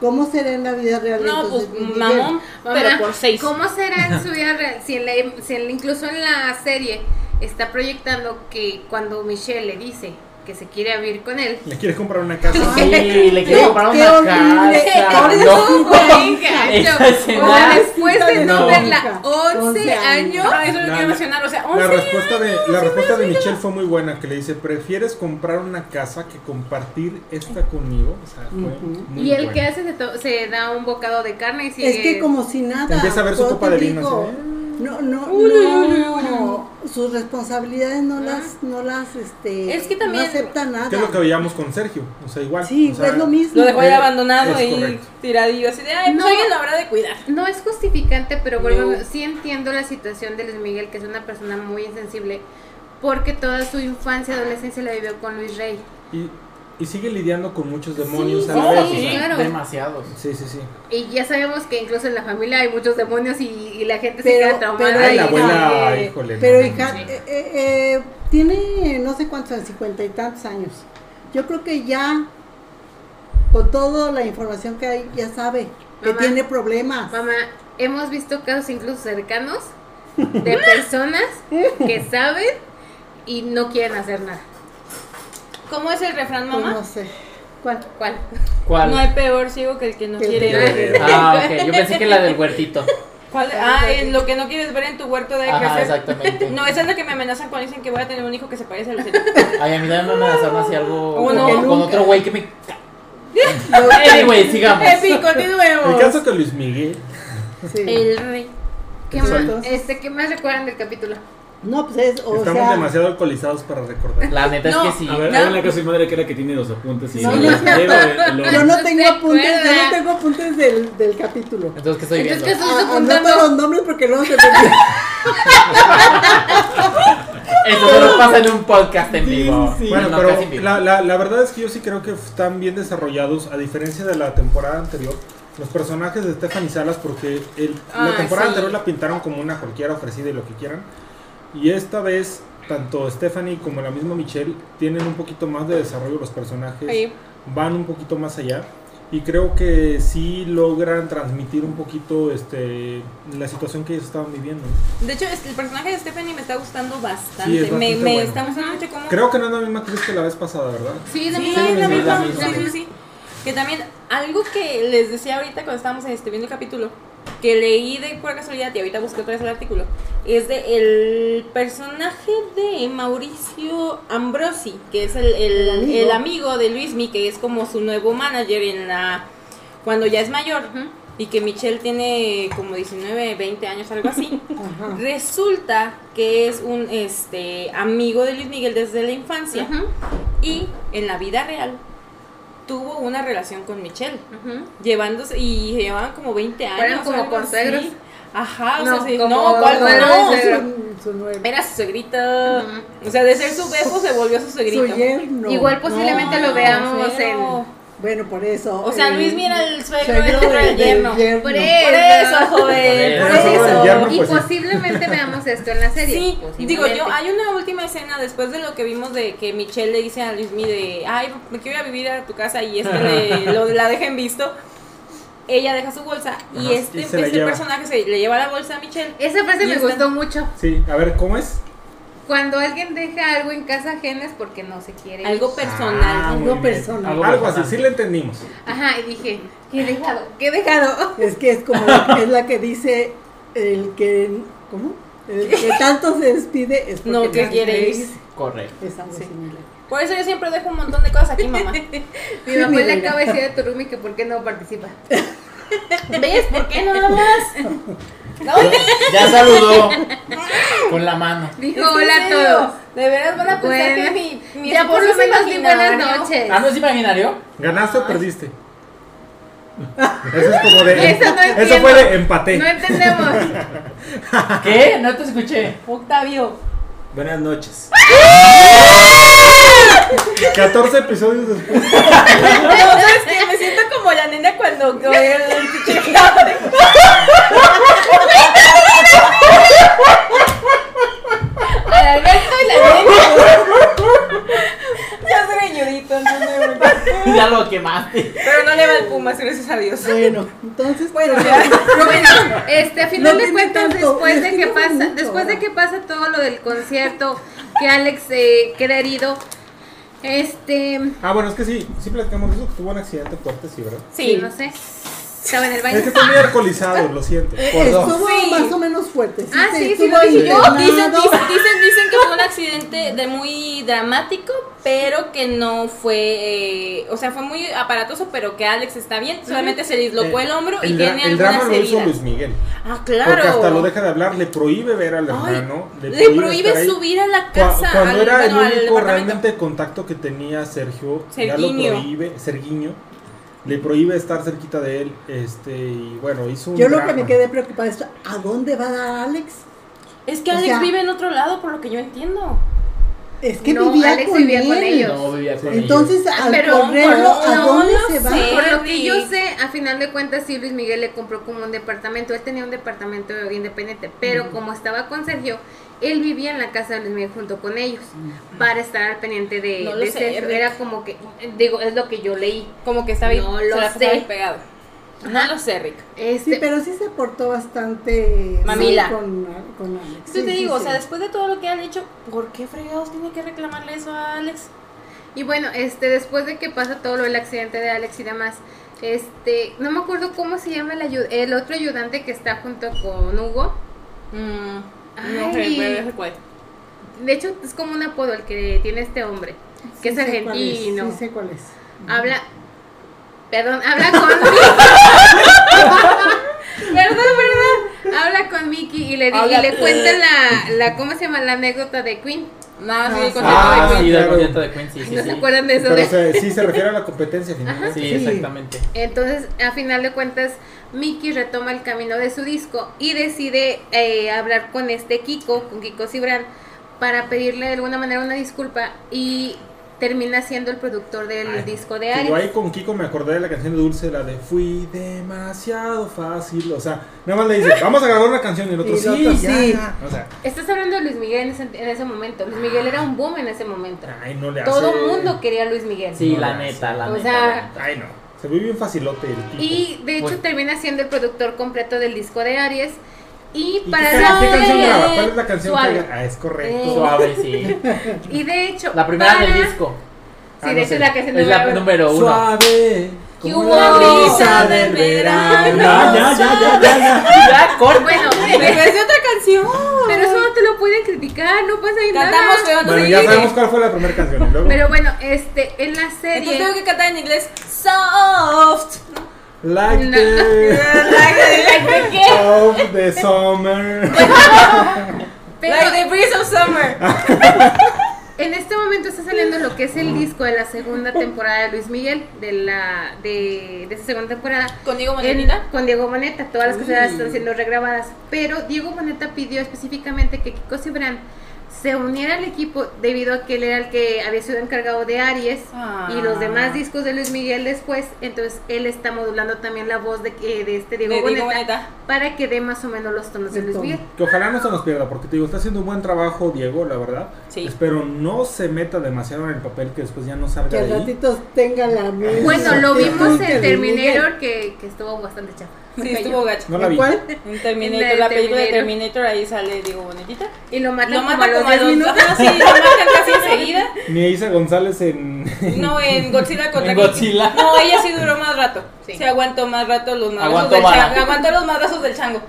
B: ¿Cómo será en la vida real?
E: No,
B: entonces,
E: pues
B: Luis Miguel?
E: mamón, pero
C: Mamá,
E: por seis.
C: ¿Cómo será en su vida real? Si, en la- si en la- incluso en la serie está proyectando que cuando Michelle le dice que se quiere vivir con él,
D: le quieres comprar una casa.
G: Sí, le quiero
B: No,
G: comprar
B: qué
G: una
B: horrible,
G: casa.
B: qué
G: No.
C: Ay,
G: Esa
C: gacho.
G: escena-
C: O sea, después de no
G: No.
C: verla 11
B: 11
C: años,
B: años.
E: Ah, eso es lo
D: No,
E: que iba a
D: no.
E: mencionar, o sea, oh,
D: La
E: 11
D: respuesta de, la respuesta de Michelle fue muy buena, que le dice, ¿prefieres comprar una casa que compartir esta conmigo? O sea, fue
B: Ujú.
D: muy
C: y el
D: buena.
C: que hace se, to- se da un bocado de carne y sigue.
B: Es que como si nada.
D: Empieza a ver su
B: yo
D: copa
B: te
D: de vino,
B: digo,
D: así, ¿eh?
B: No, no,
E: Uy,
B: no,
E: uy, uy, uy, Ah.
B: Sus responsabilidades no las, no las, este.
E: Es que también-
B: No acepta nada.
D: Que es lo que veíamos con Sergio? O sea, igual.
B: Sí,
D: o sea,
B: es lo mismo.
E: lo dejó ahí
D: Es-
E: abandonado
D: es
E: ahí
D: correcto.
E: tiradillo así de, ay, pues
C: No.
E: alguien lo habrá de cuidar.
C: No es justificante, pero vuelvo,
E: No.
C: sí entiendo la situación de Luis Miguel, que es una persona muy insensible, porque toda su infancia, adolescencia la vivió con Luis Rey.
D: Y y sigue lidiando con muchos demonios
C: Sí,
D: a la vez.
C: sí,
D: o sea.
C: claro.
G: Demasiados.
D: Sí, sí, sí.
C: Y ya sabemos que incluso en la familia hay muchos demonios y, y la gente se
B: Pero,
C: queda traumada.
B: pero
D: Ay, la
B: hija,
C: y-
D: abuela,
B: eh,
D: híjole, no,
B: Pero
D: no,
B: hija,
C: no.
B: eh, eh, eh, tiene no sé cuántos, cincuenta y tantos años. Yo creo que ya, con toda la información que hay, ya sabe que
C: Mamá.
B: tiene problemas.
C: Mamá, hemos visto casos incluso cercanos de personas que saben y no quieren hacer nada.
E: ¿Cómo es el refrán,
B: Pues
E: mamá?
B: no sé. ¿Cuál?
C: ¿Cuál?
G: ¿Cuál?
E: No hay peor ciego que el que no
B: Que el
E: quiere
B: que
E: ver.
G: Ah, ok. Yo pensé que la del huertito.
E: ¿Cuál? Ah, en lo que no quieres ver en tu huerto de
G: Ajá,
E: crecer.
G: exactamente.
E: No, esa es la que me amenazan cuando dicen que voy a tener un hijo que se parece al cielo.
G: Ay, a mí también me amenazaron así algo
E: Oh, no.
G: con, con
B: Nunca. Eh,
G: otro güey que me. Anyway, sigamos.
E: Epi, continuemos.
D: El caso que Luis Miguel.
B: Sí.
E: El rey.
C: ¿Qué más,
B: Exacto.
C: este, ¿Qué más recuerdan del capítulo?
B: No, pues es, o
D: Estamos
B: sea,
D: demasiado alcoholizados para recordar.
G: La neta
E: No.
G: es que sí.
A: A ver,
E: No.
A: hay una casa de mi madre que era que tiene los apuntes y
B: No,
A: los
B: no.
A: lleva el- los-
B: yo
C: No
B: no
C: se
B: tengo apuntes, yo
C: acuerda.
B: no tengo apuntes del, del capítulo.
G: Entonces, ¿qué estoy viendo?
C: Entonces, ¿qué estás
B: Ah,
C: apuntando?
B: Anota los nombres porque luego se me
G: Eso solo pasa en un podcast en vivo.
D: Sí, bueno,
G: no, casi en
D: pero
G: vivo.
D: la, la- la verdad es que yo sí creo que están bien desarrollados, a diferencia de la temporada anterior, los personajes de Stephanie Salas, porque el-
E: Ah,
D: la temporada
E: sí.
D: anterior la pintaron como una cualquiera ofrecida y lo que quieran. Y esta vez, tanto Stephanie como la misma Michelle tienen un poquito más de desarrollo los personajes,
E: Ahí.
D: van un poquito más allá. Y creo que sí logran transmitir un poquito este, la situación que ellos estaban viviendo. ¿no?
E: De hecho, este, el personaje de Stephanie me está gustando bastante.
D: Sí, es
E: me
D: bastante
E: me
D: bueno.
E: está gustando mucho cómo.
D: Creo que no es la misma actriz que la vez pasada, ¿verdad?
C: Sí, es la
E: Sí,
C: misma.
E: es la
G: sí,
E: misma.
G: la misma.
E: Sí, sí, sí. Que también, algo que les decía ahorita cuando estábamos este, viendo el capítulo, que leí de por casualidad y ahorita busqué otra vez el artículo, es de el personaje de Mauricio Ambrosi, que es el, el-
B: El amigo.
E: el amigo de Luismi, que es como su nuevo manager en la cuando ya es mayor.
C: Ujú.
E: Y que Michelle tiene como 19, 20 años, algo así.
B: Ajá.
E: Resulta que es un este amigo de Luis Miguel desde la infancia
C: Ujú,
E: y en la vida real tuvo una relación con Michelle,
C: ujú.
E: llevándose y llevaban como 20 años.
C: Fueron como
E: algo así.
C: consegros.
E: Ajá, o
C: No,
E: sea, sí,
C: como
E: no, ¿cuál
C: nueras
E: no?
C: de-
B: su, su nuevo-
E: Era su suegrito.
C: Ujú.
E: O sea, de ser su beso se volvió su suegrito.
B: su yerno.
E: pues.
C: Igual posiblemente lo veamos
E: Pero-
B: Bueno, por eso. eh,
E: O sea,
B: el
E: Luis mira el suegro,
B: suegro
E: el otro era
B: del-
E: el
B: del
E: yerno.
B: yerno.
C: Por
E: este Por
C: eso.
E: eso, joven,
G: Por
E: por
D: eso.
E: eso.
D: El yerno,
C: Y
D: pues sí.
C: posiblemente veamos esto en la serie.
E: Sí, digo
C: posiblemente.
E: yo, hay una última escena después de lo que vimos de que Michelle le dice a Luismi de, ay, me quiero ir a vivir a tu casa y este le- lo, la dejen visto. Ella deja su bolsa
D: Ajá,
E: y
D: y
E: este,
D: se la
E: este
D: lleva.
E: personaje se le lleva la bolsa a Michelle.
C: Esa frase
E: Y
C: me
E: está-
C: gustó mucho.
D: Sí, a ver, ¿cómo es?
C: Cuando alguien deja algo en casa ajena es porque no se quiere. ir.
E: Algo
D: Ah,
E: personal.
D: muy
B: No
D: bien.
B: personal.
D: Algo,
G: Algo
D: así,
G: personal.
D: sí le entendimos.
C: Ajá, y dije, ¿qué he dejado? ¿Qué he dejado?
B: Es que es como, es la que dice el que, ¿cómo? El que tanto se despide es porque
E: No, que
B: tanto
E: quiere
B: es-
E: ir.
G: Correcto.
B: Es algo similar.
E: Por eso yo siempre dejo un montón de cosas aquí, mamá.
C: Mi mamá
B: mi
C: le
B: reina.
C: acaba de decir a tu roomie que por qué no participa.
E: ¿Ves? ¿Por qué no hablas? No,
G: Ya saludó. Con la mano.
C: Dijo,
E: es que
C: hola
E: en
C: a
E: serio,
C: todos.
E: De veras van a pensar
C: Bueno,
E: que mi, mi
C: ya por lo
E: esposo es
C: menos di buenas
E: imaginario.
C: noches.
G: ¿Ah, no es imaginario?
D: ¿Ganaste o perdiste? Eso es como de.
C: Eso no
D: eso
C: entiendo.
D: fue de empate.
C: No entendemos.
G: ¿Qué? No te escuché.
E: Octavio,
H: Buenas noches.
D: 14 episodios después.
E: No, ¿sabes qué? Me siento como la nena cuando veo el pinche cable.
C: Al Alberto y la nena.
E: Ya soy greñudito, entonces no me importa.
G: Ya lo quemaste.
E: Pero no le va el Pumas, gracias a Dios.
B: Bueno, entonces,
E: Bueno,
B: pues,
E: ya.
C: Bueno, este, a final
B: No
C: de
B: tiene
C: cuentas,
B: tanto,
C: después
B: es
C: de
B: que
C: que
B: no
C: pasa,
B: mucho.
C: después de que pasa todo lo del concierto, que Alex eh, queda herido, este,
D: Ah, bueno, es que sí, sí platicamos de eso, que tuvo un accidente fuerte, sí, ¿verdad?
C: sí, no sé, estaba en el baño.
D: Es que estoy muy alcoholizado, lo siento.
B: estuvo
E: Sí.
B: más o menos fuerte.
C: Ah,
B: se
C: sí, sí,
B: estuvo
C: lo dije yo.
B: internado.
E: Dicen, dicen, dicen, dicen que fue un accidente de muy dramático, pero que no fue, eh, o sea, fue muy aparatoso, pero que Alex está bien, solamente se dislocó Eh, el hombro y
D: El, dra-
E: tiene
D: el drama
E: algunas
D: lo hizo
E: heridas.
D: Luis Miguel.
E: Ah,
D: Porque
E: claro.
D: hasta lo deja de hablar, le prohíbe ver al
E: Ay,
D: hermano.
E: le prohíbe
D: estar ahí.
E: subir a la
D: Cua-
E: casa.
D: Cuando
E: al-
D: era el
E: bueno, al
D: único
E: departamento.
D: realmente contacto que tenía Sergio, ya lo
E: Serguiño.
D: prohíbe, Serguiño, le prohíbe estar cerquita de él, este, y bueno, hizo un
B: Yo lo que
D: drama.
B: me quedé preocupada es, ¿a dónde va a dar Alex?
E: Es que
B: O
E: Alex
B: sea-
E: vive en otro lado, por lo que yo entiendo.
B: Es que
C: No,
B: vivía,
C: Alex
B: con,
C: vivía
B: él.
C: con ellos.
G: No vivía con
B: Entonces, al
E: Ah, Pero,
B: correrlo,
E: no,
B: ¿a
E: no
B: dónde
E: lo
B: se va?
E: sé.
C: Por lo que yo
E: Rick.
C: sé, a final de cuentas sí Luis Miguel le compró como un departamento. Él tenía un departamento independiente, pero como estaba con Sergio, él vivía en la casa de Luis Miguel junto con ellos para estar al pendiente de,
E: No lo
C: de
E: sé,
C: Sergio.
E: Rick.
C: Era como que, digo, es lo que yo leí.
E: Como que estaba ahí,
C: No
E: se
C: lo
E: la pasaba
C: sé.
E: ahí pegado.
C: Ajá.
E: No lo sé, Rick.
C: Este,
B: Sí, pero sí se portó bastante mal
E: Mamila.
B: con, con Alex.
E: Yo
B: Sí,
E: te
B: sí,
E: digo, o
B: sí.
E: sea, después de todo lo que han hecho, ¿por qué fregados tiene que reclamarle eso a Alex?
C: Y bueno, este, después de que pasa todo lo del accidente de Alex y demás, este, no me acuerdo cómo se llama el, ayu- el otro ayudante que está junto con Hugo.
E: Mm,
C: Ay.
E: no recuerdo ese cuál.
C: De hecho, es como un apodo el que tiene este hombre, que es
B: Sí sé cuál
C: argentino.
B: Sí sé cuál es.
C: Habla. Perdón, habla con. perdón, perdón. Habla con Mickey y le, di- y
E: Habla-
C: le cuenta la, la. ¿Cómo se llama? La anécdota de Queen.
E: Nada, sí,
B: Ah,
E: el
B: sí.
E: concierto
G: Ah,
E: de
G: sí,
E: Queen.
G: del
D: claro.
G: concierto de Queen, sí, sí,
C: ¿No se
G: sí.
C: acuerdan de eso?
D: Pero
C: de-
D: o sea, sí se refiere a la competencia final.
G: Sí,
B: Sí.
G: exactamente.
C: Entonces, a final de cuentas, Mickey retoma el camino de su disco y decide eh, hablar con este Kiko, con Kiko Cibran, para pedirle de alguna manera una disculpa y termina siendo el productor del
D: Ay,
C: disco de
D: Que yo ahí
C: Aries.
D: con Kiko me acordé de la canción de Dulce, la de Fui demasiado fácil. O sea, nada más le dice, vamos a grabar una canción y el otro
B: Y el
D: sí,
B: otro,
D: ya,
B: sí.
D: ya". O sea,
C: Estás hablando de Luis Miguel en ese, en ese momento. Luis Miguel era un boom en ese momento.
D: ay, no le hace.
C: Todo el mundo quería a Luis Miguel.
G: Sí,
D: No,
G: la
D: no,
G: neta,
D: sí.
G: la
C: O
G: neta.
C: sea,
G: la neta.
D: Ay, no. Se ve bien facilote el Kiko.
C: Y de hecho
D: Pues
G: Bueno.
C: termina siendo el productor completo del disco de Aries. Y
D: ¿Y
C: para
D: qué, ca-
C: no
D: qué canción
C: leer-
D: graba? ¿Cuál es la canción
C: Suave.
D: que Ah, es correcto.
C: Eh,
G: Suave, sí.
C: Y de hecho,
G: La primera
C: para-
G: del disco.
C: Sí,
D: Ah,
C: de
D: no
C: hecho
D: sé.
C: es la que se
G: Es la
C: número-
G: número uno.
D: Suave.
E: Que
D: como
E: hubo
D: la
E: brisa del verano.
D: Ya, ya, ya, ya, ya, ya.
G: Ya, corta.
C: Bueno,
E: Pero es de otra canción.
C: Pero eso no te lo pueden criticar, no pasa nada.
E: Cantamos feo, no
D: Bueno,
E: sé
D: ya
E: qué.
D: sabemos cuál fue la primera canción. y luego-
C: Pero bueno, este, en la
E: Entonces tengo
C: serie.
E: que cantar en inglés soft.
D: Like
C: No.
D: the
E: Like the-
D: of the summer.
C: Pero
E: like the breeze of summer.
C: en este momento está saliendo lo que es el disco de la segunda temporada de Luis Miguel, de la de, de esa segunda temporada.
E: Conmigo,
C: en-
E: Manuelita.
C: con Diego Boneta, todas las que
E: Mm.
C: están siendo regrabadas. Pero Diego Boneta pidió específicamente que Kiko Cibrán se uniera al equipo debido a que él era el que había sido encargado de Aries
E: Ah.
C: y los demás discos de Luis Miguel después. Entonces él está modulando también la voz de, eh, de este
E: Le
C: Diego
E: digo
C: Boneta
E: boneta.
C: para que dé más o menos los tonos de
B: El
C: Luis
B: tono.
C: Miguel.
D: Que ojalá no se nos pierda, porque te digo, está haciendo un buen trabajo Diego, la verdad.
E: Sí.
D: Espero no se meta demasiado en el papel que después ya no salga
B: Que
D: de
B: al
D: ahí.
B: ratito tenga la misma
C: Bueno, lo
B: actitud
C: vimos
B: que
C: en
B: Luis Miguel.
C: Terminator que, que estuvo bastante chafa.
E: Sí, estuvo gacho.
D: No la vi.
B: ¿Cuál?
E: En
C: En la de
E: Terminator, la película de
C: Terminator.
E: Terminator, ahí sale Diego Bonetita.
C: Y lo matan,
E: Lo
C: como a
E: mata
C: los
E: como a
C: 10
E: los
C: minutos.
E: No, sí, lo matan casi enseguida.
D: Ni Isa González en.
E: No, en Godzilla contra
G: En
E: King.
G: Godzilla.
E: No, ella sí duró más rato.
C: Sí.
E: Sí, aguantó más rato los madrazos
G: Aguantó
E: del
G: vara.
E: chango. Aguantó los madrazos del chango.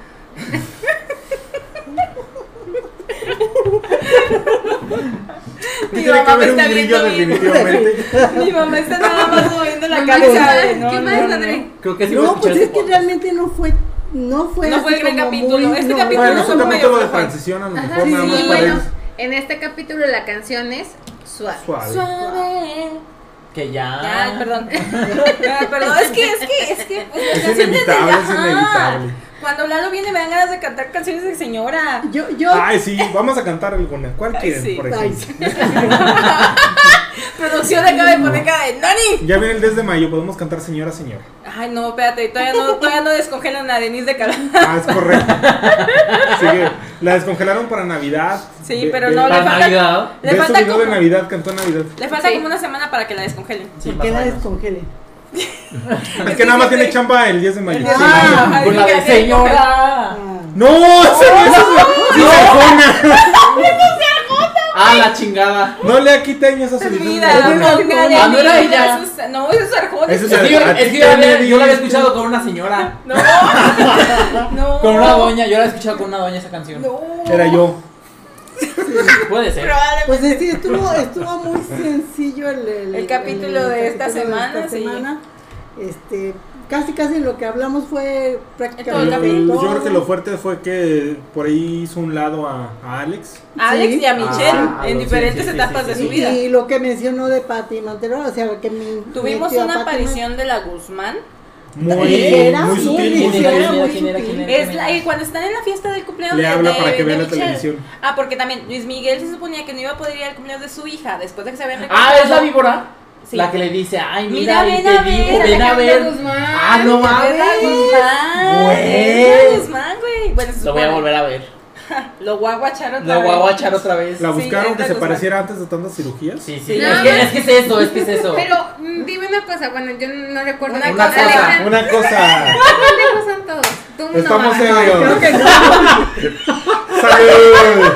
E: Mi
D: Tiene que
E: mamá me
D: haber un
E: está
D: grillo
E: viendo bien.
D: definitivamente.
E: Mi mamá está nada más moviendo la
C: Mamá,
E: cabeza.
C: ¿qué
E: de, no,
C: más,
E: no, no.
C: madre?
G: Creo que sí fue
B: No,
G: escuchar
B: pues es
G: ese
B: que
G: podcast.
B: realmente no fue. No fue,
E: No fue
B: así
E: el gran
B: como
E: capítulo,
B: muy-
E: este
B: no,
E: capítulo
D: Bueno,
E: no
D: es
E: fue
D: un
E: muy
D: capítulo de
E: flojo.
D: transición, a lo
C: Ajá,
D: mejor nada más
C: y
E: sí,
D: para
C: bueno,
D: ellos.
C: en este capítulo la canción es Suave.
D: Suave.
E: Suave.
G: Que
E: Ya,
G: ya.
E: perdón. Ya, Ah, perdón, es que, es que, es que. pues, las
D: Es
E: canciones de-
D: inevitable, es
E: Ajá.
D: inevitable.
E: Cuando Lalo viene me dan ganas de cantar canciones de señora.
B: Yo, yo.
D: Ay, sí, vamos a cantar alguna. ¿Cuál quieren,
E: sí.
D: por ejemplo?
B: Ay, sí.
E: Producción acaba de poner cara de ¡Nani!
D: Ya viene el 10 de mayo, podemos cantar señora, señor.
E: Ay, no, espérate, todavía no, todavía no descongelan a Denise de Calaf.
D: Ah, es correcto. Sigue. La descongelaron para Navidad.
E: Sí, pero no
G: Para
E: le falta-
G: Navidad.
E: Le
D: de su
E: falta
D: video
E: como-
D: de Navidad, cantó Navidad.
E: Le falta
C: Sí.
E: como una semana para que la descongelen.
G: Sí, más
B: Que
G: o
B: la
G: menos.
B: descongele.
D: Es que nada más tiene chamba el 10 de mayo.
E: Ah,
G: Con la
E: ay,
G: de
E: sí, que la
G: señora.
B: Ah.
D: ¡No! ¡Se ¡Sí, Arjona!
G: Ah, la chingada.
D: No le quitañas a su
E: Mira,
D: video.
E: no,
G: Ah, no era ella.
E: No, eso es Arjona.
D: Eso
G: Es que yo,
D: ¿A
G: es
D: ti
G: que yo la
D: qué
G: había-
D: me
G: yo la había
D: diste?
G: escuchado con una señora.
E: No, no.
G: Con una doña. Yo la había escuchado con una doña esa canción.
E: No.
D: Era yo.
G: Puede ser.
E: Probablemente.
B: Pues sí, estuvo, estuvo muy sencillo el,
E: El capítulo de esta semana, sí.
B: Este, casi, casi lo que hablamos fue
E: Todo el
B: prácticamente.
E: capítulo.
D: Yo
B: todo.
D: creo que lo fuerte fue que por ahí hizo un lado a, a Alex.
E: Alex y a Michelle
G: Ah,
E: en
G: sí,
E: diferentes
G: sí, sí,
E: etapas
G: sí,
E: de
G: sí,
E: su
B: Y,
E: vida.
B: y lo que mencionó de Pati Mantero, o sea, que me
E: Tuvimos
B: metió a
E: una
B: Pati
E: aparición de la Guzmán
D: Muy,
B: Ligera,
D: muy
B: sí,
D: sutil.
B: ligera,
D: muy sutil.
B: ligera,
H: muy
B: muy
H: quién era,
B: sutil.
H: quién era.
E: Es la- eh, cuando están en la fiesta del cumpleaños
D: Le
E: de-
D: habla
E: de-
D: para que
E: de
D: vea la
E: Michelle.
D: televisión.
E: Ah, porque también Luis Miguel se suponía que no iba a poder ir al cumpleaños de su hija después de que se
G: Ah,
E: habían reencontrado.
G: es la víbora.
E: Sí.
G: La que le dice, ay,
E: Mira,
G: mira, y
E: ven
G: te
E: a
G: digo,
E: ver.
G: ven a
C: Alejandra
G: ver.
C: Guzmán.
G: Ah, no mames.
E: Alejandra Guzmán.
G: Güey.
E: Alejandra Guzmán, güey. Bueno, se
G: Lo voy a
E: supone.
G: volver a ver.
E: Lo guaguacharon otra
G: La
E: vez.
G: voy a echar otra vez.
D: La
E: Sí,
D: buscaron que
E: entonces,
D: se
E: o sea-
D: pareciera antes de tantas cirugías.
G: Sí, sí.
C: No,
G: es, que, es que es eso, es que es eso.
C: Pero mm, dime una cosa, bueno, yo no recuerdo.
E: Una
C: Alejandra,
E: cosa,
C: Alejandra,
D: Una cosa.
C: ¿Cuántos son todos? Tú no
D: Estamos
C: vas.
D: serios.
B: Creo que no.
D: Salud.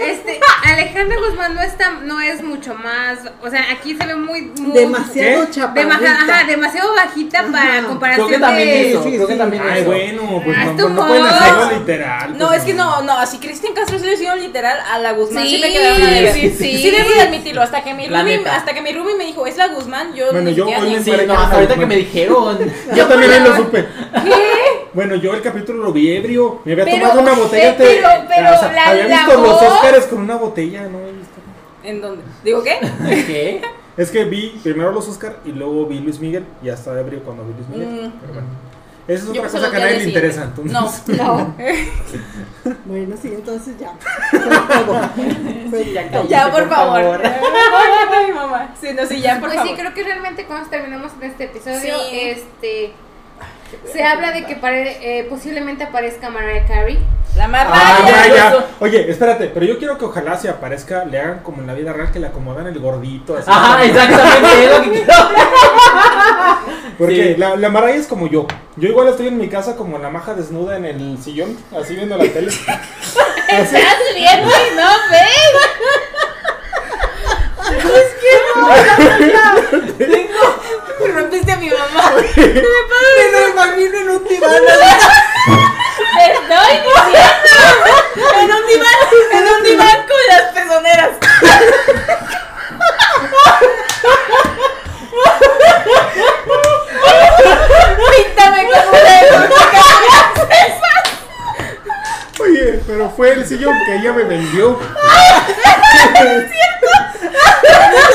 C: Este, Alejandra Guzmán no está, no es mucho más, o sea, aquí se ve muy, muy
B: Demasiado
D: ¿Qué?
B: chaparrita.
C: demasiado, ajá, demasiado bajita
B: Ajá.
C: para comparación
G: Creo que también
C: de
G: eso, creo que también
D: Ay,
G: eso.
D: bueno, pues
C: Ah, es
D: no, pues
C: tu
D: no pueden
C: voz.
D: hacerlo literal.
E: No,
D: pues,
E: es que no, no, así Cristian Castro se le hicieron literal a la Guzmán.
C: Sí,
E: Sí, me quedaron a deber.
C: sí,
E: Sí,
C: sí.
E: debo de admitirlo. Hasta que mi
G: La
E: Rumi,
G: neta.
E: hasta que mi Rumi me dijo, es la Guzmán, yo
D: Bueno,
E: ni
D: yo
E: siquiera
D: hoy
E: ni-
D: me-
G: Sí, no, hasta ahorita que me dijeron.
D: Yo también ahí lo supe. Bueno, yo el capítulo lo vi ebrio. Me había
C: Pero,
D: tomado una botella. Ah,
C: pe- pero- pero la-
D: había
C: la
D: visto los
C: voz-
D: Óscares con una botella, ¿no? he visto.
E: ¿En dónde? ¿Digo qué?
G: ¿Qué?
D: Es que vi primero los Óscar y luego vi Luis Miguel. Y hasta ebrio cuando vi Luis Miguel.
E: Mm.
D: Pero bueno. Esa es
E: Yo
D: otra
E: pues,
D: cosa
E: los
D: que a
E: días de
D: nadie le interesa.
E: siguiente.
D: Entonces,
B: No. Bueno, sí, entonces ya. Fue todo. Fue todo.
E: Ya, por,
G: por
E: favor.
G: favor.
E: Ay, ay, mamá. Sí, no, sí, ya, por
C: Pues sí,
E: favor.
C: creo que realmente cuando terminamos en este episodio,
E: Sí.
C: este se habla de que pare- eh, posiblemente aparezca Mariah Carey.
E: La
D: Ah,
E: marraya.
D: ya, ya.
G: eso.
D: Oye, espérate, pero yo quiero que ojalá se aparezca, le hagan como en la vida real que le acomodan el gordito. Así,
G: Ajá, exactamente, es lo que quiero. Sí.
D: Porque la, la Mariah es como yo. Yo igual estoy en mi casa como la maja desnuda en el sillón, así viendo la tele. Así.
E: viendo y no ves. Es que no. Rompiste a mi mamá. Me estoy diciendo. En un diván. En un diván con las pezoneras. Píntame con un dedo.
D: Oye, pero fue el sillón que ella me vendió.
B: Ese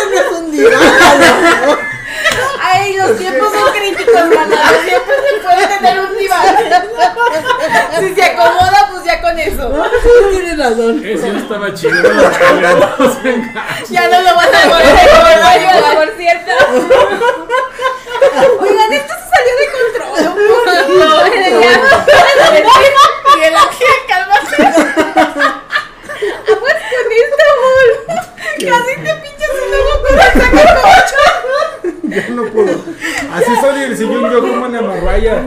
B: no es un diván.
E: Ay, los tiempos son críticos, maná. Los tiempos se puede tener un diván. Si se acomoda, pues ya con eso.
B: Sí, Tienes razón.
A: Eso estaba chido. no se engañen.
E: Ya no lo vas a volver por cierto. Oigan, esto se salió de control. Por favor, ya. Y el ángel, cálmate. Aguas con esto, amor. Casi te pinchas un ojo con el saco cocho.
D: Ya no puedo. Así estoy en el sillón yo como la Mariah,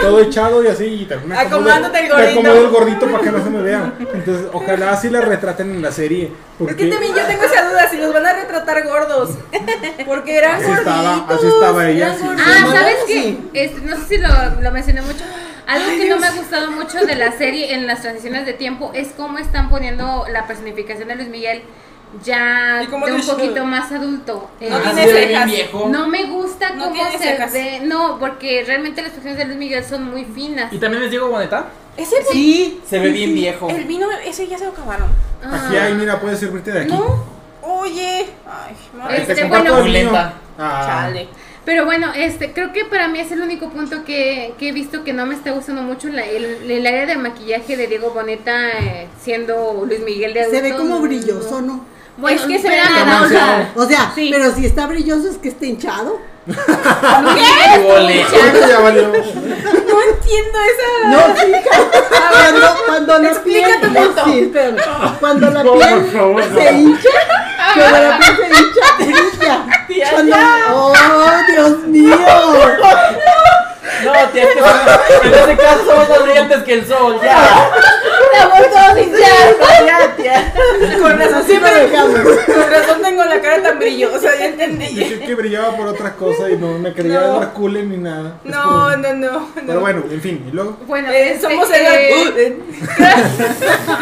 D: todo echado y así. Y también me acomodo-
E: Acomodándote el
D: Me
E: gordito.
D: acomodo el gordito para que no se me vea. Entonces, ojalá así la retraten en la serie. Porque
E: Es que también yo tengo esa duda si los van a retratar gordos. Porque eran
D: así
E: gorditos.
D: estaba, así estaba ella.
E: eran
D: así.
E: gorditos.
C: Ah,
B: Mariah
C: ¿sabes qué?
B: sí.
C: Este, no sé si lo, lo mencioné mucho. Algo que no me ha gustado mucho de la serie en las transiciones de tiempo es cómo están poniendo la personificación de Luis Miguel ya
E: ¿Y cómo
C: de un
E: dice?
C: poquito más adulto.
E: No
C: Eh,
E: tiene
G: Ah, Se ve bien
E: cejas.
G: viejo.
C: No me gusta
E: No
C: cómo
E: tiene
C: se
E: cejas.
C: ve. No, porque realmente las facciones de Luis Miguel son muy finas.
G: Y también les digo, Boneta,
E: Ese vi-
B: Sí.
G: se ve bien viejo.
E: el vino, ese ya se lo acabaron.
C: Ah.
D: Aquí hay, mira, puedes servirte de aquí.
E: ¿No? Oye. Ay, madre.
D: Ahí te
C: Este,
D: comparto
C: bueno.
D: el mío.
G: Pulenta.
D: Ah.
E: Chale.
C: Pero bueno, este, creo que para mí es el único punto que, que he visto que no me está gustando mucho la- el, el área de maquillaje de Diego Boneta eh, siendo Luis Miguel de
B: Se ve
C: adulto,
B: como
C: no.
B: brilloso, ¿no?
C: Bueno,
E: Es que se ve
C: espérame,
E: nada,
C: no,
E: o sea,
B: O sea,
E: Sí.
B: pero si está brilloso es que está hinchado.
G: Y ole.
D: Ahorita ya valió.
E: No entiendo esa.
B: No, fíjate. Cuando, cuando la
E: Explica
B: piel.
E: tu punto.
B: sí, espérame. Cuando la
A: No, por
B: piel
A: favor,
B: se
A: no.
B: hincha, cuando la piel se hincha, brilla. Cuando, oh, Dios mío.
G: No, tienes que En ese caso somos más brillantes que el sol, ya.
E: La voz toda hinchada.
B: Ya, tía.
E: Con razón
B: Así lo
E: siempre.
B: dejamos.
E: Con razón tengo la cara tan brillosa, ya entendí.
D: Dije que brillaba por otra cosa y no me creía
E: No.
D: dar cule ni nada. Es como-
E: No, no, no.
D: Pero
E: no.
D: bueno, en fin, y luego.
C: Bueno,
E: Eh,
C: este,
E: somos
C: eh,
E: el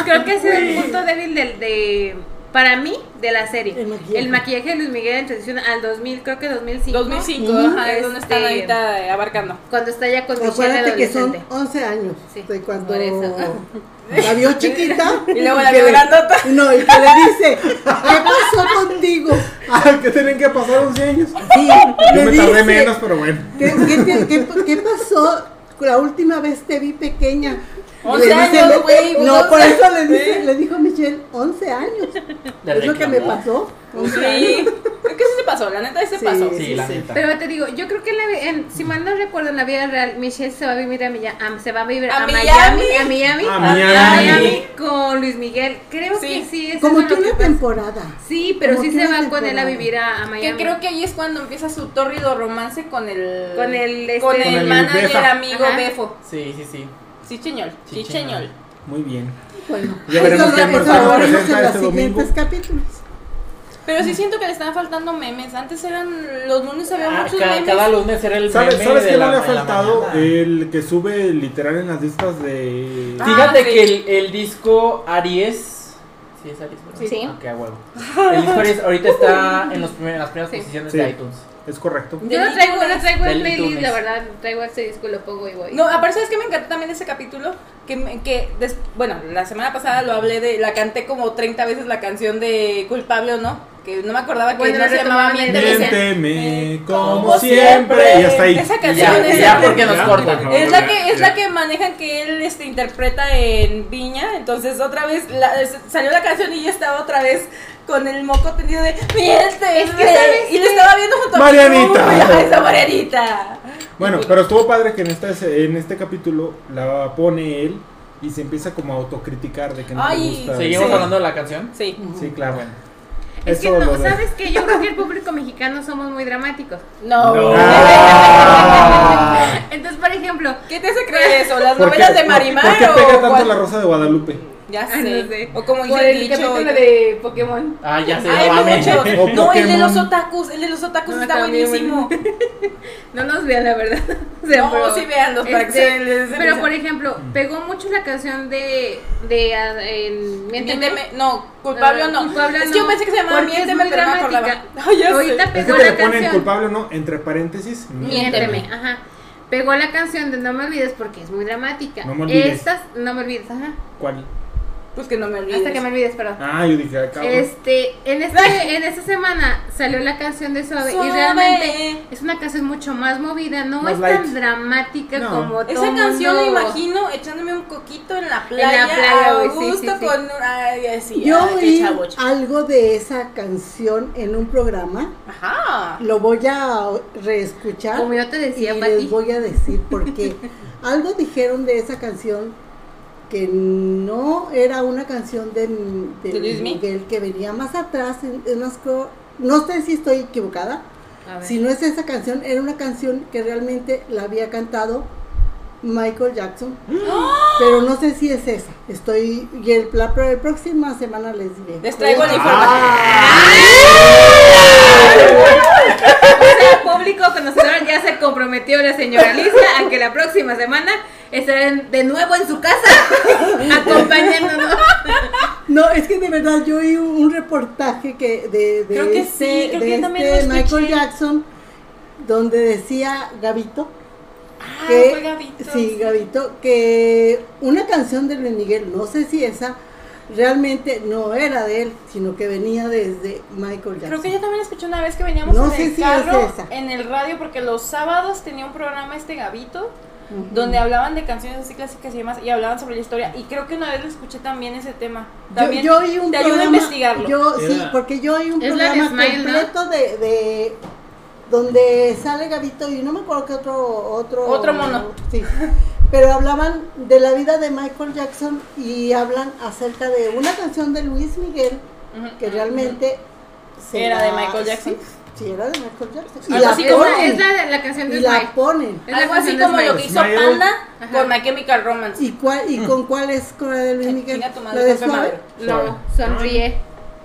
C: creo que ha sido el punto débil del de para mí de la serie.
B: El
C: El
B: maquillaje.
C: maquillaje, de Luis Miguel en transición al 2000, creo que 2005.
E: 2005,
B: Ujú.
E: ajá, es donde están
C: Este-
E: ahorita eh, abarcando.
C: Cuando está ya con Michelle
B: Acuérdate que son
C: adolescente.
B: 11 años.
C: Sí,
B: de cuando
C: por eso.
B: la vio chiquita.
E: Y luego la
B: que
E: vio
B: le-
E: grandota.
B: No, y que le dice, ¿qué pasó contigo?
D: ¿Qué tienen que pasar 11 años?
B: Sí,
D: Yo
B: le
D: me tardé
B: dice,
D: menos, pero bueno.
B: ¿Qué, qué, te- qué, qué pasó? La última vez te vi pequeña.
E: Once
B: Le
E: años, güey,
B: No,
C: pues,
E: once.
B: por eso le, dice, le dijo Michelle, 11 años.
G: Le
B: es lo que me
G: reclamó.
B: pasó.
E: Sí.
B: 11 años.
E: Creo que sí se pasó, la neta sí se
B: Sí.
E: pasó.
G: Sí, la neta.
C: Pero te digo, yo creo que en la vi- en- si mal no recuerdo, en la vida real, Michelle se va a vivir a, Milla- a- se va a, vivir
E: ¿A
C: a
E: Miami?
C: Miami, a Miami,
D: A
C: a
D: Miami.
C: Miami con Luis Miguel. Creo
E: Sí.
C: que sí, eso
B: Como
C: es
B: que
C: lo que
B: una
C: pasa.
B: temporada.
C: Sí, pero
B: Como
C: sí
B: que
C: se
B: una
C: va con él a
B: temporada.
C: vivir a, a Miami.
E: Que creo que ahí es cuando empieza su tórrido romance con el.
C: Con el, este,
E: con el
D: Con el
E: manager,
D: Befa.
E: amigo
C: Ajá.
E: Befo.
G: Sí, sí, sí.
E: Chicheñol. Chicheñol.
G: Chicheñol.
D: Muy bien.
B: Bueno,
D: Ya veremos
B: eso,
D: qué
B: eso lo
D: personaje
B: haremos
D: presenta
B: en los
D: este domingo.
B: siguientes capítulos.
E: Pero sí siento que le están faltando memes. Antes eran. Los lunes había
G: Ah,
E: muchos
G: ca-
E: memes.
G: cada lunes era el
D: ¿Sabes,
G: meme
D: ¿sabes
G: de
D: qué no
G: la-
D: le ha
G: de la
D: faltado? Eh,
G: mañana.
D: El que sube literal en las listas de.
E: Ah,
G: Fíjate
E: sí.
G: que el, el disco Aries. Sí, es Aries, ¿verdad?
C: Sí.
G: Ok, a huevo. El disco Aries ahorita está en, los primer- en las primeras
C: Sí.
G: posiciones
D: Sí.
G: de iTunes.
D: Es correcto.
C: Yo lo traigo, lo traigo
G: Del
C: en playlist,
G: iTunes.
C: la verdad. Traigo este disco, lo pongo y voy.
E: No, aparte es que me encantó también ese capítulo que, me- que des- bueno, la semana pasada lo hablé de, la canté como 30 veces la canción de Culpable o no, que no me acordaba que
C: Bueno,
E: no
C: no
E: se
C: se
E: llamaba
C: tomaba
E: Miénteme.
C: Miénteme.
D: Miénteme como
E: como
D: siempre.
E: siempre.
D: Y hasta ahí.
E: Esa
G: Y
E: canción
G: ya,
E: es,
G: y ya porque nos
A: Ya, por
G: cortan.
A: favor.
E: es la
A: Ya,
E: que es
A: ya.
E: la que manejan que él este interpreta en Viña, entonces otra vez la- es- salió la canción y ya estaba otra vez con el moco tendido de miente
C: Es que, ¿sabes
E: y lo estaba viendo junto a mi
D: Marianita.
E: novio. Ajá, esa Marianita.
D: Bueno, pero estuvo padre que en, esta, en este capítulo la pone él y se empieza como a autocriticar de que no
E: Ay,
D: le gusta.
G: Seguimos
E: Sí.
G: hablando de la canción.
E: Sí.
D: Sí, claro.
C: es que
D: Eso lo
C: no,
D: de-
C: ¿sabes qué? Yo creo que el público mexicano somos muy dramáticos.
E: No.
A: No.
D: Ah.
C: Entonces, por ejemplo,
E: ¿Qué te hace creer eso? ¿Las
D: ¿Por qué-
E: novelas de
D: por-
E: Marimar
D: ¿Por qué
E: o
D: pega tanto
E: cuál?
D: la Rosa de Guadalupe?
E: Ya
C: Ah,
E: sé.
C: no sé.
E: O como
C: por
E: dice
C: el
E: dicho.
C: capítulo de Pokémon.
G: Ah, ya se
E: Ay,
G: lo
E: no,
G: amé.
E: mucho. No,
D: O
E: el de
D: Pokémon.
E: los otakus, el de los otakus
C: No,
E: está
C: también,
E: buenísimo.
C: No nos vean, la verdad. O sea,
E: No,
C: pero-
E: sí, véanlos para que
C: Este,
E: se les dé
C: pero
E: risa.
C: por ejemplo,
D: Mm.
C: pegó mucho la canción de de ah, en- Miénteme.
E: Miénteme, no, culpable o no.
C: Culpable o
E: es que yo
C: no,
E: pensé que se llamaba
C: porque es
E: Miénteme,
C: muy
E: pero no me
C: dramática.
E: acordaba. Ay, ya sé.
C: Ahorita
D: Es que
C: pegó
D: te
C: la
D: le ponen
C: canción.
D: culpable o no, entre paréntesis.
C: Miénteme, ajá. Pegó la canción de No me olvides porque es muy dramática.
D: No me olvides.
C: Estas, no me olvides, ajá.
D: ¿Cuál?
E: Pues que no me olvides.
C: Hasta que me olvides, perdón.
D: Ah, yo dije, acá.
C: Este, en este, en esta semana salió la canción de Suave,
E: Suave.
C: y realmente es una canción mucho más movida, no
D: Más
C: es
D: light.
C: tan dramática
D: No.
C: como todo
E: Esa canción la
C: mundo.
E: imagino echándome un coquito en la playa,
C: playa,
E: a
C: güey, sí,
E: gusto
C: sí, sí.
E: con ay, así,
B: Yo
E: ay, qué
B: oí
E: chavo, chavo.
B: algo de esa canción en un programa.
E: Ajá.
B: Lo voy a reescuchar
C: Como yo te
B: y
C: decía, Pati.
B: les voy a decir porque algo dijeron de esa canción que no era una canción de, de
E: ¿De Luis Mi?
B: Miguel que venía más atrás. en- en unas co- no sé si estoy equivocada.
C: A ver.
B: Si no es esa canción, era una canción que realmente la había cantado Michael Jackson.
E: ¡Ah!
B: Pero no sé si es esa. Estoy. Y el, la, pro- la próxima semana les diré.
E: Les traigo la
B: Ah,
E: información.
C: Ah. O sea, público conocedor ya se comprometió la señora Alicia a que la próxima semana estará en- de nuevo en su casa acompañándonos.
B: No, es que de verdad yo oí un un reportaje que de, de
E: Creo que
B: este,
E: sí, creo
B: de
E: que yo también lo
B: este Michael
E: escuché.
B: Jackson donde decía Gabito.
E: Ah,
B: que-
E: fue Gabito.
B: Sí, Gabito, que una canción de Luis Miguel, no sé si esa realmente no era de él, sino que venía desde Michael Jackson.
E: Creo que yo también escuché una vez que veníamos
B: No
E: en
B: sé
E: el
B: si es
E: carro,
B: esa.
E: en el radio, porque los sábados tenía un programa este Gabito,
B: Ujú.
E: donde hablaban de canciones así clásicas y demás, y hablaban sobre la historia. Y creo que una vez lo escuché también ese tema.
B: Yo,
E: También
B: yo oí un
E: te ayuda
B: programa,
E: a investigarlo.
B: Yo, sí,
A: Era-
B: porque yo oí un
C: Es la de
B: programa
C: Smile, ¿no?
B: completo de, de- donde sale Gabito y no me acuerdo que otro otro
E: Otro mono.
B: Sí. Pero hablaban de la vida de Michael Jackson y hablan acerca de una canción de Luis Miguel
E: Ujú.
B: que realmente se
E: Era
B: la-
E: de Michael Jackson.
B: Sí, sí, era de Michael Jackson. Y
E: Algo
B: la
E: así
C: Es
E: como-
C: la, es
B: ponen.
C: la, la canción de
B: Y
C: Smile.
B: la ponen.
C: Es la
E: Algo
C: canción
E: así
C: de
E: como
C: Smile.
E: lo que hizo
D: Smile.
E: Panda
C: Ajá.
E: con My Chemical Romance.
B: ¿Y, cuál, ¿Y con cuál es con la de Luis
E: Ay,
B: Miguel?
E: chinga tu madre,
B: ¿La de
E: Pepe
B: Suave?
E: Madero.
C: No, sonríe.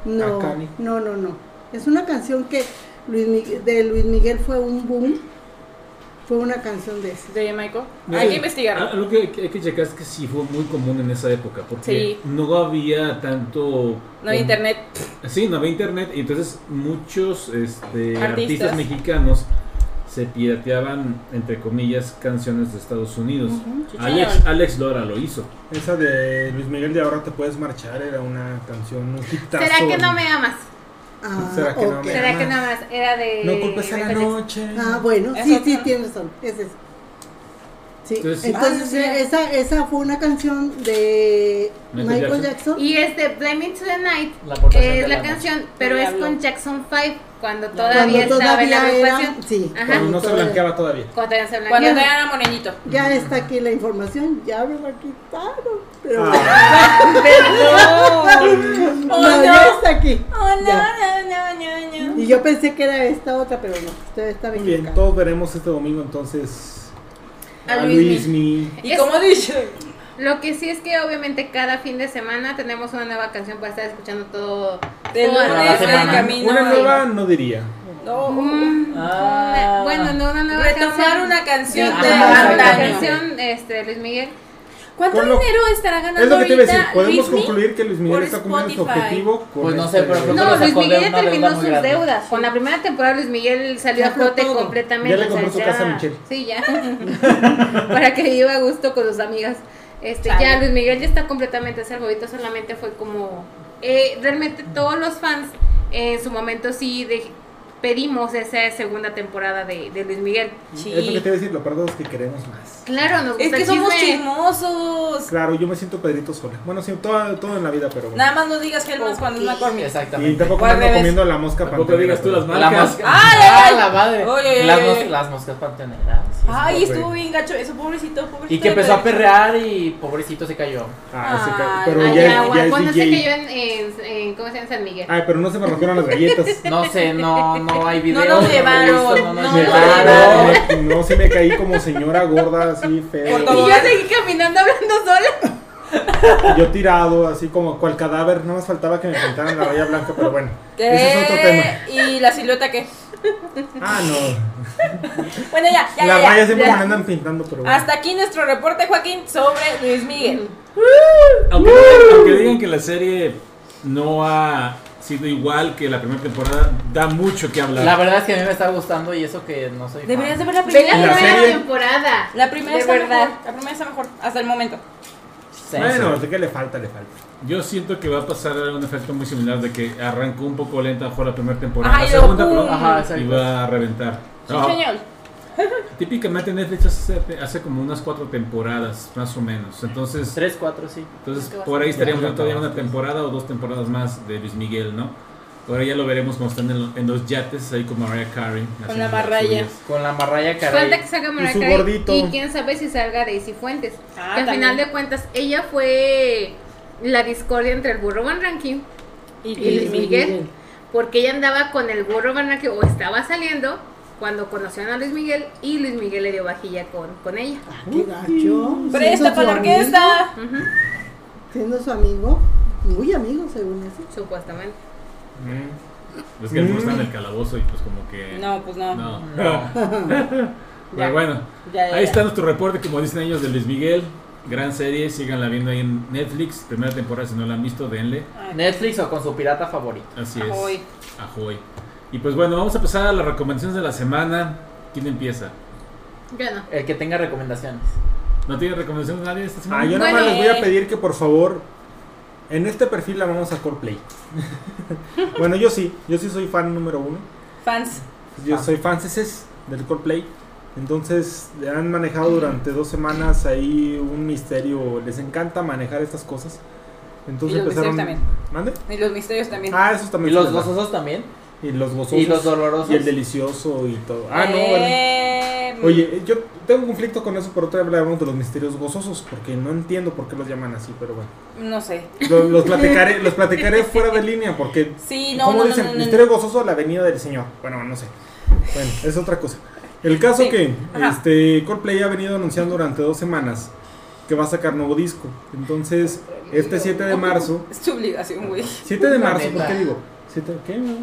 B: No,
D: Ah, caray.
B: no, no, no. Es una canción que Luis Miguel, de Luis Miguel fue un boom. Fue una canción de esa.
E: De Michael.
A: Mira, ah,
E: Hay que investigarlo.
A: Algo que que hay que checar es que sí fue muy común en esa época, porque
E: Sí.
A: no había tanto...
E: No hay
A: con-
E: internet.
A: Sí, no había internet y entonces muchos este,
E: Artistas.
A: artistas. mexicanos se pirateaban, entre comillas, canciones de Estados Unidos. Alex, Alex Lora lo hizo.
D: Esa de Luis Miguel de ahora te puedes marchar era una canción, un hitazo.
C: ¿Será que no me amas?
B: Ah,
D: ¿Será que no
B: ok.
D: me-
C: ¿Será que nada más era de.
D: No culpes a la
C: Michael Jackson?
D: noche.
B: Ah, bueno,
C: Es
B: sí,
C: otra.
B: sí, tienes razón. Ese es. Sí.
A: Entonces,
B: Entonces,
A: sí.
C: Ah, sí.
B: esa, esa fue una canción de
A: Michael
B: Michael,
A: Jackson.
B: Jackson.
C: Y es de Blame to the Night.
G: La aportación
C: Es
G: de
C: la
G: la
C: canción, pero es
E: Diablo.
C: con Jackson 5, cuando
B: cuando
C: todavía estaba en la
B: todavía era.
C: agrupación.
B: Sí.
C: Ajá.
D: Cuando no se
B: todavía-
D: blanqueaba todavía.
C: Cuando todavía se
E: Cuando
C: blanqueaba.
E: era morenito.
B: Ya está aquí la información, ya me la quitaron. Pero
D: Ah,
E: Perdón.
B: no,
E: Oh,
B: ya
E: no.
B: está aquí.
E: Oh, no,
B: Ya.
E: no, no, no, no.
B: Y yo pensé que era esta otra, pero no, usted estaba
D: muy bien,
B: equivocada.
D: todos veremos este domingo entonces
C: A
D: a
C: Luismi.
D: Luismi.
E: ¿Y como dice?
C: Lo que sí es que obviamente cada fin de semana tenemos una nueva canción para estar escuchando todo.
E: De
C: toda la
E: lunes
C: semana.
E: al camino.
D: Una
E: y-
D: nueva no diría.
E: No.
C: Mm,
G: Ah.
C: una- bueno, no una nueva
E: Retomar
C: canción.
E: una canción
G: Sí,
E: de
G: retomar
C: una
G: una
E: antaño.
C: canción este, de Luis Miguel.
E: ¿Cuánto
D: Con lo-
E: dinero estará ganando
D: Es lo que te iba a decir.
E: ahorita
D: Podemos
E: Luismi?
D: concluir que Luis Miguel
E: por
D: está cumpliendo su
E: Spotify.
D: objetivo. con este
G: Pues no sé, pero creo que
C: No,
G: nos
C: Luis
G: sacó de
C: Miguel ya
G: una
C: terminó
G: deuda muy
C: sus
G: grande.
C: deudas. Con la primera temporada Luis Miguel salió a
B: Ya fue
C: flote
B: todo.
C: completamente.
D: Ya le compró
C: o sea,
D: su casa a Michelle.
C: Sí, ya. Para que viva a gusto con sus amigas. Este, ya
E: Chale.
C: Luis Miguel ya está completamente salvo. Ahorita solamente fue como... eh, realmente todos los fans eh, en su momento sí de- pedimos esa segunda temporada de, de Luis Miguel.
E: Sí.
D: Es lo que te iba a decir, lo perdón es que queremos más.
C: Claro, nos gusta
E: Es que
C: el
E: somos
C: chisme.
E: chismosos.
D: Claro, yo me siento Pedrito sola. Bueno, sí, todo, todo en la vida, pero bueno.
E: Nada más no digas Helmas cuando es McCormick.
D: Y
G: Exactamente.
D: tampoco
E: O
D: me
E: al
D: ando
E: revés.
D: comiendo la mosca
A: Tampoco
D: pantera,
A: digas tú
D: pero-
A: las
G: La
A: marcas.
G: mosca.
E: ¡Ay, ay,
G: Ah, la madre.
E: Oye, oye,
G: las,
E: oye.
G: mos- las moscas pantaneras. sí.
E: Ay,
D: pobre.
E: estuvo bien gacho. Eso, pobrecito, pobrecito.
G: Y que empezó a
E: Pedrito.
G: perrear y pobrecito se cayó.
D: Ah, sí,
E: Ay,
D: claro, pero
C: Ay,
D: ya,
C: ya,
D: es- ya es
C: cuando
D: DJ.
C: se cayó en, en- en- ¿Cómo se llama? En San Miguel.
D: Ay, pero no se me rompieron las galletas.
G: No sé, no, no hay
E: No
G: videos.
E: nos
G: he
E: llevaron,
G: visto, no nos
E: no
D: Me
E: nos
G: llevaron.
D: caí, no, no, sí me caí como señora gorda, así feo.
E: Por
C: Y
E: todo.
C: yo seguí caminando hablando sola.
D: Y Yo tirado, así como cual cadáver. No más faltaba que me pintaran la raya blanca, pero bueno.
E: ¿Qué?
D: Ese es otro tema.
E: Y la silueta que.
D: Ah, no.
E: Bueno, ya, ya,
D: Las
E: ya, ya,
D: rayas siempre
E: ya.
D: me la andan pintando, pero bueno.
E: Hasta aquí nuestro reporte, Joaquín, sobre Luis Miguel.
A: Aunque, aunque digan que la serie no ha sido igual que la primera temporada, da mucho que hablar.
G: La verdad es que a mí me está gustando y eso que no soy. fan.
E: Deberías de ver la
C: Ve la
E: primera.
D: la
C: primera
D: serie-
C: temporada.
E: La primera
C: de
E: está
C: verdad.
E: mejor. La primera está mejor, hasta el momento.
G: Sí,
D: Bueno,
G: sí.
D: de que le falta, le falta.
A: Yo siento que va a pasar un efecto muy similar de que arrancó un poco lenta mejor la primera temporada,
E: Ajá,
A: la
E: y luego,
A: segunda
E: ¡pum!
A: perdón,
G: Ajá, exacto.
A: y va a reventar.
E: Sí,
A: Ah,
E: señor.
A: típicamente Netflix hace, hace como unas cuatro temporadas, más o menos. Entonces,
G: Tres, cuatro, sí.
A: Entonces, por ahí estaríamos viendo todavía una temporada o dos temporadas más de Luis Miguel, ¿no? Ahora ya lo veremos como están en, lo- en los yates, ahí con Mariah Carey. haciendo
E: la
A: las
E: marraya.
A: suyas.
G: Con la marraya
C: Falta que
G: caray.
C: salga
D: Y su
C: Mariah Carey,
D: gordito.
C: y quién sabe si salga Daisy Fuentes.
E: Ah,
C: que al
E: también.
C: final de cuentas ella fue la discordia entre el burro Van Ranking
E: Y
C: y Luis Miguel, porque ella andaba con el burro Van Ranking o estaba saliendo cuando conocieron a Luis Miguel y Luis Miguel le dio vajilla con, con ella.
B: Ah, qué gacho.
E: Presta para
B: Siendo su
E: la orquesta.
C: Ujú,
B: Siendo su amigo, muy amigo según eso.
C: Supuestamente.
A: Ves que el
D: Mm.
A: burro está en el calabozo y pues como que...
E: No, pues no.
A: No.
G: No.
A: Pero bueno,
E: Ya, ya,
A: ahí
E: ya.
A: está nuestro reporte, como dicen ellos, de Luis Miguel. Gran serie, síganla viendo ahí en Netflix. Primera temporada, si no la han visto, denle.
G: Netflix o con su pirata favorito.
A: Así es.
E: Ahoy.
A: Ahoy. Y pues bueno, vamos a pasar a las recomendaciones de la semana. ¿Quién empieza?
C: Yo no.
G: El que tenga recomendaciones.
A: ¿No tiene recomendaciones nadie esta semana?
D: Ah, yo
C: Bueno,
D: nomás les voy a
E: eh.
D: pedir que por favor, en este perfil la vamos a Coldplay. bueno, yo sí, yo sí soy fan número uno.
E: Fans.
D: Yo
G: Fan.
D: soy fan ceses del Coldplay. Entonces han manejado durante dos semanas ahí un misterio. Les encanta manejar estas cosas. Entonces
E: Y los
D: empezaron.
E: misterios
D: ¿Mande?
E: Y los misterios también.
D: Ah, esos
G: Y
D: también.
G: los
D: son de-
G: dos osos también.
D: Y los gozosos.
G: Y los dolorosos.
D: y el delicioso y todo. Ah, no, bueno.
E: Eh,
D: Oye, yo tengo un conflicto con eso, pero otra vez hablaremos de los misterios gozosos, porque no entiendo por qué los llaman así, pero bueno.
E: No sé.
D: Lo- Los, platicaré, los platicaré fuera de línea, porque
E: Sí, no,
D: ¿Cómo
E: no, no,
D: dicen?
E: no, no,
D: Misterio gozoso la avenida del señor. Bueno, no sé. Bueno, es otra cosa. El caso
E: Sí.
D: que
E: Ajá.
D: este Coldplay ha venido anunciando durante dos semanas que va a sacar nuevo disco. Entonces, este 7 de marzo.
E: Es tu obligación, güey.
D: 7 de marzo, ¿por qué
G: Neta.
D: digo? 7, ¿qué? No,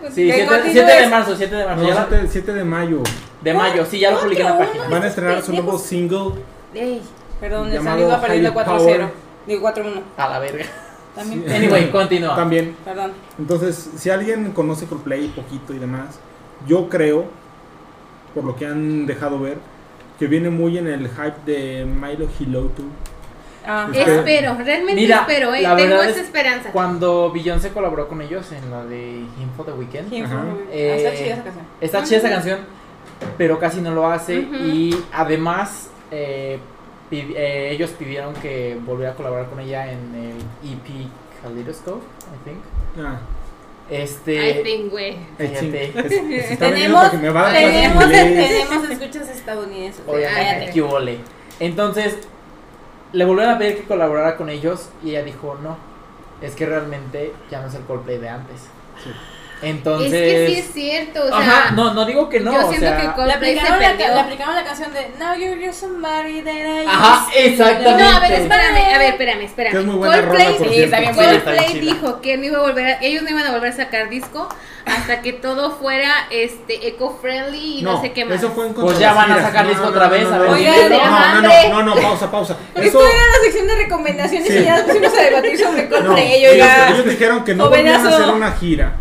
E: pues,
G: Sí, 7, de marzo, 7 de marzo. ya la-
D: 7, 7 de mayo.
G: de mayo, sí, ya lo publiqué en la página.
D: Van a estrenar su nuevo single.
C: Ey,
E: Perdón, el
D: Llamado
E: sonido va perdiendo
D: High
E: 4-0.
D: Power.
E: Digo 4-1.
G: A la verga.
E: También.
D: Sí.
G: Anyway, continúa.
D: También.
E: Perdón.
D: Entonces, si alguien conoce Coldplay poquito y demás, yo creo, por lo que han dejado ver, que viene muy en el hype de Milo Hiloto.
E: Ah,
D: Pues
E: es-
C: Espero, realmente
G: Mira,
C: espero, eh,
G: la
C: tengo
G: verdad
C: esa
G: es-
C: esperanza.
G: Cuando Beyoncé colaboró con ellos en la de Info the Weekend,
E: sí,
D: Ajá.
E: fue- ah, está chida esa canción.
G: está chida esa canción, pero casi no lo hace.
C: Ah, Ujú.
G: Y además, eh, pi- eh, ellos pidieron que volviera a colaborar con ella en el EP Kaleidoscope, I think.
D: Ah,
C: I
G: Este.
C: think, güey.
G: Cállate.
D: es- se está vendiendo
E: Tenemos,
D: para que me va a dar
E: tenemos,
D: inglés.
E: tenemos escuchas estadounidenses.
G: Obviamente,
C: Cállate.
G: que hubo le. Entonces, le volvieron a pedir que colaborara con ellos y ella dijo, no, es que realmente ya no es el Coldplay de antes. Entonces...
C: es que sí es cierto, o sea,
G: Ajá, no, no digo que no,
C: yo
G: o
C: siento
G: sea...
C: que
E: Le
C: Coldplay se
E: aplicaron, la,
C: perdió.
E: le aplicaron la canción de Now You're, you're Somebody That I
G: Ajá,
E: used to
G: exactamente.
C: No,
E: know".
C: a ver, espérame, a ver, espérame, espérame.
D: Que es muy buena rola, por
C: sí,
D: cierto.
E: está bien
G: buena, está bien
C: Coldplay
G: chida.
C: dijo que no iba a volver a- ellos no iban a volver a sacar disco hasta que todo fuera este eco-friendly y no, sé qué más.
D: Eso fue en
G: Pues ya van a
D: Contramentiras.
G: sacar
D: No,
G: disco
D: no,
G: otra
D: no,
G: vez,
D: no,
G: a
D: no,
G: ver,
D: no,
E: Oigan,
D: no,
E: de
D: no,
C: hambre.
D: no, no, no, pausa, pausa. Eso,
E: Esto era la sección de recomendaciones
D: Sí.
E: y ya nos pusimos a debatir sobre
D: no,
E: Coldplay.
D: ellos,
E: Yo ya-
D: ellos dijeron que no volvían a
E: jovenazo.
D: hacer una gira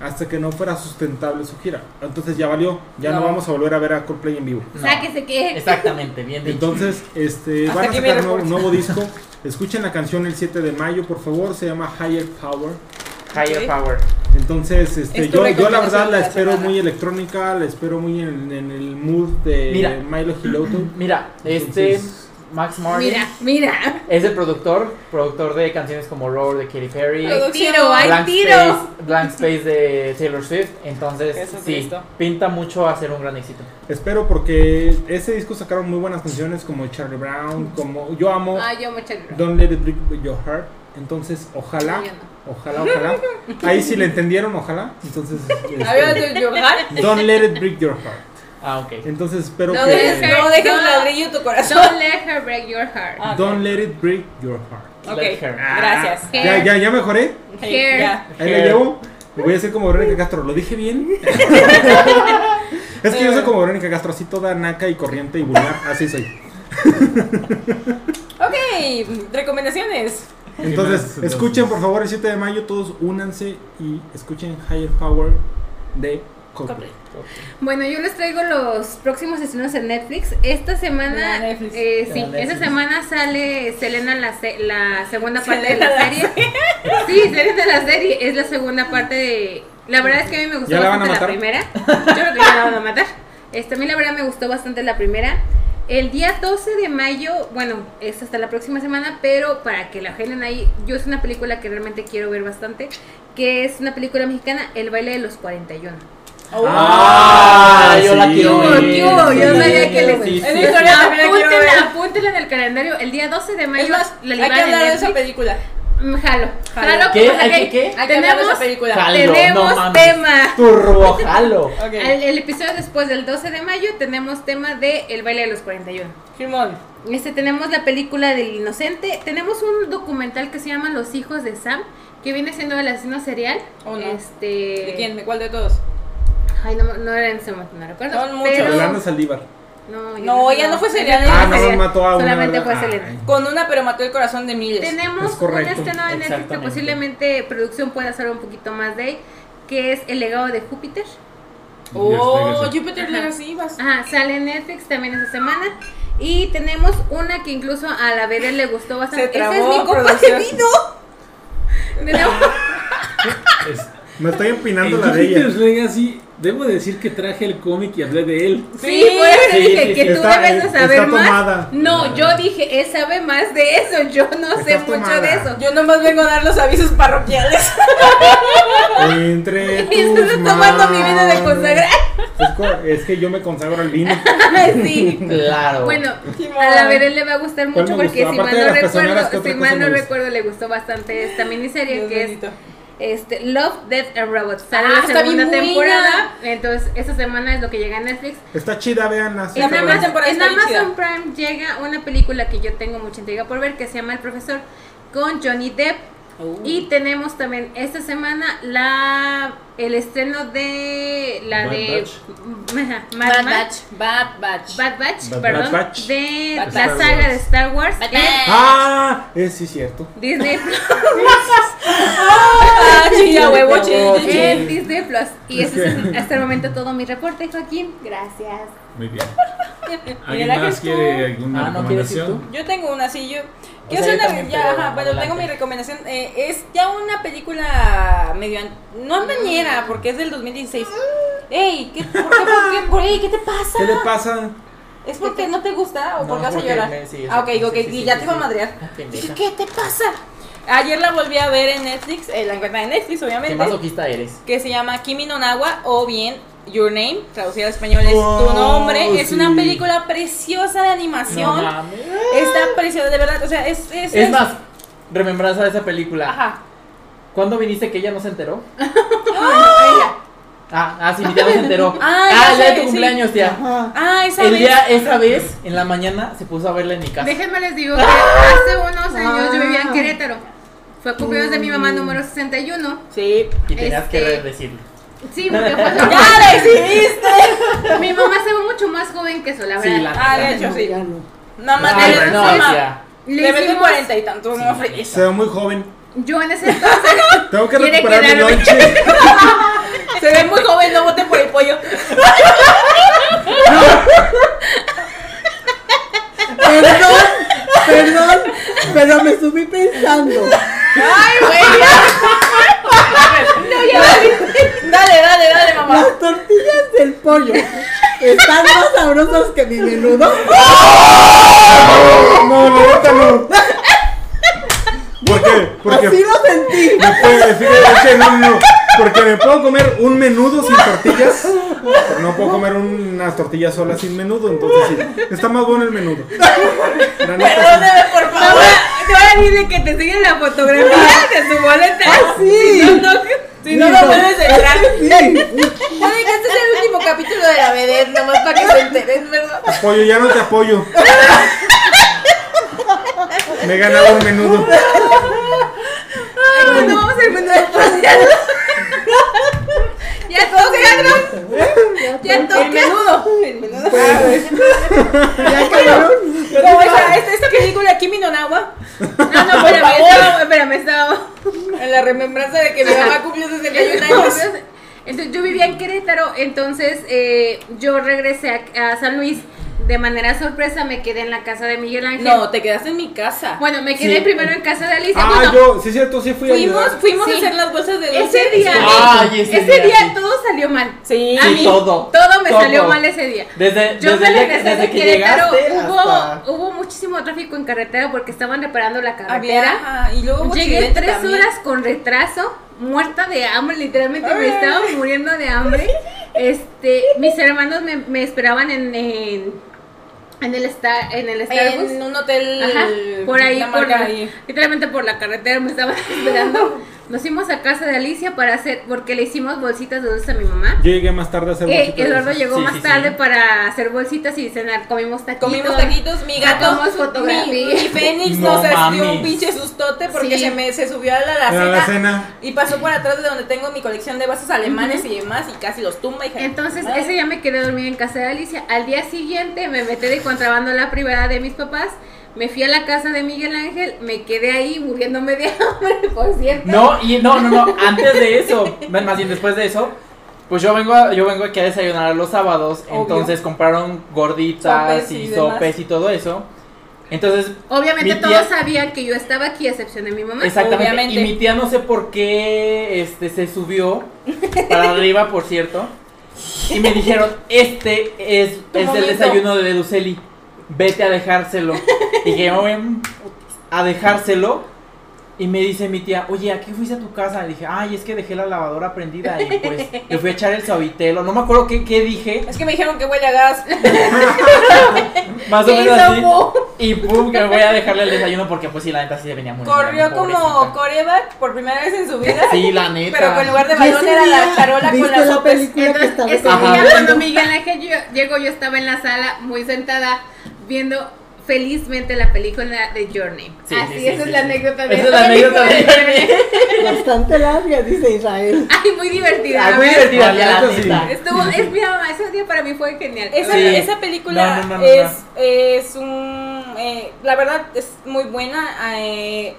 D: hasta que no fuera sustentable su gira. Entonces ya valió, ya no,
G: No.
D: vamos a volver a ver a Coldplay en vivo.
C: o
G: No,
C: sea, que se quede.
G: Exactamente, bien dicho.
D: Entonces, este,
E: Hasta
D: van a
E: aquí mi
D: sacar un
E: reporte.
D: nuevo disco. Escuchen la canción el 7 de mayo, por favor, se llama Higher Power.
G: Higher
E: Ok.
G: Power.
D: Entonces, este,
E: Es tu
D: yo, yo la
E: recomendación
D: verdad
E: de
D: la
E: la
D: espero
E: semana.
D: muy electrónica, la espero muy en, en el mood de
G: Mira.
D: Milo Hiloto.
G: Mira, este...
D: Entonces,
G: Max Martin
C: Mira, mira.
G: es el productor, productor de canciones como Roar de Katy Perry,
E: Ay,
C: Hay tiro, hay
G: Blank
C: tiro.
G: Space, Blank Space de Taylor Swift. Entonces,
E: Eso
G: sí,
E: Cristo.
G: pinta mucho a ser un gran éxito.
D: Espero porque ese disco sacaron muy buenas canciones como Charlie Brown, como yo amo
C: Ay, yo me echaría.
D: Don't Let It Break Your Heart. Entonces, ojalá,
C: Yo
D: ojalá, ojalá. Ahí sí le entendieron, ojalá. Entonces, este,
E: A ver, de llorar.
D: Don't Let It Break Your Heart.
G: Ah, ok.
D: Entonces, espero
E: No
D: que
E: dejes, no
C: No.
E: dejes ladrillo tu corazón.
C: Don't let her break your heart.
E: Ah, ok.
D: Don't Let It Break Your Heart. Ah,
E: Ok,
G: Let her.
E: gracias.
D: Ya, ya, ya mejoré.
C: Hair.
E: Ya.
D: Ahí la
G: Hair.
D: llevo. Voy a ser como Verónica Castro. ¿Lo dije bien? es que yo
E: Eh.
D: soy como Verónica Castro, así toda naca y corriente y vulgar. Así soy.
E: Ok, recomendaciones.
D: Entonces, escuchen por favor el 7 de mayo. Todos únanse y escuchen Higher Power de Coldplay.
C: Bueno, yo les traigo los próximos estrenos en Netflix. Esta semana,
E: La Netflix.
C: eh, sí,
G: La Netflix.
C: esta semana sale Selena la, se- la segunda parte
E: Selena
C: de la
E: la
C: serie. sí, Selena la serie es la segunda parte de. La verdad es que a mí me gustó
D: ¿Ya la van a
C: bastante la
D: matar?
C: primera. Yo creo que ya la van a matar. Este, a mí la verdad me gustó bastante la primera. El día 12 de mayo, bueno, es hasta la próxima semana, pero para que la agenden ahí, yo es una película que realmente quiero ver bastante, que es una película mexicana, El baile de los 41.
E: Oh.
G: Ah, yo la
D: sí.
G: quiero
C: Yo,
G: ver.
C: yo, yo
G: Sí,
C: sabía que
G: sí,
C: le
G: sí.
E: Es mi historia, también la quiero
C: Apúntenla,
E: ver.
C: apúntenla en el calendario. El día 12 de mayo
E: Es más,
C: la
E: hay
C: libran
E: que
C: en
E: hablar de esa
C: Netflix.
E: película.
C: Mm, Jalo.
E: Jalo.
C: Jalo.
G: ¿Qué?
C: como
G: ¿Hay que
C: saque-
G: qué?
E: Hay que hablar de
C: Tenemos,
E: esa película.
G: Jalo,
C: tenemos
G: no mames.
C: tema.
G: Turbo, jalo.
E: Ok,
C: El, el episodio después del 12 de mayo tenemos tema de El baile de los 41.
E: Firmón.
C: Este, tenemos la película del inocente. Tenemos un documental que se llama Los hijos de Sam, que viene siendo el asesino serial.
E: Oh, no.
C: Este.
E: ¿De quién? ¿De cuál de todos?
C: Ay, no, no era en ese momento, no recuerdo.
E: Son muchos.
C: pero-
D: Yolanda Saldívar.
C: No,
E: No, ella no fue serial,
C: Ella
D: Ah,
C: fue
D: no,
C: serial.
D: mató a una.
C: Solamente fue
G: Ah,
D: Ay.
C: Selena.
E: Con una, pero mató el corazón de miles.
C: Tenemos
D: Es correcto,
C: un estreno de Netflix que
G: exactamente.
C: posiblemente producción pueda hacer un poquito más de él, que es El legado de Júpiter.
E: Oh, Jupiter
C: Ajá.
E: Legacy. vas-
C: Ajá, sale en Netflix también esta semana. Y tenemos una que incluso a la Bere le gustó bastante.
E: Se trabó,
C: Esa es mi copa de
E: producción.
C: vino. Tenemos-
H: Es-
D: Me estoy empinando
H: En
D: la de
H: Jupiter's
D: ella.
H: Legacy, debo decir que traje el cómic y hablé de él.
C: Sí, por eso
G: sí,
C: dije
G: sí,
C: que
G: sí.
C: tú
D: Está-
C: debes de
D: está
C: saber más.
D: tomada.
C: No, yo dije, él sabe más de eso. Yo no sé
D: Está
C: mucho
D: tomada.
C: de eso.
E: Yo nomás vengo a dar los avisos parroquiales.
D: Entre
C: Y
D: tus
C: estás tomando mi vino de
D: manos.
C: consagrar.
D: Es, cor- es que yo me consagro al vino.
C: sí.
G: Claro.
C: Bueno,
E: Simón.
C: a la Verel le va a gustar
D: ¿Cuál
C: mucho
D: me
C: porque
D: gustó?
C: si mal
D: Aparte de
C: no
D: las personeras,
C: recuerdo,
D: ¿qué otra
C: si mal
D: cosa
C: no
D: me gustó?
C: recuerdo le gustó bastante esta miniserie
E: Dios
C: que es
E: bendito.
C: este Love, Death and Robots. Sale
E: Ah,
C: la
E: está
C: segunda
E: bien
C: temporada, entonces esta semana es lo que llega a Netflix.
D: Está chida, vean
C: En
E: primera
C: Amazon,
E: temporada
C: en
E: está bien
C: Amazon Prime llega una película que yo tengo mucha intriga por ver que se llama El Profesor con Johnny Depp y tenemos también esta semana la el estreno de la
A: Bad
C: de Ajá, Mad
E: Bad
C: Max.
E: Batch. Bad Batch.
C: Bad Batch,
A: Bad
C: perdón,
A: Batch.
C: de
E: Bad
C: la
E: Batch.
C: saga de Star Wars
E: Bad
C: en
E: Batch.
D: Ah, es sí cierto.
C: Disney Plus.
E: Ah, chilla, huevo, chilla,
D: Sí.
E: chilla.
C: en Disney Plus. Y ese es hasta el momento todo mi reporte, Joaquín. Gracias.
A: Muy bien. ¿Alguien
E: Mira,
A: más
E: Jesús.
A: quiere alguna
G: Ah, ¿no quieres ir
A: recomendación?
E: Yo tengo una, sí, yo.
G: O
E: Quiero
G: sea,
E: hacer
G: yo
E: una-
G: también,
E: ya,
G: pero
E: ajá, bueno,
G: adelante.
E: tengo mi recomendación. eh, es ya una película medio. an- No andañera, porque es del 2016. ¡Ey! ¿qué, ¿Por qué? ¿Por qué? ¿Por ey, ¿Qué te pasa?
D: ¿Qué le pasa?
E: ¿Es porque no te gusta o
G: No,
E: porque vas a
G: porque
E: llorar?
G: me- sí,
E: ah, ok,
G: exacto,
E: ok,
G: sí, sí,
E: y
G: sí,
E: ya
G: sí,
E: te iba a
G: sí.
E: madrear.
G: Ah,
E: Dije,
G: pendeja.
E: ¿qué te pasa? Ayer la volví a ver en Netflix, eh, la encuentran en Netflix,
G: ¿Qué
E: obviamente.
G: masoquista eres?
E: que se llama Kimi no Nawa o bien Your Name, traducida al español es
D: Oh,
E: Tu Nombre. Es
D: sí.
E: una película preciosa de
G: No
E: animación.
G: mames.
E: Está preciosa, de verdad. O sea, es. Es,
G: Es más, remembranza de esa película.
E: Ajá.
G: ¿Cuándo viniste que ella no se enteró? Ah, ah, sí, mi tía no se enteró.
E: Ah,
G: ah,
E: ya
G: el día de
E: sé,
G: tu
E: sí.
G: cumpleaños, tía.
B: Ajá.
E: Ah, esa
G: El
E: vez.
G: día, esa vez, en la mañana, se puso a verla en mi casa.
C: Déjenme les digo que hace unos años yo vivía en
B: Ah.
C: Querétaro. Fue cumpleaños de mi mamá número 61.
E: Sí.
G: Y tenías
C: Este-
G: que decirlo.
C: Sí, porque fue su-
E: ¡Ya decidiste!
C: Mi mamá se ve mucho más joven que eso, la
G: Sí,
C: verdad.
G: la
E: Ah, de hecho,
B: No,
E: sí.
B: ya no.
C: Ah,
E: Mamá,
G: Ay,
E: te ves
G: no,
E: mamá.
G: tía.
E: Te
C: Le
E: ves de
C: hicimos-
E: cuarenta y tantos, no fregues.
D: Se ve muy joven.
C: Yo en ese entonces.
D: Tengo que
C: Quiere
D: recuperar mi
C: quedarme.
D: lonche.
E: Se ve muy joven, no voten por el pollo.
B: Perdón, perdón, pero me subí pensando.
E: Dale, dale, dale, mamá.
B: Las tortillas del pollo están más sabrosas que mi menudo.
D: No, la neta no. ¿Por qué? Porque
B: Así lo sentí.
D: me puede decir es que no, no. Porque me puedo comer un menudo sin tortillas. Pero no puedo comer unas tortillas solas sin menudo. Entonces sí. Está más bueno el menudo. La neta,
E: Perdóneme, por favor.
C: Te voy a decirle que te siguen la fotografía de su boleta.
B: Sí.
E: Si no, no vuelves a entrar.
B: Sí.
E: Puede que este sea el último capítulo de la vedette, nomás para que se enteren, ¿verdad?
D: sí. Apoyo, ya no te apoyo. Me he ganado un menudo.
C: Ay, cuando vamos al mundo espacial. ya toca, Ya
E: El
C: toca.
E: menudo. El menudo.
B: Ya acabaron.
E: Como esa, esta, esta película Kimi no Nawa,
C: No, no, espérame, estaba- espérame, estaba.
E: en la remembranza de que mi mamá cumplió 61 años.
C: Entonces, entonces, yo vivía en Querétaro, entonces eh, yo regresé a, a San Luis de manera sorpresa, me quedé en la casa de Miguel Ángel.
E: No, te quedaste en mi casa.
C: Bueno, me quedé
D: Sí.
C: primero en casa de Alicia.
D: Ah,
C: bueno,
D: yo, sí es cierto, sí fui a
E: Fuimos,
D: ayudar.
E: fuimos a
C: Sí.
E: hacer las bolsas de dulce.
C: ese día,
G: Ay, ese
C: ese,
G: día,
C: día,
G: ah, sí.
C: todo salió mal.
E: Sí.
C: A
G: Sí,
C: mí,
G: todo,
C: Todo me
G: todo.
C: salió mal ese día.
G: Desde, desde,
C: Yo me
G: el día que-
C: regresé
G: desde
C: de
G: que
C: Querétaro.
G: llegaste hasta...
C: Hubo, hubo muchísimo tráfico en carretera porque estaban reparando la carretera.
E: Había, ajá, y luego hubo
C: Llegué
E: accidente
C: tres
E: también.
C: horas con retraso, muerta de hambre, literalmente me estaba muriendo de hambre. Este, mis hermanos me, me esperaban en, en, en el sta- en el Starbucks.
E: En un hotel.
C: Ajá, por ahí,
E: la
C: por
E: marca
C: la-
E: ahí.
C: literalmente por la carretera me estaban esperando. Nos fuimos a casa de Alicia para hacer, porque le hicimos bolsitas de dulce a mi mamá.
D: Yo llegué más tarde a hacer
C: Eh,
D: bolsita de
C: Eduardo
D: dulce.
C: llegó
G: Sí,
C: más
G: sí, sí.
C: tarde para hacer bolsitas y cenar. Comimos taquitos.
E: Comimos taquitos, mi gato.
C: Sacamos fotografía.
E: Mi, mi Fénix
G: No
E: nos dio
G: mames.
E: un pinche sustote porque
C: Sí.
E: se, me, se subió a la
D: Era
E: alacena.
D: Ah, la cena.
E: Y pasó por atrás de donde tengo mi colección de vasos alemanes y demás y casi los tumba. Hija.
C: Entonces, ese día me quedé dormida en casa de Alicia. Al día siguiente me metí de contrabando a la privada de mis papás. Me fui a la casa de Miguel Ángel, me quedé ahí muriéndome de hambre, por cierto.
G: No, y no, no, no, antes de eso, bueno, más bien después de eso, pues yo vengo, a- yo vengo aquí a desayunar los sábados,
E: Obvio.
G: entonces compraron gorditas
E: Sopes y
G: y
E: demás.
G: sopes y todo eso. Entonces,
C: Obviamente
G: Mi tía-
C: todos sabían que yo estaba aquí, a excepción de mi mamá.
G: exactamente,
E: Obviamente.
G: y mi tía no sé por qué este se subió para arriba, por cierto. Y me dijeron, "Este es,
E: Tu
G: es el
E: momento.
G: desayuno de Luceli. Vete a dejárselo." Y que yo me voy en putis a dejárselo. Y me dice mi tía, oye, ¿a qué fuiste a tu casa? Le dije, ay, es que dejé la lavadora prendida y pues le fui a echar el suavitelo. No me acuerdo qué, qué dije,
E: Es que me dijeron que huele a gas.
G: más o
E: ¿Qué
G: menos
E: hizo,
G: así.
E: Mo?
G: Y pum, que voy a dejarle el desayuno porque pues sí, la neta sí venía muy
E: Corrió
G: muy
E: como
G: pobrecita.
E: coreback por primera vez en su vida.
G: Sí, la neta.
E: Pero con lugar de
B: Yo
E: Este balón
B: ese
E: era la
B: día
E: charola con
B: viste
E: las
B: la
E: sopes.
B: película que
C: Entonces,
B: estaba
G: Ajá.
C: ese día
B: comiendo.
C: cuando Miguel Ángel yo- llegó, yo estaba en la sala muy sentada viendo felizmente la película de Journey.
G: Sí,
E: Así,
G: sí, sí,
E: esa
G: sí,
E: es la
G: sí.
E: anécdota de
G: Esa es la anécdota de
B: Bastante larga, dice Israel.
C: Ay, muy divertida.
G: Ah, muy
C: ¿verdad?
G: divertida,
F: Ah, la
G: la
F: neta,
G: neta.
C: Estuvo, es mi mamá, ese día para mí fue genial.
E: Esa,
C: O sea,
G: Sí.
E: esa película
G: No, no, no, no,
E: es, es un. eh, la verdad es muy buena. Eh,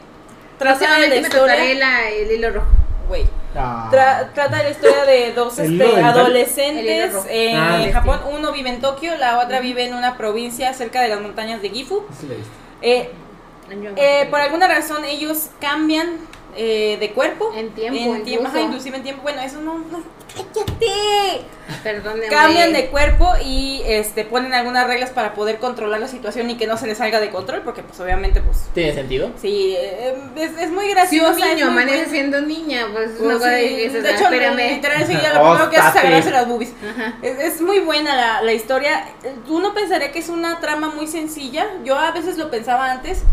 E: trata de la
C: Próximamente me
E: historia.
C: trataré la- el hilo rojo.
E: güey,
G: Ah.
E: tra- trata de la historia de dos
D: El
E: este,
D: hilo dental.
C: El hilo
E: adolescentes
C: rojo.
E: en
D: Ah.
E: Japón. Uno vive en Tokio, la otra vive en una provincia cerca de las montañas de Gifu.
G: Sí, la viste.
E: Eh,
C: Yo-
E: eh, por alguna razón ellos cambian eh, de cuerpo.
C: En tiempo,
E: En tiempo, ajá,
C: incluso.
E: inclusive en tiempo. Bueno, eso no. no, ¡Cállate!
C: Perdón, hombre.
E: cambian de cuerpo y este ponen algunas reglas para poder controlar la situación y que no se les salga de control porque pues obviamente pues
G: ¿Tiene sentido?
E: sí eh, es, es muy
C: Si
E: graciosa
C: un
E: es
C: niño
E: muy
C: amanece
E: buena.
C: siendo niña, pues
E: Pues,
C: no
E: sí,
C: puede que se
E: de hecho
C: espérame.
E: literal enseguida lo primero que hace es
G: Óstate.
E: agarrarse las boobies
C: Ajá.
E: es, es muy buena la, la historia uno pensaría que es una trama muy sencilla yo a veces lo pensaba antes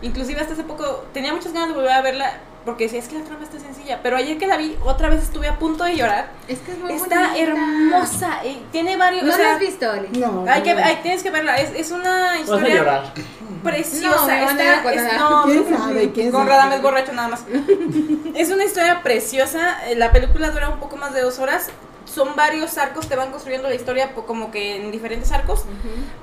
E: inclusive hasta hace poco tenía muchas ganas de volver a verla porque decía es que la trama está sencilla pero ayer que la vi otra vez estuve a punto de llorar
C: Es que es muy
E: está
C: bonita.
E: hermosa eh, tiene varios
C: ¿No
E: o
C: la
E: sea,
C: has visto, Oli?
B: No.
E: Hay que,
B: no.
E: hay- tienes que verla, es, es una
G: Vas a
E: historia
G: llorar.
E: preciosa.
C: No, me van a
E: está-
C: acordar.
E: es- no,
B: ¿Quién
E: pues,
B: sabe? ¿Quién
E: con
B: sabe?
E: Radamés borracho nada más. es una historia preciosa, eh, la película dura un poco más de dos horas. Son varios arcos, te van construyendo la historia po- como que en diferentes arcos.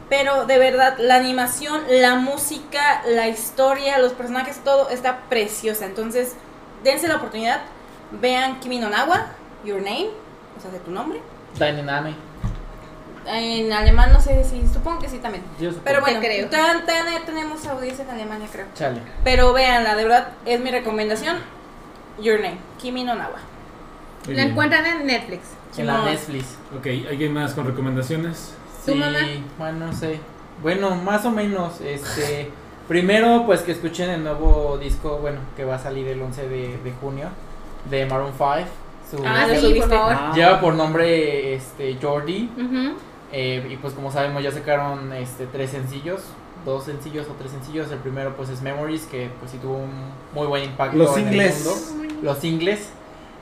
E: Pero de verdad, la animación, la música, la historia, los personajes, todo está preciosa. Entonces, dense la oportunidad, vean Kimi no Nawa, Your Name, o sea, de tu nombre.
G: Deine Name.
E: En alemán no sé si, supongo que sí también.
G: Yo supongo.
E: Pero
C: Te
E: bueno,
C: creo.
E: tan- tan- eh, tenemos audiencia en Alemania, creo.
G: Chale.
E: Pero véanla, de verdad, es mi recomendación. Your Name, Kimi no Nawa.
A: Muy
C: La
A: bien.
C: encuentran en Netflix.
G: En la
E: No.
G: Netflix.
A: Ok, ¿alguien más con recomendaciones?
C: ¿Tu mamá?
G: Bueno, no sé. Bueno, más o menos. Este. Primero, pues que escuchen el nuevo disco, bueno, que va a salir el 11 de, de junio, de Maroon 5. Su-
C: Ah,
E: ¿lo
C: sí, por
E: subiste?
C: favor.
G: Lleva por nombre este, Jordi.
C: Ujú.
G: eh, y pues como sabemos ya sacaron este, tres sencillos, dos sencillos o tres sencillos. El primero pues es Memories, que pues sí tuvo un muy buen impacto
D: Los
G: en
D: singles.
G: el mundo los singles.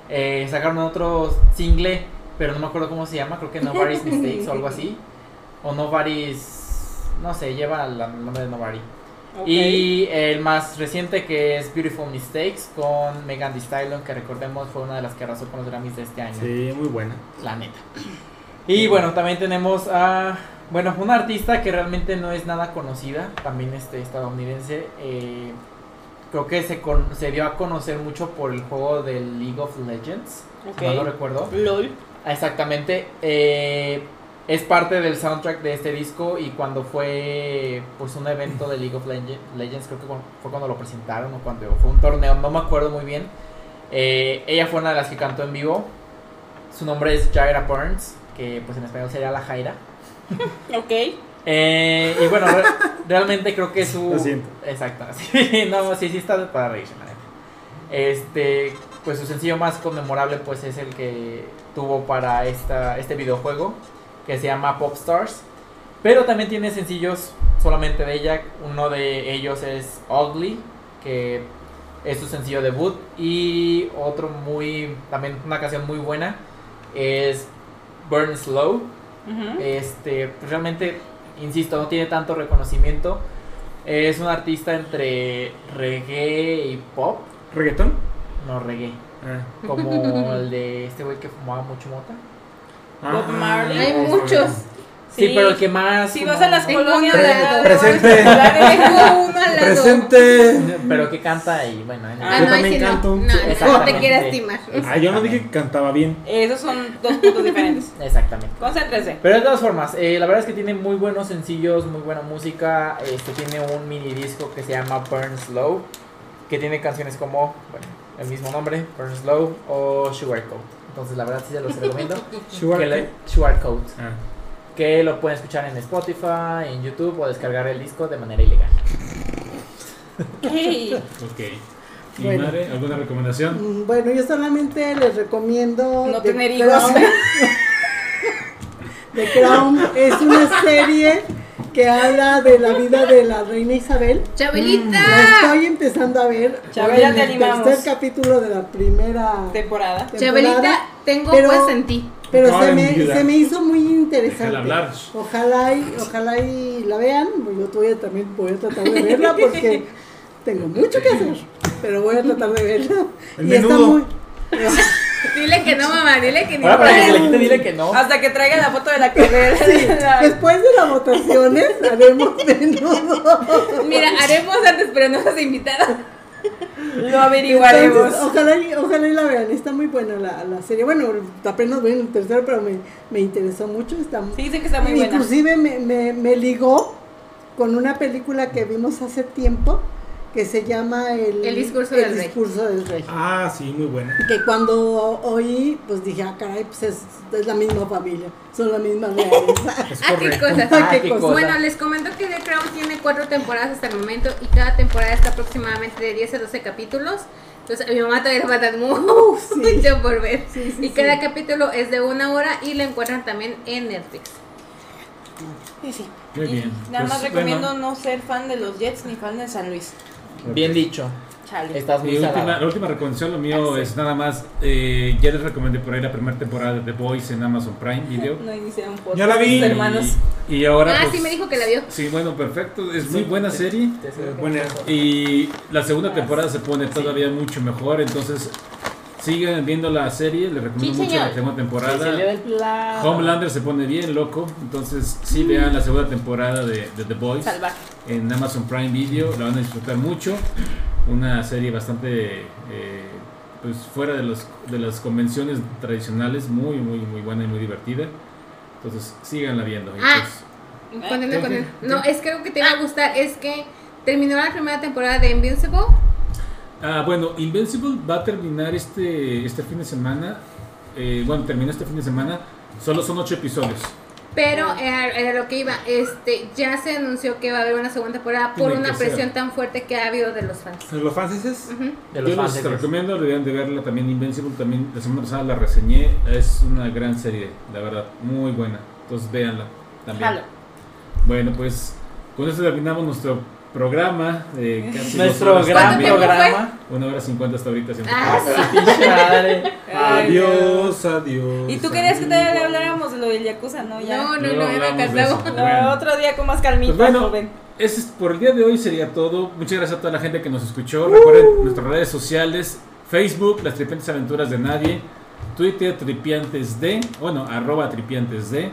G: eh, sacaron otro single, pero no me acuerdo cómo se llama, creo que Nobody's Mistakes o algo así. O Nobody's. No sé, lleva la- el nombre de Nobody. Y el más reciente que es Beautiful Mistakes con Megan Thee Stallion, que recordemos fue una de las que arrasó con los Grammys de este año.
D: Sí, muy buena.
G: La neta. Y bueno, también tenemos a. Bueno, una artista que realmente no es nada conocida, también este estadounidense. eh, creo que se, con- se dio a conocer mucho por el juego de League of Legends.
E: Ok.
G: No lo recuerdo.
E: LOL.
G: Ah, Exactamente. eh, es parte del soundtrack de este disco y cuando fue pues un evento de League of Legend- Legends, creo que cu- fue cuando lo presentaron o cuando fue un torneo, no me acuerdo muy bien. Eh, ella fue una de las que cantó en vivo. Su nombre es Jaira Burns, que pues en español sería la Jaira.
E: Ok.
G: Eh, y bueno, re- realmente creo que su.
D: Lo siento.
G: Exacto. Sí, no, sí, sí está para reírse, la neta. Este, pues su sencillo más conmemorable, pues es el que tuvo para esta, este videojuego, que se llama Pop Stars. Pero también tiene sencillos solamente de ella. Uno de ellos es Ugly, que es su sencillo debut. Y otro muy. También una canción muy buena es Burn Slow.
E: Ujú.
G: Este, pues, realmente, insisto, no tiene tanto reconocimiento. Es un artista entre reggae y pop.
D: ¿Reggaetón?
G: No reggae.
D: Ah.
G: Como el de este güey que fumaba mucho mota.
D: Ah,
E: Bob Marley.
D: este.
C: Hay
G: sí.
C: muchos.
G: Sí,
E: Sí.
G: pero el que más.
E: Si
G: fumaba-
E: vas a las
C: Tengo
E: colonias
C: uno
E: de
C: al lado.
D: Presente.
C: Tengo uno al lado.
D: Presente.
G: Pero que canta y bueno. en-
E: Ah,
C: Ah,
D: Yo
C: no, ahí
D: también
C: sí no.
D: canto
C: No,
D: un-
C: no, no te
G: Exactamente.
C: quieras timar.
D: Ah, yo no dije que cantaba bien.
E: Esos son dos puntos diferentes.
G: Exactamente.
E: Concéntrense.
G: Pero de todas formas, eh, la verdad es que tiene muy buenos sencillos, muy buena música. Este tiene un mini disco que se llama Burn Slow, que tiene canciones como, bueno, el mismo nombre, Burn Slow o Sugarcoat. Entonces, la verdad sí se los recomiendo.
D: Sugar
G: que le-
D: Cane.
G: Sugarcoat.
D: Ah.
G: Que lo pueden escuchar en Spotify, en YouTube o descargar el disco de manera ilegal.
E: Ok.
A: Ok. ¿Y
B: Bueno.
A: madre, alguna recomendación?
B: Mm, Bueno, yo solamente les recomiendo.
E: No
B: The
E: tener hijos.
B: Crown. The Crown es una serie que habla de la vida de la reina Isabel. Mm, La
C: Chabelita.
B: estoy empezando a ver.
E: Ah. Chabela,
B: en
E: te
B: el
E: animamos.
B: tercer capítulo de la primera
E: Temporada.
B: temporada.
C: Chabelita, tengo
B: Pero-
C: pues en ti.
B: Pero
D: Ahora
B: se
D: en
B: me,
D: viuda.
B: se me hizo muy interesante.
A: Déjala hablar.
B: Ojalá y, ojalá y la vean. Yo voy a también voy a tratar de verla porque tengo mucho que hacer. Pero voy a tratar de verla.
D: El
B: y está
D: menudo.
B: muy.
C: Dile que no, mamá, dile que no.
F: Ahora para que se le quite, dile que no.
E: Hasta que traiga la foto de la carrera.
B: Después de las votaciones haremos menudo.
C: Mira, haremos antes, pero no nos invitaron.
E: Lo averiguaremos.
B: Entonces, oh. ojalá, y, ojalá y la vean. Está muy buena la, la serie. Bueno, apenas voy en el tercero, pero me, me interesó mucho. Está
E: Sí, dicen que está muy buena.
B: Inclusive me, me- me ligó con una película que vimos hace tiempo que se llama El,
C: El discurso
B: El
C: del rey.
B: discurso del rey.
D: Ah, sí, muy buena.
B: Que cuando oí, pues dije, ah, caray, pues es, es la misma familia, son las mismas realeza.
D: Es
C: Ah, qué
D: correcto.
C: cosas.
F: Ah, qué cosa.
C: Bueno, les comento que The Crown tiene cuatro temporadas hasta el momento y cada temporada está aproximadamente de 10 a 12 capítulos. Entonces a mi mamá todavía le faltan mucho
B: sí.
C: por ver.
B: Sí, sí,
C: y
B: sí.
C: cada capítulo es de una hora y lo encuentran también en Netflix.
E: Sí, sí.
A: Muy bien.
E: Nada más
A: Pues,
E: recomiendo
A: bueno,
E: no ser fan de los Jets ni fan de San Luis.
G: Bien dicho.
E: Chale.
G: Estás
A: mi
G: muy
A: última,
G: salada.
A: la última recomendación, lo mío es nada más. eh, ya les recomendé por ahí la primera temporada de The Boys en Amazon Prime Video.
E: No iniciaron podcast.
D: Ya la vi.
E: mis Hermanos.
A: Y, y ahora.
C: ah,
A: pues,
C: sí, me dijo que la vio.
A: Sí, bueno, perfecto. Es muy
F: Sí.
A: buena serie.
D: Buena.
A: Y la segunda temporada se pone todavía mucho mejor. Entonces, sigan viendo la serie. Les recomiendo
C: Sí,
A: mucho
C: señor.
A: la segunda
G: Cecilia
A: temporada.
G: del Plata.
A: Homelander se pone bien loco. Entonces, sí vean la segunda temporada de, de The Boys
E: Salvar.
A: en Amazon Prime Video. La van a disfrutar mucho. Una serie bastante. eh, pues fuera de, los, de las convenciones tradicionales, muy, muy, muy buena y muy divertida. Entonces, síganla viendo. Y,
C: Ah,
A: pues,
C: Continúa,
A: ok,
C: continúa.
A: ok.
C: No, es que algo que te iba a gustar es que terminó la primera temporada de Invincible.
A: Ah, bueno, Invincible va a terminar este, este fin de semana. Eh, bueno, terminó este fin de semana. Solo son ocho episodios.
C: Pero era, era lo que iba, este, ya se anunció que va a haber una segunda temporada por
A: Tiene que
C: una
A: ser.
C: presión tan fuerte que ha habido de los fans.
D: ¿Los franceses?
C: Ujú.
G: De los
A: Yo
G: fans
A: les
G: de Chris.
A: recomiendo, deberían de verla también Invincible. También la semana pasada la reseñé. Es una gran serie, la verdad. Muy buena. Entonces véanla también.
E: Jalo.
A: Bueno, pues con esto terminamos nuestro programa. de casi dos
G: Nuestro
A: horas
G: gran
A: también.
C: tiempo fue?
G: programa.
A: Una hora cincuenta hasta ahorita. siempre.
C: Ah, sí.
G: Pinche madre.
D: Adiós, adiós.
E: Y tú querías que te
D: adiós.
E: habláramos de lo del Yakuza, ¿no? Ya.
C: No, no, no,
A: Luego
C: ya me
A: hablamos de
C: encantaba.
A: eso.
E: No,
A: Bueno.
E: otro día con más calmita,
A: Pues bueno,
E: joven.
A: Ese es, por el día de hoy sería todo. Muchas gracias a toda la gente que nos escuchó. Recuerden nuestras redes sociales: Facebook, Las Tripiantes Aventuras de Nadie, Twitter, Tripiantes de, bueno, arroba Tripiantes de,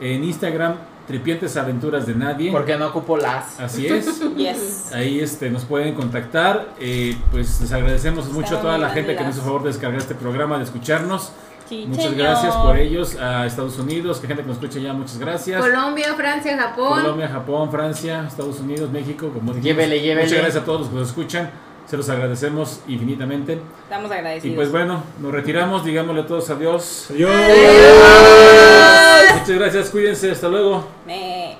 A: en Instagram, Tripiantes Aventuras de Nadie.
G: Porque no ocupo las.
A: Así es.
E: Yes.
A: Ahí este, nos pueden contactar. Eh, pues les agradecemos mucho a toda la gente que nos hizo favor de descargar este programa, de escucharnos. Muchas gracias por ellos. A Estados Unidos, que gente que nos escucha ya, muchas gracias.
C: Colombia, Francia, Japón.
A: Colombia, Japón, Francia, Estados Unidos, México, como dijimos.
G: Llévele, llévele.
A: Muchas gracias a todos los que nos escuchan. Se los agradecemos infinitamente.
E: Estamos
A: Y
E: agradecidos.
A: pues bueno, nos retiramos. Digámosle a todos adiós.
D: Adiós.
A: Muchas gracias, cuídense, hasta luego.
E: Me-